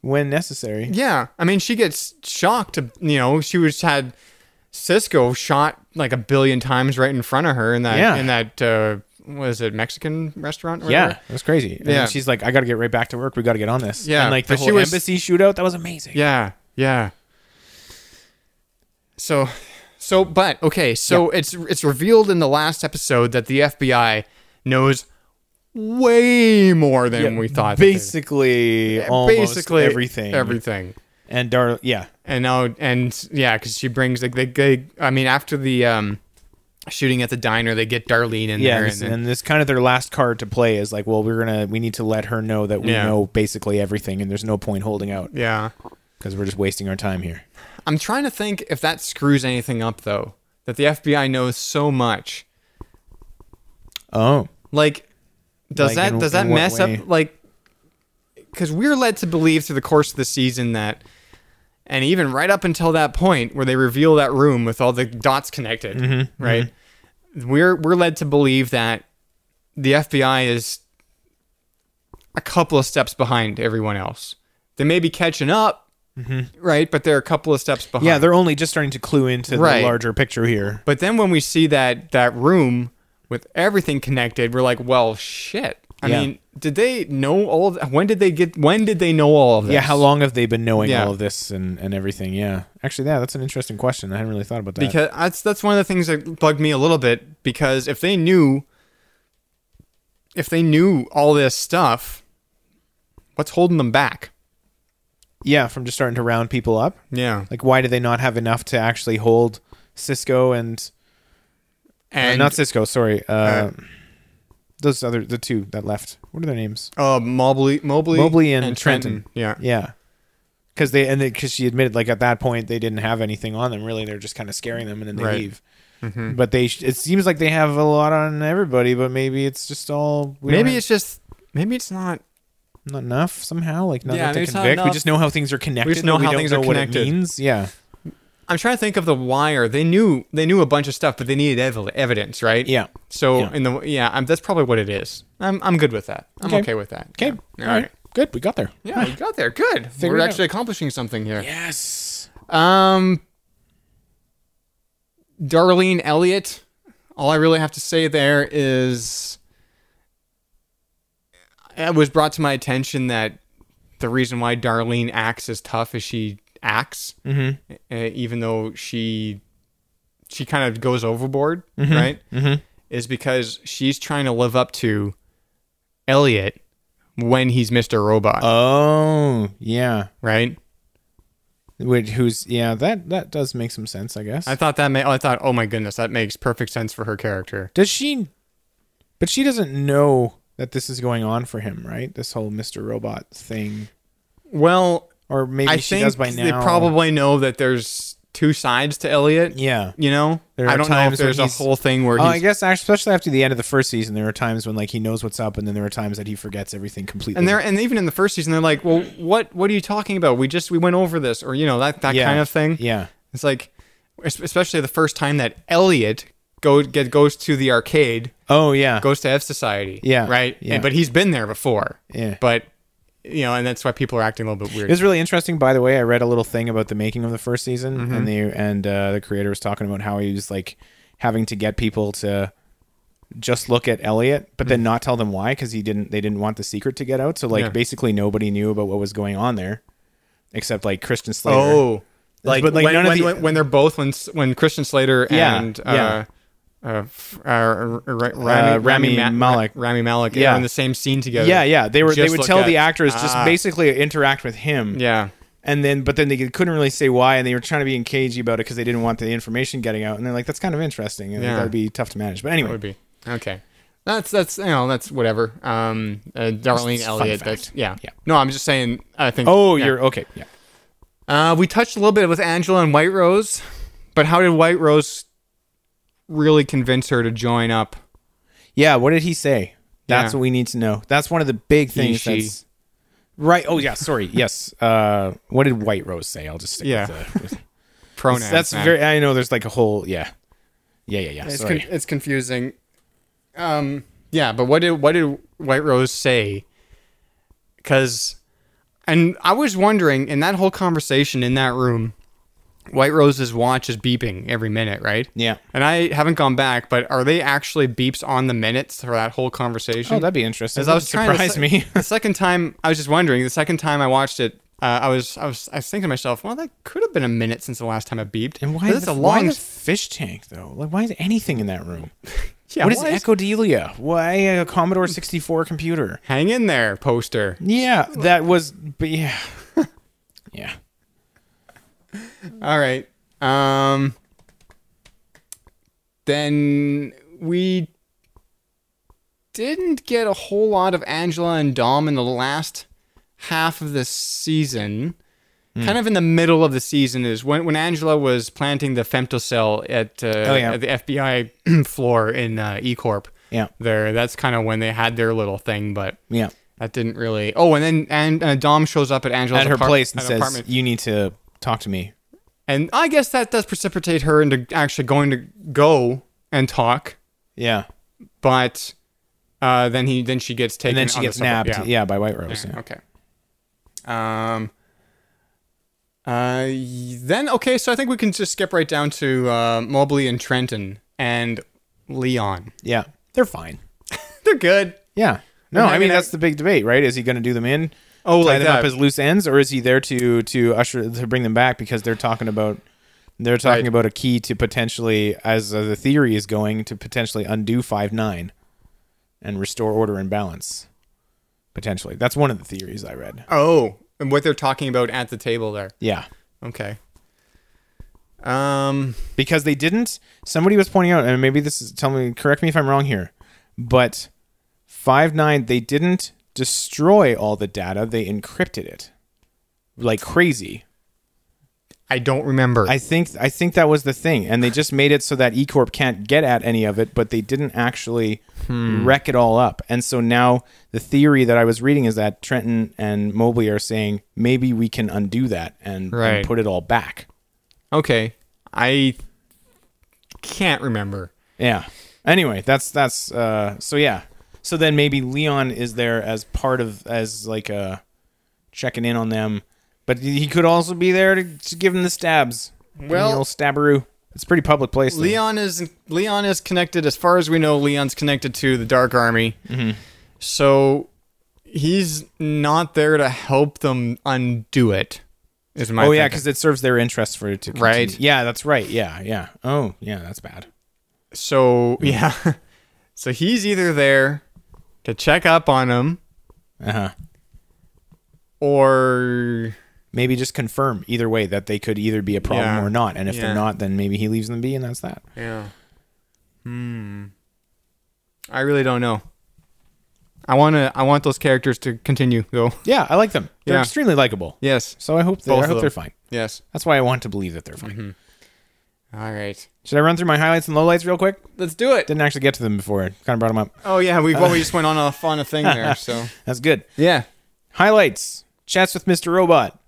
Speaker 6: when necessary.
Speaker 1: Yeah, I mean, she gets shocked. You know, she was had Cisco shot like a billion times right in front of her in that
Speaker 6: Yeah.
Speaker 1: in that uh, was it Mexican restaurant? Or
Speaker 6: Yeah,
Speaker 1: whatever?
Speaker 6: that's crazy. And
Speaker 1: Yeah.
Speaker 6: she's like, I got to get right back to work. We got to get on this.
Speaker 1: Yeah,
Speaker 6: and like the
Speaker 1: but she
Speaker 6: whole
Speaker 1: was-
Speaker 6: embassy shootout, that was amazing.
Speaker 1: yeah, yeah. So, so, but okay, so it's it's revealed in the last episode that the FBI knows way more than
Speaker 6: Yeah,
Speaker 1: we thought. that they-
Speaker 6: basically, almost
Speaker 1: basically
Speaker 6: everything,
Speaker 1: everything.
Speaker 6: and Dar, yeah,
Speaker 1: and now and yeah, because she brings like they, they I mean after the um shooting at the diner, they get Darlene in
Speaker 6: yeah,
Speaker 1: there,
Speaker 6: this-
Speaker 1: and,
Speaker 6: and,
Speaker 1: then
Speaker 6: this kind of their last card to play is like, well, we're gonna, we need to let her know that we
Speaker 1: Yeah.
Speaker 6: know basically everything, and there's no point holding out
Speaker 1: yeah,
Speaker 6: because we're just wasting our time here.
Speaker 1: I'm trying to think if that screws anything up though that the FBI knows so much.
Speaker 6: Oh,
Speaker 1: Like, does
Speaker 6: Like,
Speaker 1: that
Speaker 6: in-
Speaker 1: does that
Speaker 6: in what
Speaker 1: mess
Speaker 6: way?
Speaker 1: up like? Because we're led to believe through the course of the season that. And even right up until that point where they reveal that room with all the dots connected,
Speaker 6: Mm-hmm,
Speaker 1: right? We're we're led to believe that the FBI is a couple of steps behind everyone else. They may be catching up, right? But they're a couple of steps behind.
Speaker 6: Mm-hmm. yeah, they're only just starting to clue into
Speaker 1: Right.
Speaker 6: the larger picture here.
Speaker 1: But then when we see that that room with everything connected, we're like, well, shit. I
Speaker 6: Yeah.
Speaker 1: mean, did they know all of when did they get when did they know all of this?
Speaker 6: Yeah, how long have they been knowing
Speaker 1: Yeah.
Speaker 6: all of this and, and everything? Yeah, actually, yeah, that's an interesting question. I hadn't really thought about that.
Speaker 1: Because that's that's one of the things that bugged me a little bit because if they knew if they knew all this stuff, what's holding them back?
Speaker 6: yeah, from just starting to round people up.
Speaker 1: Yeah.
Speaker 6: Like, why do they not have enough to actually hold Cisco and,
Speaker 1: And
Speaker 6: uh, not Cisco? Sorry, uh,
Speaker 1: Uh,
Speaker 6: those other the two that left. What are their names?
Speaker 1: uh, Mobley, Mobley,
Speaker 6: Mobley and, Trenton.
Speaker 1: Yeah.
Speaker 6: yeah, because they and because she admitted like at that point they didn't have anything on them really. They're just kind of scaring them and then they
Speaker 1: Right. Mm-hmm.
Speaker 6: leave. But they sh- it seems like they have a lot on everybody, but maybe it's just all we
Speaker 1: Maybe
Speaker 6: don't
Speaker 1: it's just maybe it's not
Speaker 6: have- not enough somehow. Like not
Speaker 1: Yeah,
Speaker 6: enough
Speaker 1: maybe
Speaker 6: to
Speaker 1: it's not
Speaker 6: convict. We
Speaker 1: enough.
Speaker 6: just know how things are connected.
Speaker 1: We just know
Speaker 6: but
Speaker 1: how
Speaker 6: don't
Speaker 1: things
Speaker 6: know
Speaker 1: are
Speaker 6: what
Speaker 1: connected.
Speaker 6: It means. Yeah,
Speaker 1: I'm trying to think of the wire. They knew they knew a bunch of stuff, but they needed ev- evidence, right?
Speaker 6: Yeah.
Speaker 1: So
Speaker 6: Yeah.
Speaker 1: in the yeah, I'm, that's probably what it is. I'm I'm good with that. I'm okay,
Speaker 6: Okay.
Speaker 1: with that.
Speaker 6: Okay.
Speaker 1: Yeah.
Speaker 6: All right. Good. We got there.
Speaker 1: Yeah, we got there. Good.
Speaker 6: Figured
Speaker 1: We're
Speaker 6: it
Speaker 1: actually accomplishing something here.
Speaker 6: Yes.
Speaker 1: Um, Darlene Elliott. All I really have to say there is, it was brought to my attention that the reason why Darlene acts as tough as she acts, mm-hmm. even though she she kind of goes overboard, right? Mm-hmm. Is because she's trying to live up to Elliot when he's Mr. Robot,
Speaker 6: Oh, yeah.
Speaker 1: right?
Speaker 6: Which who's yeah, that that does make some sense, I guess.
Speaker 1: I thought that made. I thought, oh my goodness, that makes perfect sense for her character.
Speaker 6: does she But she doesn't know that this is going on for him, right? This whole Mr. Robot thing.
Speaker 1: Well,
Speaker 6: Or maybe
Speaker 1: I
Speaker 6: she
Speaker 1: think
Speaker 6: does by now.
Speaker 1: they probably know that there's two sides to Elliot.
Speaker 6: Yeah.
Speaker 1: You know,
Speaker 6: There
Speaker 1: I
Speaker 6: are
Speaker 1: don't know if
Speaker 6: times where
Speaker 1: there's a
Speaker 6: he's-
Speaker 1: whole thing where
Speaker 6: Oh, I
Speaker 1: he's.
Speaker 6: guess actually, especially after the end of the first season, there are times when like he knows what's up, and then there are times that he forgets everything completely.
Speaker 1: and they're and even in the first season, they're like, well, what what are you talking about? We just we went over this, or you know that that
Speaker 6: Yeah.
Speaker 1: kind of thing.
Speaker 6: Yeah,
Speaker 1: It's like, es- especially the first time that Elliot go get goes to the arcade,
Speaker 6: oh yeah,
Speaker 1: goes to F Society.
Speaker 6: Yeah.
Speaker 1: Right.
Speaker 6: Yeah.
Speaker 1: And, but he's been there before.
Speaker 6: Yeah.
Speaker 1: But you know, and that's why people are acting a little bit weird.
Speaker 6: It was really interesting, by the way. I read a little thing about the making of the first season,
Speaker 1: Mm-hmm.
Speaker 6: and the and uh, the creator was talking about how he was like having to get people to just look at Elliot, but then not tell them why because he didn't. They didn't want the secret to get out, so like
Speaker 1: Mm. Yeah.
Speaker 6: basically nobody knew about what was going on there, except like Christian Slater.
Speaker 1: Oh, like,
Speaker 6: But, like,
Speaker 1: when,
Speaker 6: none of
Speaker 1: when,
Speaker 6: the-
Speaker 1: when, when they're both when s- when Christian Slater
Speaker 6: Yeah,
Speaker 1: and uh,
Speaker 6: yeah.
Speaker 1: uh, f- uh, R- R- Rami,
Speaker 6: Rami
Speaker 1: Ma-
Speaker 6: Malek.
Speaker 1: Rami Malek,
Speaker 6: Yeah.
Speaker 1: are in the same scene together.
Speaker 6: yeah, yeah. They were they
Speaker 1: Just
Speaker 6: would
Speaker 1: look
Speaker 6: tell
Speaker 1: at-
Speaker 6: the actors just
Speaker 1: Ah,
Speaker 6: basically interact with him.
Speaker 1: Yeah,
Speaker 6: and then but then they couldn't really say why and they were trying to be in cagey about it because they didn't want the information getting out and they're like that's kind of interesting and
Speaker 1: Yeah.
Speaker 6: that'd be tough to manage but anyway
Speaker 1: would be okay. That's that's you know that's whatever. Um, uh, Darlene
Speaker 6: Just fun
Speaker 1: Elliott.
Speaker 6: fact.
Speaker 1: That's yeah. No, I'm just saying. I think.
Speaker 6: Oh,
Speaker 1: yeah.
Speaker 6: you're okay. Yeah.
Speaker 1: Uh, we touched a little bit with Angela and White Rose, but how did White Rose really convince her to join up?
Speaker 6: Yeah. What did he say? That's
Speaker 1: Yeah.
Speaker 6: what we need to know. That's one of the big things.
Speaker 1: she.
Speaker 6: That's, right. Oh yeah. Sorry. Yes. Uh, what did White Rose say? I'll just stick
Speaker 1: Yeah.
Speaker 6: With the, with-
Speaker 1: Pronouns.
Speaker 6: That's
Speaker 1: man.
Speaker 6: very. I know. There's like a whole. Yeah. Yeah. Yeah. Yeah.
Speaker 1: It's,
Speaker 6: sorry.
Speaker 1: con- it's confusing. Um, yeah, but what did what did White Rose say? Because, and I was wondering in that whole conversation in that room, White Rose's watch is beeping every minute, right?
Speaker 6: Yeah.
Speaker 1: And I haven't gone back, but are they actually beeps on the minutes for that whole conversation?
Speaker 6: Oh, that'd be interesting.
Speaker 1: As I was trying to
Speaker 6: surprise
Speaker 1: se-
Speaker 6: me.
Speaker 1: the second time, I was just wondering. The second time I watched it, uh, I was I was I was thinking to myself, well, that could have been a minute since the last time I beeped. And
Speaker 6: Why
Speaker 1: That's
Speaker 6: is
Speaker 1: a long.
Speaker 6: fish tank though? Like, why is anything in that room?
Speaker 1: Yeah,
Speaker 6: what is
Speaker 1: why is-
Speaker 6: Echodelia? Why a Commodore 64 computer?
Speaker 1: Hang in there, poster.
Speaker 6: Yeah, that was. But yeah, yeah.
Speaker 1: All right. Um. Then we didn't get a whole lot of Angela and Dom in the last half of the season.
Speaker 6: Hmm.
Speaker 1: Kind of in the middle of the season is when when Angela was planting the femtocell at, uh,
Speaker 6: Oh, yeah.
Speaker 1: at the FBI floor in uh, E Corp.
Speaker 6: Yeah.
Speaker 1: there. That's kind of when they had their little thing, but
Speaker 6: Yeah.
Speaker 1: that didn't really. Oh, and then and uh, Dom shows up at Angela's
Speaker 6: At her
Speaker 1: apart-
Speaker 6: place and
Speaker 1: at
Speaker 6: says,
Speaker 1: apartment.
Speaker 6: "You need to talk to me."
Speaker 1: And I guess that does precipitate her into actually going to go and talk,
Speaker 6: Yeah,
Speaker 1: but uh, then he then she gets
Speaker 6: and
Speaker 1: taken
Speaker 6: then she
Speaker 1: on the
Speaker 6: gets
Speaker 1: subway.
Speaker 6: nabbed. Yeah. by White Rose. Yeah.
Speaker 1: Okay. Um. Uh. y- Then okay, so I think we can just skip right down to uh, Mobley and Trenton and Leon.
Speaker 6: Yeah. they're fine.
Speaker 1: They're good.
Speaker 6: Yeah. No,
Speaker 1: And
Speaker 6: I
Speaker 1: I
Speaker 6: mean
Speaker 1: mean, I-
Speaker 6: that's the big debate, right? Is he going to do them in?
Speaker 1: Oh,
Speaker 6: tie
Speaker 1: like
Speaker 6: them up
Speaker 1: that.
Speaker 6: as loose ends, or is he there to to usher to bring them back because they're talking about they're talking
Speaker 1: Right.
Speaker 6: about a key to potentially, as uh, the theory is going, to potentially undo five nine, and restore order and balance. Potentially, that's one of the theories I read.
Speaker 1: Oh, and what they're talking about at the table there.
Speaker 6: Yeah,
Speaker 1: Okay. Um.
Speaker 6: because they didn't. Somebody was pointing out, and maybe this is tell me, correct me if I'm wrong here, but five nine they didn't destroy all the data; they encrypted it like crazy.
Speaker 1: I don't remember.
Speaker 6: I think I think that was the thing, and they just made it so that eCorp can't get at any of it, but they didn't actually wreck it all up. And so now the theory that I was reading is that Trenton and Mobley are saying maybe we can undo that and, and
Speaker 1: Right.
Speaker 6: put it all back.
Speaker 1: okay. I can't remember.
Speaker 6: Yeah. Anyway, that's that's uh so yeah. So then maybe Leon is there as part of as like uh checking in on them, but he could also be there to, to give them the stabs. Give 'em the
Speaker 1: Well-
Speaker 6: old stabberoo. It's a pretty public place. though.
Speaker 1: Leon is Leon is connected, as far as we know. Leon's connected to the Dark Army, so he's not there to help them undo it. Is my
Speaker 6: Oh yeah,
Speaker 1: thinking.
Speaker 6: because it serves their interest for it to continue.
Speaker 1: Right.
Speaker 6: Yeah, that's right. Yeah, yeah. Oh yeah, that's bad.
Speaker 1: so yeah, so he's either there to check up on them
Speaker 6: Uh
Speaker 1: Uh-huh.
Speaker 6: huh.
Speaker 1: or
Speaker 6: Maybe just confirm either way that they could either be a problem
Speaker 1: Yeah.
Speaker 6: or not, and if
Speaker 1: Yeah.
Speaker 6: they're not, then maybe he leaves them be, and that's that.
Speaker 1: yeah. Hmm. I really don't know. I wanna I want those characters to continue though.
Speaker 6: Yeah, I like them. They're
Speaker 1: Yeah.
Speaker 6: extremely likable.
Speaker 1: Yes.
Speaker 6: So I hope they,
Speaker 1: Both
Speaker 6: I
Speaker 1: of
Speaker 6: hope
Speaker 1: them.
Speaker 6: they're fine.
Speaker 1: Yes.
Speaker 6: That's why I want to believe that they're fine.
Speaker 1: All right.
Speaker 6: Should I run through my highlights and lowlights real quick?
Speaker 1: Let's do it.
Speaker 6: Didn't actually get to them before. Kind of brought them up.
Speaker 1: Oh yeah, we've always just went on a on a thing there. So
Speaker 6: That's good.
Speaker 1: yeah,
Speaker 6: Highlights: chats with Mr. Robot.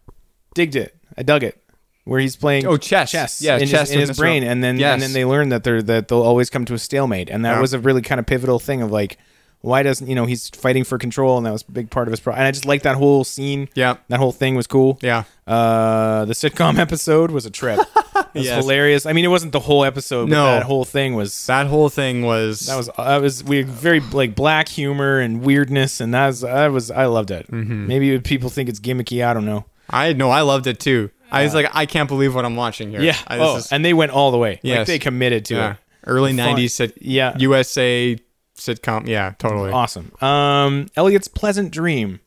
Speaker 6: Digged it. I dug it. Where he's playing
Speaker 1: Oh, chess.
Speaker 6: chess,
Speaker 1: Yeah,
Speaker 6: in
Speaker 1: chess
Speaker 6: his, in
Speaker 1: with
Speaker 6: his
Speaker 1: Mr.
Speaker 6: brain, and then
Speaker 1: Yes.
Speaker 6: and then they learn that they're that they'll always come to a stalemate, and that
Speaker 1: Yeah.
Speaker 6: was a really kind of pivotal thing of like, why doesn't you know he's fighting for control, and that was a big part of his pro. And I just liked that whole scene.
Speaker 1: Yeah.
Speaker 6: that whole thing was cool.
Speaker 1: yeah,
Speaker 6: Uh, the sitcom episode was a trip. It was
Speaker 1: Yes.
Speaker 6: hilarious. I mean, it wasn't the whole episode, but
Speaker 1: No.
Speaker 6: that whole thing was
Speaker 1: that whole thing was
Speaker 6: that was I was we had very like black humor and weirdness, and that was I was I loved it.
Speaker 1: Mm-hmm.
Speaker 6: Maybe people think it's gimmicky. I don't know.
Speaker 1: I know I loved it too. I was like, I can't believe what I'm watching here.
Speaker 6: Yeah.
Speaker 1: I,
Speaker 6: oh,
Speaker 1: this is-
Speaker 6: and they went all the way. Like
Speaker 1: Yes.
Speaker 6: they committed to
Speaker 1: yeah.
Speaker 6: it.
Speaker 1: early
Speaker 6: Fun.
Speaker 1: '90s sit,
Speaker 6: Yeah.
Speaker 1: USA sitcom. Yeah, totally.
Speaker 6: Awesome. Um, Elliot's pleasant dream.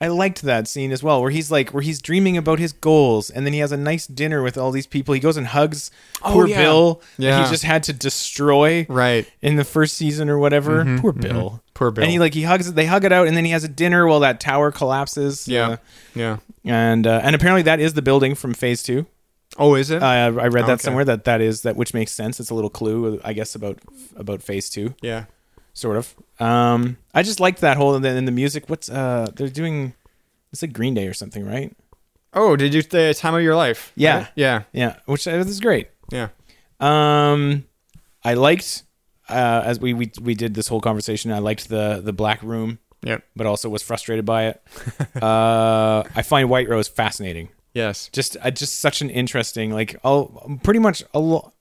Speaker 6: I liked that scene as well, where he's like, where he's dreaming about his goals, and then he has a nice dinner with all these people. He goes and hugs
Speaker 1: Oh,
Speaker 6: poor
Speaker 1: yeah.
Speaker 6: Bill. that
Speaker 1: Yeah.
Speaker 6: he just had to destroy
Speaker 1: right
Speaker 6: in the first season or whatever.
Speaker 1: Mhm,
Speaker 6: Poor
Speaker 1: mhm.
Speaker 6: Bill.
Speaker 1: Poor Bill.
Speaker 6: And he like he hugs it. They hug it out, and then he has a dinner while that tower collapses.
Speaker 1: Yeah.
Speaker 6: Uh,
Speaker 1: Yeah.
Speaker 6: and uh, and apparently that is the building from Phase Two.
Speaker 1: Oh, is it?
Speaker 6: Uh, I read that
Speaker 1: Okay.
Speaker 6: somewhere that that is that, which makes sense. It's a little clue, uh, I guess, about about Phase Two.
Speaker 1: Yeah.
Speaker 6: sort of. Um, I just liked that whole and then and the music. What's uh they're doing? It's like Green Day or something, right?
Speaker 1: Oh, did you say time of your life?
Speaker 6: Yeah,
Speaker 1: Right? Yeah.
Speaker 6: yeah. Which uh, is great.
Speaker 1: Yeah.
Speaker 6: Um, I liked uh, as we, we we did this whole conversation. I liked the the black room.
Speaker 1: Yep.
Speaker 6: But also was frustrated by it. uh, I find White Rose fascinating.
Speaker 1: Yes.
Speaker 6: Just uh, just such an interesting like all pretty much a lot.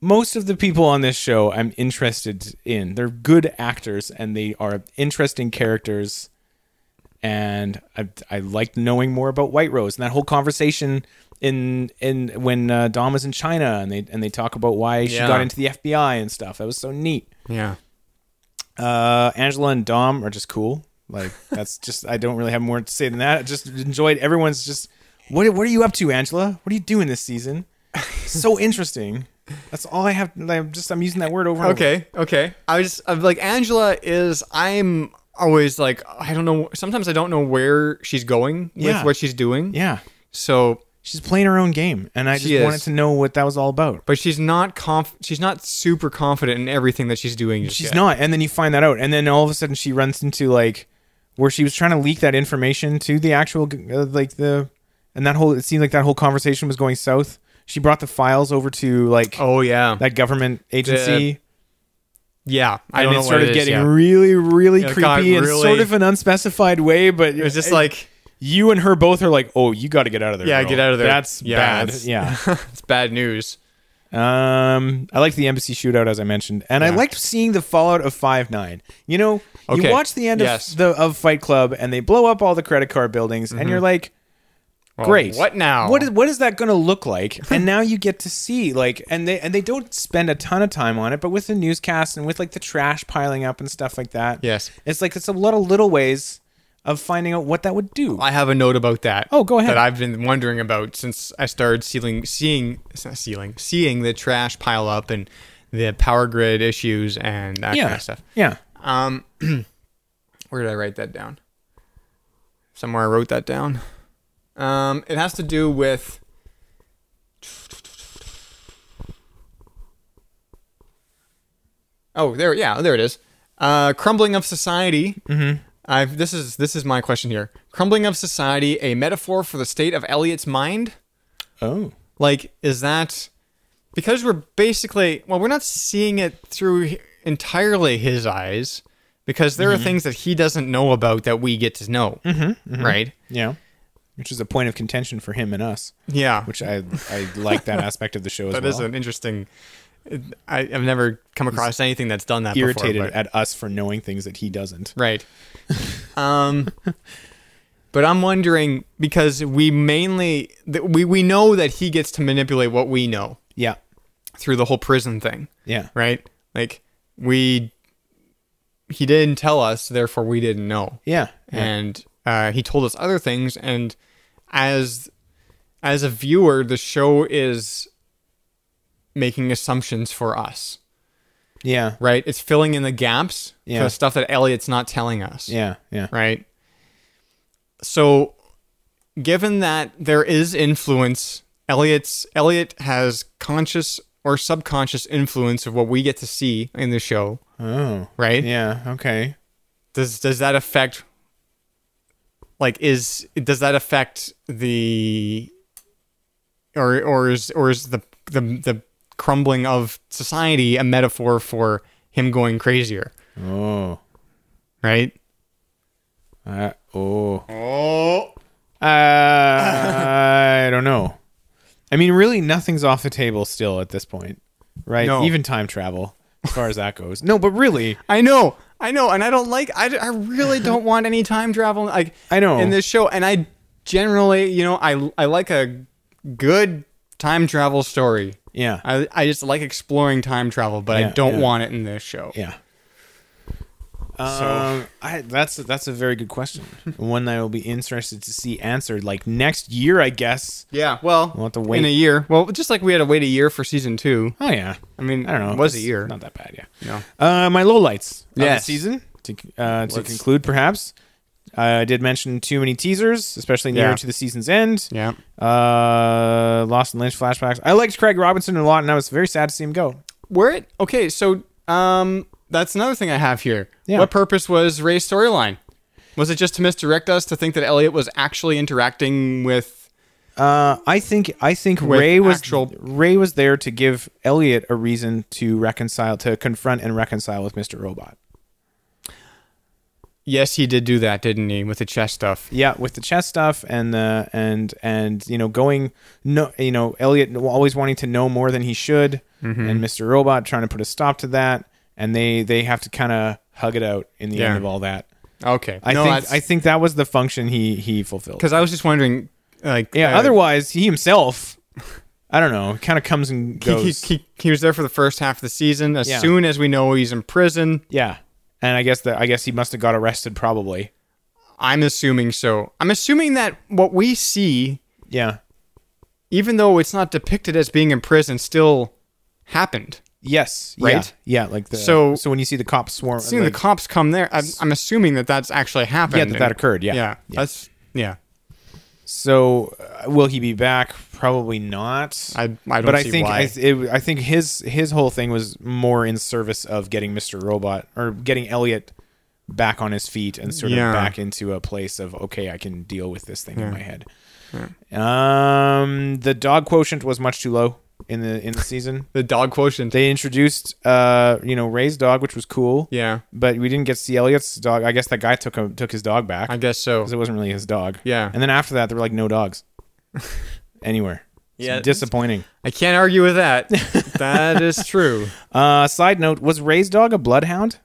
Speaker 6: Most of the people on this show I'm interested in. They're good actors and they are interesting characters. And I I liked knowing more about White Rose and that whole conversation in in when uh, Dom is in China and they and they talk about why she
Speaker 1: Yeah.
Speaker 6: got into the FBI and stuff. That was so neat
Speaker 1: Yeah.
Speaker 6: uh angela and dom are just cool like that's just i don't really have more to say than that I just enjoyed everyone's just what, what are you up to angela what are you doing this season so interesting that's all i have i'm just i'm using that word over and over.
Speaker 1: Okay. Okay. I was I'm like Angela is. I'm always like I don't know. Sometimes I don't know where she's going with
Speaker 6: Yeah.
Speaker 1: what she's doing.
Speaker 6: Yeah.
Speaker 1: So
Speaker 6: she's playing her own game, and I just wanted to know what that was all about.
Speaker 1: But she's not conf. She's not super confident in everything that she's doing. just
Speaker 6: she's
Speaker 1: yet.
Speaker 6: not and then you find that out and then all of a sudden she runs into like where she was trying to leak that information to the actual uh, like the and that whole it seemed like that whole conversation was going south she brought the files over to like
Speaker 1: oh yeah
Speaker 6: that government agency
Speaker 1: Yeah. I
Speaker 6: and
Speaker 1: don't
Speaker 6: it
Speaker 1: know
Speaker 6: started
Speaker 1: what it is,
Speaker 6: getting
Speaker 1: yeah.
Speaker 6: really really
Speaker 1: Yeah, it got
Speaker 6: creepy in
Speaker 1: really-
Speaker 6: sort of an unspecified way but it
Speaker 1: was just like-
Speaker 6: you and her both are like oh you got to get out of there
Speaker 1: Yeah.
Speaker 6: girl.
Speaker 1: Get out of there.
Speaker 6: that's
Speaker 1: yeah,
Speaker 6: bad
Speaker 1: that's-
Speaker 6: yeah
Speaker 1: it's bad news.
Speaker 6: um, I like the embassy shootout as I mentioned, and I
Speaker 1: Yeah.
Speaker 6: liked seeing the fallout of Five Nine. You know,
Speaker 1: Okay.
Speaker 6: you watch the end
Speaker 1: Yes.
Speaker 6: of the of Fight Club, and they blow up all the credit card buildings, and
Speaker 1: Mhm.
Speaker 6: you're like,
Speaker 1: Well,
Speaker 6: great,
Speaker 1: what now?
Speaker 6: What is what is that going to look like? and now you get to see like, and they and they don't spend a ton of time on it, but with the newscast and with like the trash piling up and stuff like that,
Speaker 1: Yes.
Speaker 6: it's like it's a lot of little ways of finding out what that would do.
Speaker 1: I have a note about that.
Speaker 6: Oh, go ahead.
Speaker 1: That I've been wondering about since I started sealing, seeing, it's not sealing, seeing the trash pile up and the power grid issues and that
Speaker 6: yeah,
Speaker 1: kind of stuff.
Speaker 6: yeah.
Speaker 1: Um, where did I write that down? Somewhere I wrote that down. Um, it has to do with. Oh, there, yeah, there it is. Uh, crumbling of society.
Speaker 6: Mhm.
Speaker 1: I've this is this is my question here. Crumbling of society, a metaphor for the state of Eliot's mind.
Speaker 6: Oh,
Speaker 1: Like, is that because we're basically well, we're not seeing it through h- entirely his eyes because there
Speaker 6: Mhm.
Speaker 1: are things that he doesn't know about that we get to know,
Speaker 6: Mhm, mhm.
Speaker 1: right?
Speaker 6: Yeah. Which is a point of contention for him and us.
Speaker 1: Yeah.
Speaker 6: Which I I like that aspect of the show as
Speaker 1: That
Speaker 6: well.
Speaker 1: is an interesting. I, I've never come across anything that's done that.
Speaker 6: irritated
Speaker 1: before, but-
Speaker 6: at us for knowing things that he doesn't.
Speaker 1: Right. um, but I'm wondering because we mainly th- we we know that he gets to manipulate what we know.
Speaker 6: Yeah.
Speaker 1: Through the whole prison thing.
Speaker 6: Yeah.
Speaker 1: Right. Like we, he didn't tell us, therefore we didn't know.
Speaker 6: Yeah. Yeah.
Speaker 1: And uh, he told us other things, and as as a viewer, the show is making assumptions for us.
Speaker 6: Yeah.
Speaker 1: Right. It's filling in the gaps
Speaker 6: Yeah.
Speaker 1: for the stuff that Elliot's not telling us.
Speaker 6: Yeah, yeah.
Speaker 1: Right. So, given that there is influence, Elliot's Elliot has conscious or subconscious influence of what we get to see in the show.
Speaker 6: Oh.
Speaker 1: Right.
Speaker 6: Yeah. Okay.
Speaker 1: Does does that affect? Like, is does that affect the, or or is or is the the the crumbling of society a metaphor for him going crazier?
Speaker 6: Oh.
Speaker 1: Right.
Speaker 6: Uh, oh.
Speaker 1: Oh.
Speaker 6: Uh, I don't know. I mean, really, nothing's off the table still at this point, right?
Speaker 1: No.
Speaker 6: Even time travel, as far as that goes. No, but really,
Speaker 1: I know, I know, and I don't like. I, I really don't want any time travel. Like
Speaker 6: I know.
Speaker 1: in this show, and I generally, you know, I I like a good time travel story.
Speaker 6: Yeah,
Speaker 1: I I just like exploring time travel, but I
Speaker 6: Yeah,
Speaker 1: don't
Speaker 6: yeah.
Speaker 1: want it in this show.
Speaker 6: Yeah. Um, I, that's that's a very good question. One that I will be interested to see answered, like next year, I guess.
Speaker 1: Yeah. Well,
Speaker 6: we'll have to wait
Speaker 1: in a year. Well, just like we had to wait a year for season two.
Speaker 6: Oh yeah.
Speaker 1: I mean,
Speaker 6: I don't know.
Speaker 1: It was a
Speaker 6: It's
Speaker 1: year.
Speaker 6: Not that bad. Yeah.
Speaker 1: No.
Speaker 6: Uh, my lowlights of
Speaker 1: Yes.
Speaker 6: the season to uh, to
Speaker 1: Let's-
Speaker 6: conclude, perhaps. I did mention too many teasers, especially near
Speaker 1: Yeah.
Speaker 6: to the season's end.
Speaker 1: Yeah.
Speaker 6: Uh, Lost and Lynch flashbacks. I liked Craig Robinson a lot, and I was very sad to see him go.
Speaker 1: Were it okay? So, um, that's another thing I have here.
Speaker 6: Yeah.
Speaker 1: What purpose was Ray's storyline? Was it just to misdirect us to think that Elliot was actually interacting with?
Speaker 6: Uh, I think I think
Speaker 1: With
Speaker 6: Ray was
Speaker 1: actual-
Speaker 6: Ray was there to give Elliot a reason to reconcile, to confront and reconcile with Mister Robot.
Speaker 1: Yes, he did do that, didn't he? With the chess stuff.
Speaker 6: Yeah, with the chess stuff and the and and you know going no, you know Elliot always wanting to know more than he should,
Speaker 1: Mhm.
Speaker 6: and Mister Robot trying to put a stop to that, and they they have to kind of hug it out in the
Speaker 1: Yeah.
Speaker 6: end of all that.
Speaker 1: Okay.
Speaker 6: I
Speaker 1: No,
Speaker 6: think
Speaker 1: that's-
Speaker 6: I think that was the function he he fulfilled.
Speaker 1: Because I was just wondering, like,
Speaker 6: Yeah.
Speaker 1: uh,
Speaker 6: otherwise, he himself, I don't know, kind of comes and
Speaker 1: he,
Speaker 6: goes.
Speaker 1: he, he, he was there for the first half of the season. As
Speaker 6: Yeah.
Speaker 1: soon as we know he's in prison,
Speaker 6: yeah, and I guess that I guess he must have got arrested probably.
Speaker 1: I'm assuming so. I'm assuming that what we see,
Speaker 6: Yeah.
Speaker 1: even though it's not depicted as being in prison, still happened.
Speaker 6: Yes.
Speaker 1: Right?
Speaker 6: Yeah. yeah like the, so.
Speaker 1: So-
Speaker 6: So when you see the cops swarm,
Speaker 1: Seeing
Speaker 6: like-
Speaker 1: the cops come there, I'm, I'm assuming that that's actually happened.
Speaker 6: Yeah, that that occurred, yeah.
Speaker 1: Yeah.
Speaker 6: Yeah.
Speaker 1: That's yeah.
Speaker 6: so uh, will he be back? Probably not.
Speaker 1: I- I don't
Speaker 6: but I
Speaker 1: see
Speaker 6: think
Speaker 1: why.
Speaker 6: I, th- it, I think his his whole thing was more in service of getting Mister Robot or getting Elliot back on his feet and sort
Speaker 1: Yeah.
Speaker 6: of back into a place of okay, I can deal with this thing in
Speaker 1: Yeah.
Speaker 6: my head. Um, the dog quotient was much too low in the in the season.
Speaker 1: The dog quotient.
Speaker 6: They introduced uh, you know, Ray's dog, which was cool.
Speaker 1: Yeah.
Speaker 6: But we didn't get to see Elliot's dog. I guess that guy took him took his dog back.
Speaker 1: I guess so.
Speaker 6: Because it wasn't really his dog.
Speaker 1: Yeah.
Speaker 6: And then after that, there were like no dogs anywhere.
Speaker 1: Yeah,
Speaker 6: Yeah.
Speaker 1: it's-
Speaker 6: Disappointing.
Speaker 1: I can't argue with that. that is true.
Speaker 6: Uh, side note: Was Ray's dog a bloodhound?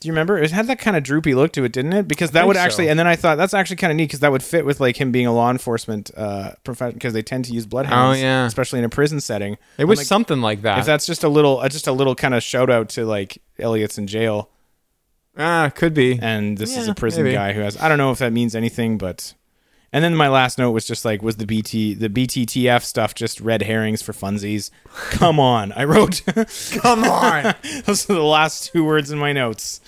Speaker 6: Do you remember? It had that kind of droopy look to it, didn't it? Because that
Speaker 1: think
Speaker 6: would actually,
Speaker 1: so.
Speaker 6: and then I thought that's actually kind of neat because that would fit with like him being a law enforcement uh, profession because they tend to use bloodhounds,
Speaker 1: Oh, yeah.
Speaker 6: especially in a prison setting.
Speaker 1: It was something like that.
Speaker 6: If that's just a little, uh, just a little kind of shout out to like Elliot's in jail,
Speaker 1: ah, could be.
Speaker 6: and this is
Speaker 1: Yeah,
Speaker 6: a prison
Speaker 1: maybe.
Speaker 6: guy who has. I don't know if that means anything, but. And then my last note was just like, was the BT the BTTF stuff just red herrings for funsies? Come on, I wrote.
Speaker 1: Come on.
Speaker 6: Those are the last two words in my notes.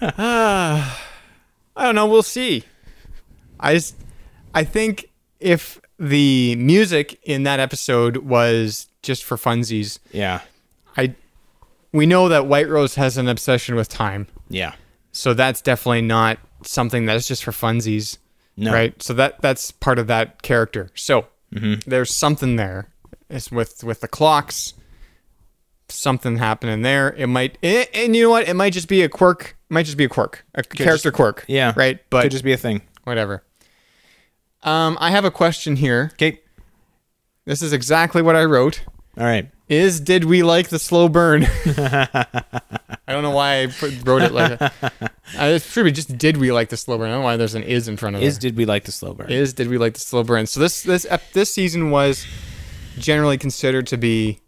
Speaker 1: I don't know. We'll see. I just, I think if the music in that episode was just for funsies,
Speaker 6: Yeah,
Speaker 1: I, we know that White Rose has an obsession with time,
Speaker 6: yeah,
Speaker 1: so that's definitely not something that's just for funsies,
Speaker 6: No.
Speaker 1: right? So that that's part of that character. So
Speaker 6: Mm-hmm.
Speaker 1: there's something there. It's with with the clocks, something happening there. It might, eh, and you know what? It might just be a quirk. Might just be a quirk, a character quirk.
Speaker 6: yeah.
Speaker 1: right. But
Speaker 6: could just be a thing.
Speaker 1: whatever. Um, I have a question here.
Speaker 6: Okay,
Speaker 1: This is exactly what I wrote.
Speaker 6: all right.
Speaker 1: Is did we like the slow burn? I don't know why I put, wrote it like that. I it's probably just did we like the slow burn. I don't know why there's an is in front of it.
Speaker 6: Is
Speaker 1: Is
Speaker 6: did we like the slow burn?
Speaker 1: is did we like the slow burn? So this this ep- this season was generally considered to be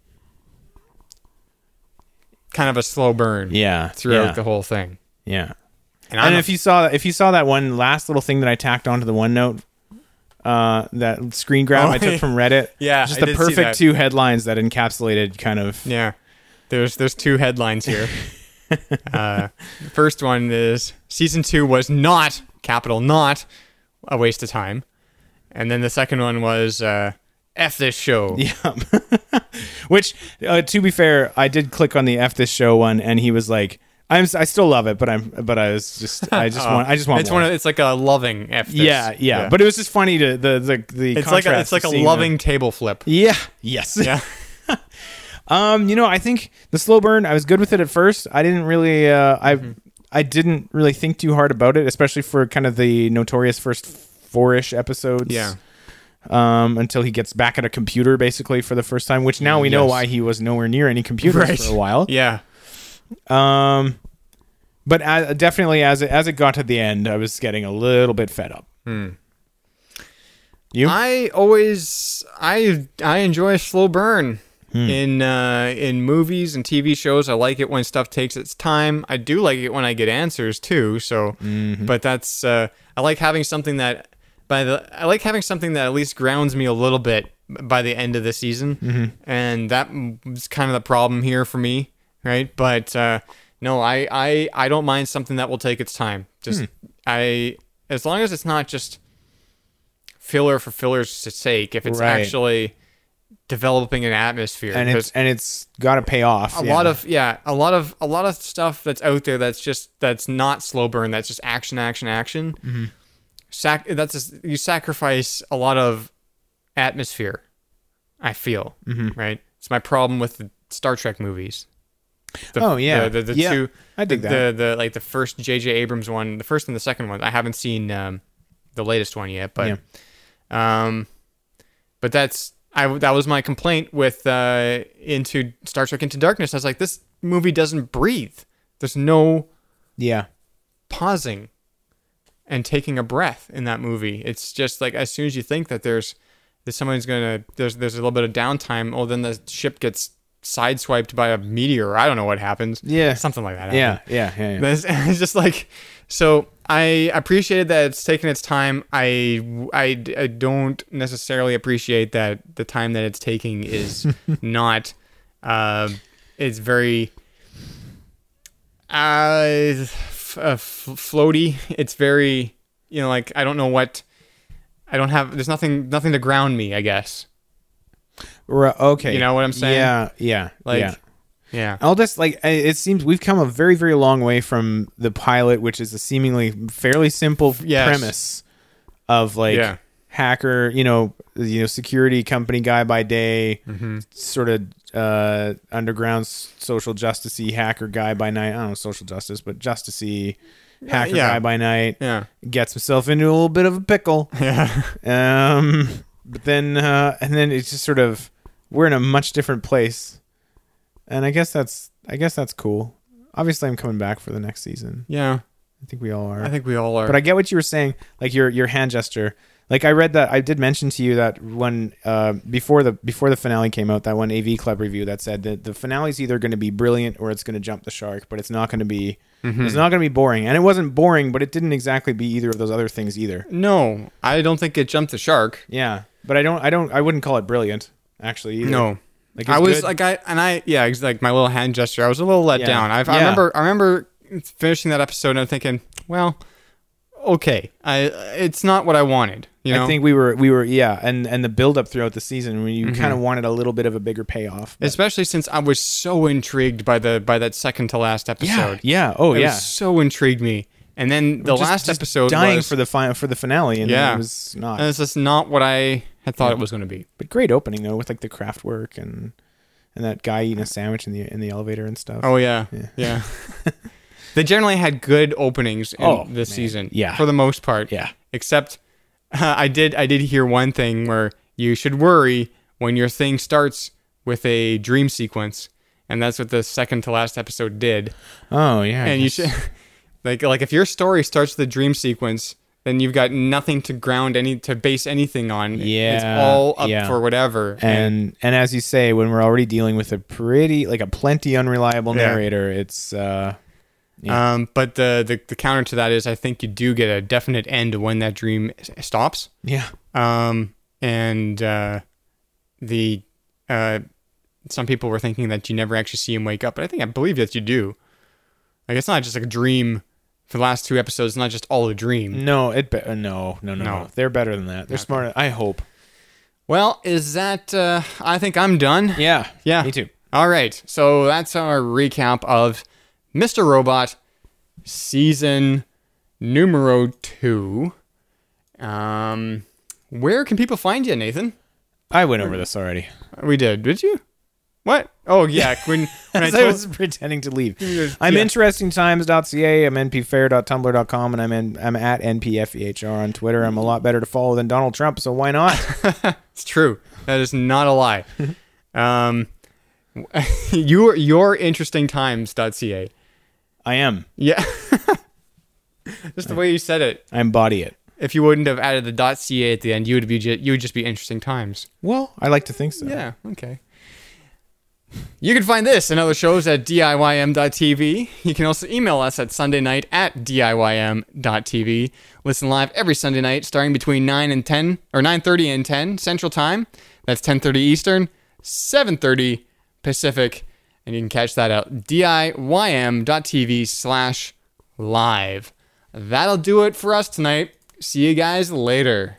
Speaker 1: kind of a slow burn.
Speaker 6: Yeah,
Speaker 1: throughout
Speaker 6: yeah.
Speaker 1: the whole thing.
Speaker 6: yeah.
Speaker 1: I'm
Speaker 6: And
Speaker 1: a-
Speaker 6: if you saw if you saw that one last little thing that I tacked onto the OneNote, uh, that screen grab
Speaker 1: Oh,
Speaker 6: I took from Reddit,
Speaker 1: yeah,
Speaker 6: just
Speaker 1: I
Speaker 6: the
Speaker 1: did see
Speaker 6: perfect
Speaker 1: that.
Speaker 6: two headlines that encapsulated kind of
Speaker 1: Yeah. There's there's two headlines here. uh, the first one is season two was not capital not a waste of time, and then the second one was uh, f this show.
Speaker 6: Yeah. Which, uh, to be fair, I did click on the F this show one, and he was like, "I'm, I still love it, but I'm, but I was just, I just want, I just want
Speaker 1: Oh, it's
Speaker 6: more."
Speaker 1: one of, it's like a loving f. This.
Speaker 6: yeah, yeah, But it was just funny to the the the.
Speaker 1: it's like a,
Speaker 6: contrast
Speaker 1: it's like
Speaker 6: to
Speaker 1: a
Speaker 6: seeing
Speaker 1: loving table flip.
Speaker 6: The, yeah. Yes.
Speaker 1: Yeah.
Speaker 6: Um. You know, I think the slow burn. I was good with it at first. I didn't really. Uh. I.
Speaker 1: Mm-hmm.
Speaker 6: I didn't really think too hard about it, especially for kind of the notorious first four-ish episodes.
Speaker 1: Yeah.
Speaker 6: Um, until he gets back at a computer basically for the first time, which now we know
Speaker 1: Yes.
Speaker 6: why he was nowhere near any computers for a while.
Speaker 1: Yeah.
Speaker 6: Um, but a definitely as it, as it got to the end, I was getting a little bit fed up. You?
Speaker 1: I always I I enjoy a slow burn. in uh, in movies and TV shows. I like it when stuff takes its time. I do like it when I get answers too. So, but that's uh, I like having something that by the I like having something that at least grounds me a little bit by the end of the season,
Speaker 6: Mhm.
Speaker 1: and that was kind of the problem here for me, right? But uh, no, I, I I don't mind something that will take its time. Just
Speaker 6: Hmm.
Speaker 1: I as long as it's not just filler for filler's sake. If it's
Speaker 6: Right.
Speaker 1: actually developing an atmosphere,
Speaker 6: and it's
Speaker 1: 'cause
Speaker 6: and it's got to pay off.
Speaker 1: a
Speaker 6: yeah.
Speaker 1: lot of yeah, a lot of a lot of stuff that's out there that's just that's not slow burn. That's just action, action, action
Speaker 6: Mhm.
Speaker 1: sac- that's just, you sacrifice a lot of atmosphere. I feel
Speaker 6: Mhm.
Speaker 1: right. It's my problem with the Star Trek movies. The,
Speaker 6: Oh, yeah.
Speaker 1: the, the, the
Speaker 6: Yeah,
Speaker 1: two.
Speaker 6: I dig
Speaker 1: the,
Speaker 6: that.
Speaker 1: The, the like the first J.J. Abrams one, the first and the second one. I haven't seen um, the latest one yet, but um, but that's I that was my complaint with uh, into Star Trek Into Darkness. I was like, this movie doesn't breathe. There's no
Speaker 6: yeah
Speaker 1: pausing and taking a breath in that movie. It's just like as soon as you think that there's that someone's gonna there's there's a little bit of downtime, oh then the ship gets sideswiped by a meteor. I don't know what happens.
Speaker 6: Yeah.
Speaker 1: Something like that.
Speaker 6: Yeah,
Speaker 1: happened.
Speaker 6: yeah, yeah, yeah.
Speaker 1: It's, it's just like so I appreciated that it's taken its time. I, I, I don't necessarily appreciate that the time that it's taking is not uh, it's very uh, f- uh, f- floaty. It's very, you know, like I don't know what, I don't have. There's nothing, nothing to ground me. I guess.
Speaker 6: Ri- okay.
Speaker 1: You know what I'm saying?
Speaker 6: Yeah, yeah,
Speaker 1: Like,
Speaker 6: yeah.
Speaker 1: yeah.
Speaker 6: I'll just like I- it seems we've come a very very long way from the pilot, which is a seemingly fairly simple
Speaker 1: Yes.
Speaker 6: premise of like
Speaker 1: Yeah.
Speaker 6: hacker, you know, you know, security company guy by day,
Speaker 1: Mhm.
Speaker 6: sort of uh, underground s- social justicey hacker guy by night. I don't know social justice, but justicey hacker
Speaker 1: yeah.
Speaker 6: guy by night.
Speaker 1: Yeah,
Speaker 6: gets himself into a little bit of a pickle.
Speaker 1: Yeah.
Speaker 6: Um, but then uh, and then it's just sort of we're in a much different place, and I guess that's I guess that's cool. Obviously, I'm coming back for the next season.
Speaker 1: Yeah.
Speaker 6: I think we all are.
Speaker 1: I think we all are.
Speaker 6: But I get what you were saying, like your your hand gesture. Like I read that I did mention to you that one uh, before the before the finale came out, that one AV Club review that said that the finale is either going to be brilliant or it's going to jump the shark, but it's not going to be
Speaker 1: Mhm.
Speaker 6: it's not going to be boring. And it wasn't boring, but it didn't exactly be either of those other things either.
Speaker 1: no, I don't think it jumped the shark.
Speaker 6: Yeah, but I don't I don't I wouldn't call it brilliant actually. Either.
Speaker 1: No.
Speaker 6: like
Speaker 1: I
Speaker 6: it's
Speaker 1: was
Speaker 6: good.
Speaker 1: like I and I yeah, it's like my little hand gesture. I was a little let
Speaker 6: Yeah.
Speaker 1: down. I've, I
Speaker 6: Yeah.
Speaker 1: remember I remember finishing that episode and I'm thinking, well, okay, I it's not what I wanted. You know,
Speaker 6: I think we were we were yeah, and and the build up throughout the season when you
Speaker 1: Mhm.
Speaker 6: kind of wanted a little bit of a bigger payoff.
Speaker 1: especially since I was so intrigued by the by that second to last episode.
Speaker 6: yeah. Oh,
Speaker 1: It
Speaker 6: yeah.
Speaker 1: was so intrigued me. And then the
Speaker 6: Just-
Speaker 1: last
Speaker 6: just
Speaker 1: episode
Speaker 6: dying
Speaker 1: was,
Speaker 6: for the final for the finale, and
Speaker 1: yeah,
Speaker 6: it was not.
Speaker 1: And it's just not what I had thought it was going to be.
Speaker 6: But great opening though, with like the craft work and and that guy eating a sandwich in the in the elevator and stuff.
Speaker 1: Oh yeah, yeah. they generally had good openings in
Speaker 6: Oh,
Speaker 1: this
Speaker 6: man.
Speaker 1: season,
Speaker 6: Yeah.
Speaker 1: for the most part.
Speaker 6: Yeah.
Speaker 1: Except, I did I did hear one thing where you should worry when your thing starts with a dream sequence, and that's what the second to last episode did.
Speaker 6: Oh yeah. I
Speaker 1: and you
Speaker 6: guess.
Speaker 1: should like like if your story starts with a dream sequence. Then you've got nothing to ground any to base anything on. it's
Speaker 6: Yeah,
Speaker 1: all up
Speaker 6: yeah.
Speaker 1: for whatever.
Speaker 6: and and as you say, when we're already dealing with a pretty like a plenty unreliable
Speaker 1: Yeah.
Speaker 6: narrator, it's uh yeah.
Speaker 1: Um, but the, the the counter to that is, I think you do get a definite end to when that dream s- stops.
Speaker 6: Yeah.
Speaker 1: Um, and uh, the uh, some people were thinking that you never actually see him wake up, but I think I believe that you do. Like it's not just like a dream. For the last two episodes, it's not just all a dream.
Speaker 6: no, it be- uh, no, no, no, no,
Speaker 1: No.
Speaker 6: They're better than that. They're smarter. I hope.
Speaker 1: Well, is that? Uh, I think I'm done.
Speaker 6: Yeah.
Speaker 1: Yeah.
Speaker 6: Me too.
Speaker 1: All right. So that's our recap of Mr. Robot season numero two. Um, where can people find you, Nathan?
Speaker 6: I went over this already.
Speaker 1: We did. Did you? What? Oh yeah. When, when I
Speaker 6: As
Speaker 1: told,
Speaker 6: I was pretending to leave. I'm
Speaker 1: Yeah.
Speaker 6: interestingtimes.ca. I'm npfair.tumblr.com, and I'm in, I'm at npfehr E on Twitter. I'm a lot better to follow than Donald Trump, so why not?
Speaker 1: it's true. That is not a lie. um, your your interestingtimes.ca.
Speaker 6: I am.
Speaker 1: Yeah. Just the way you said it.
Speaker 6: I embody it.
Speaker 1: If you wouldn't have added the .ca at the end, you would be ju- you would just be interesting times.
Speaker 6: Well, I like to think so.
Speaker 1: Yeah. Okay. You can find this and other shows at DIYM.tv. You can also email us at Sunday night at DIYM.tv. Listen live every Sunday night starting between 9 and 10, or 9.30 and 10 Central Time. That's 10.30 Eastern, 7.30 Pacific. And you can catch that at DIYM.tv slash live. That'll do it for us tonight. See you guys later.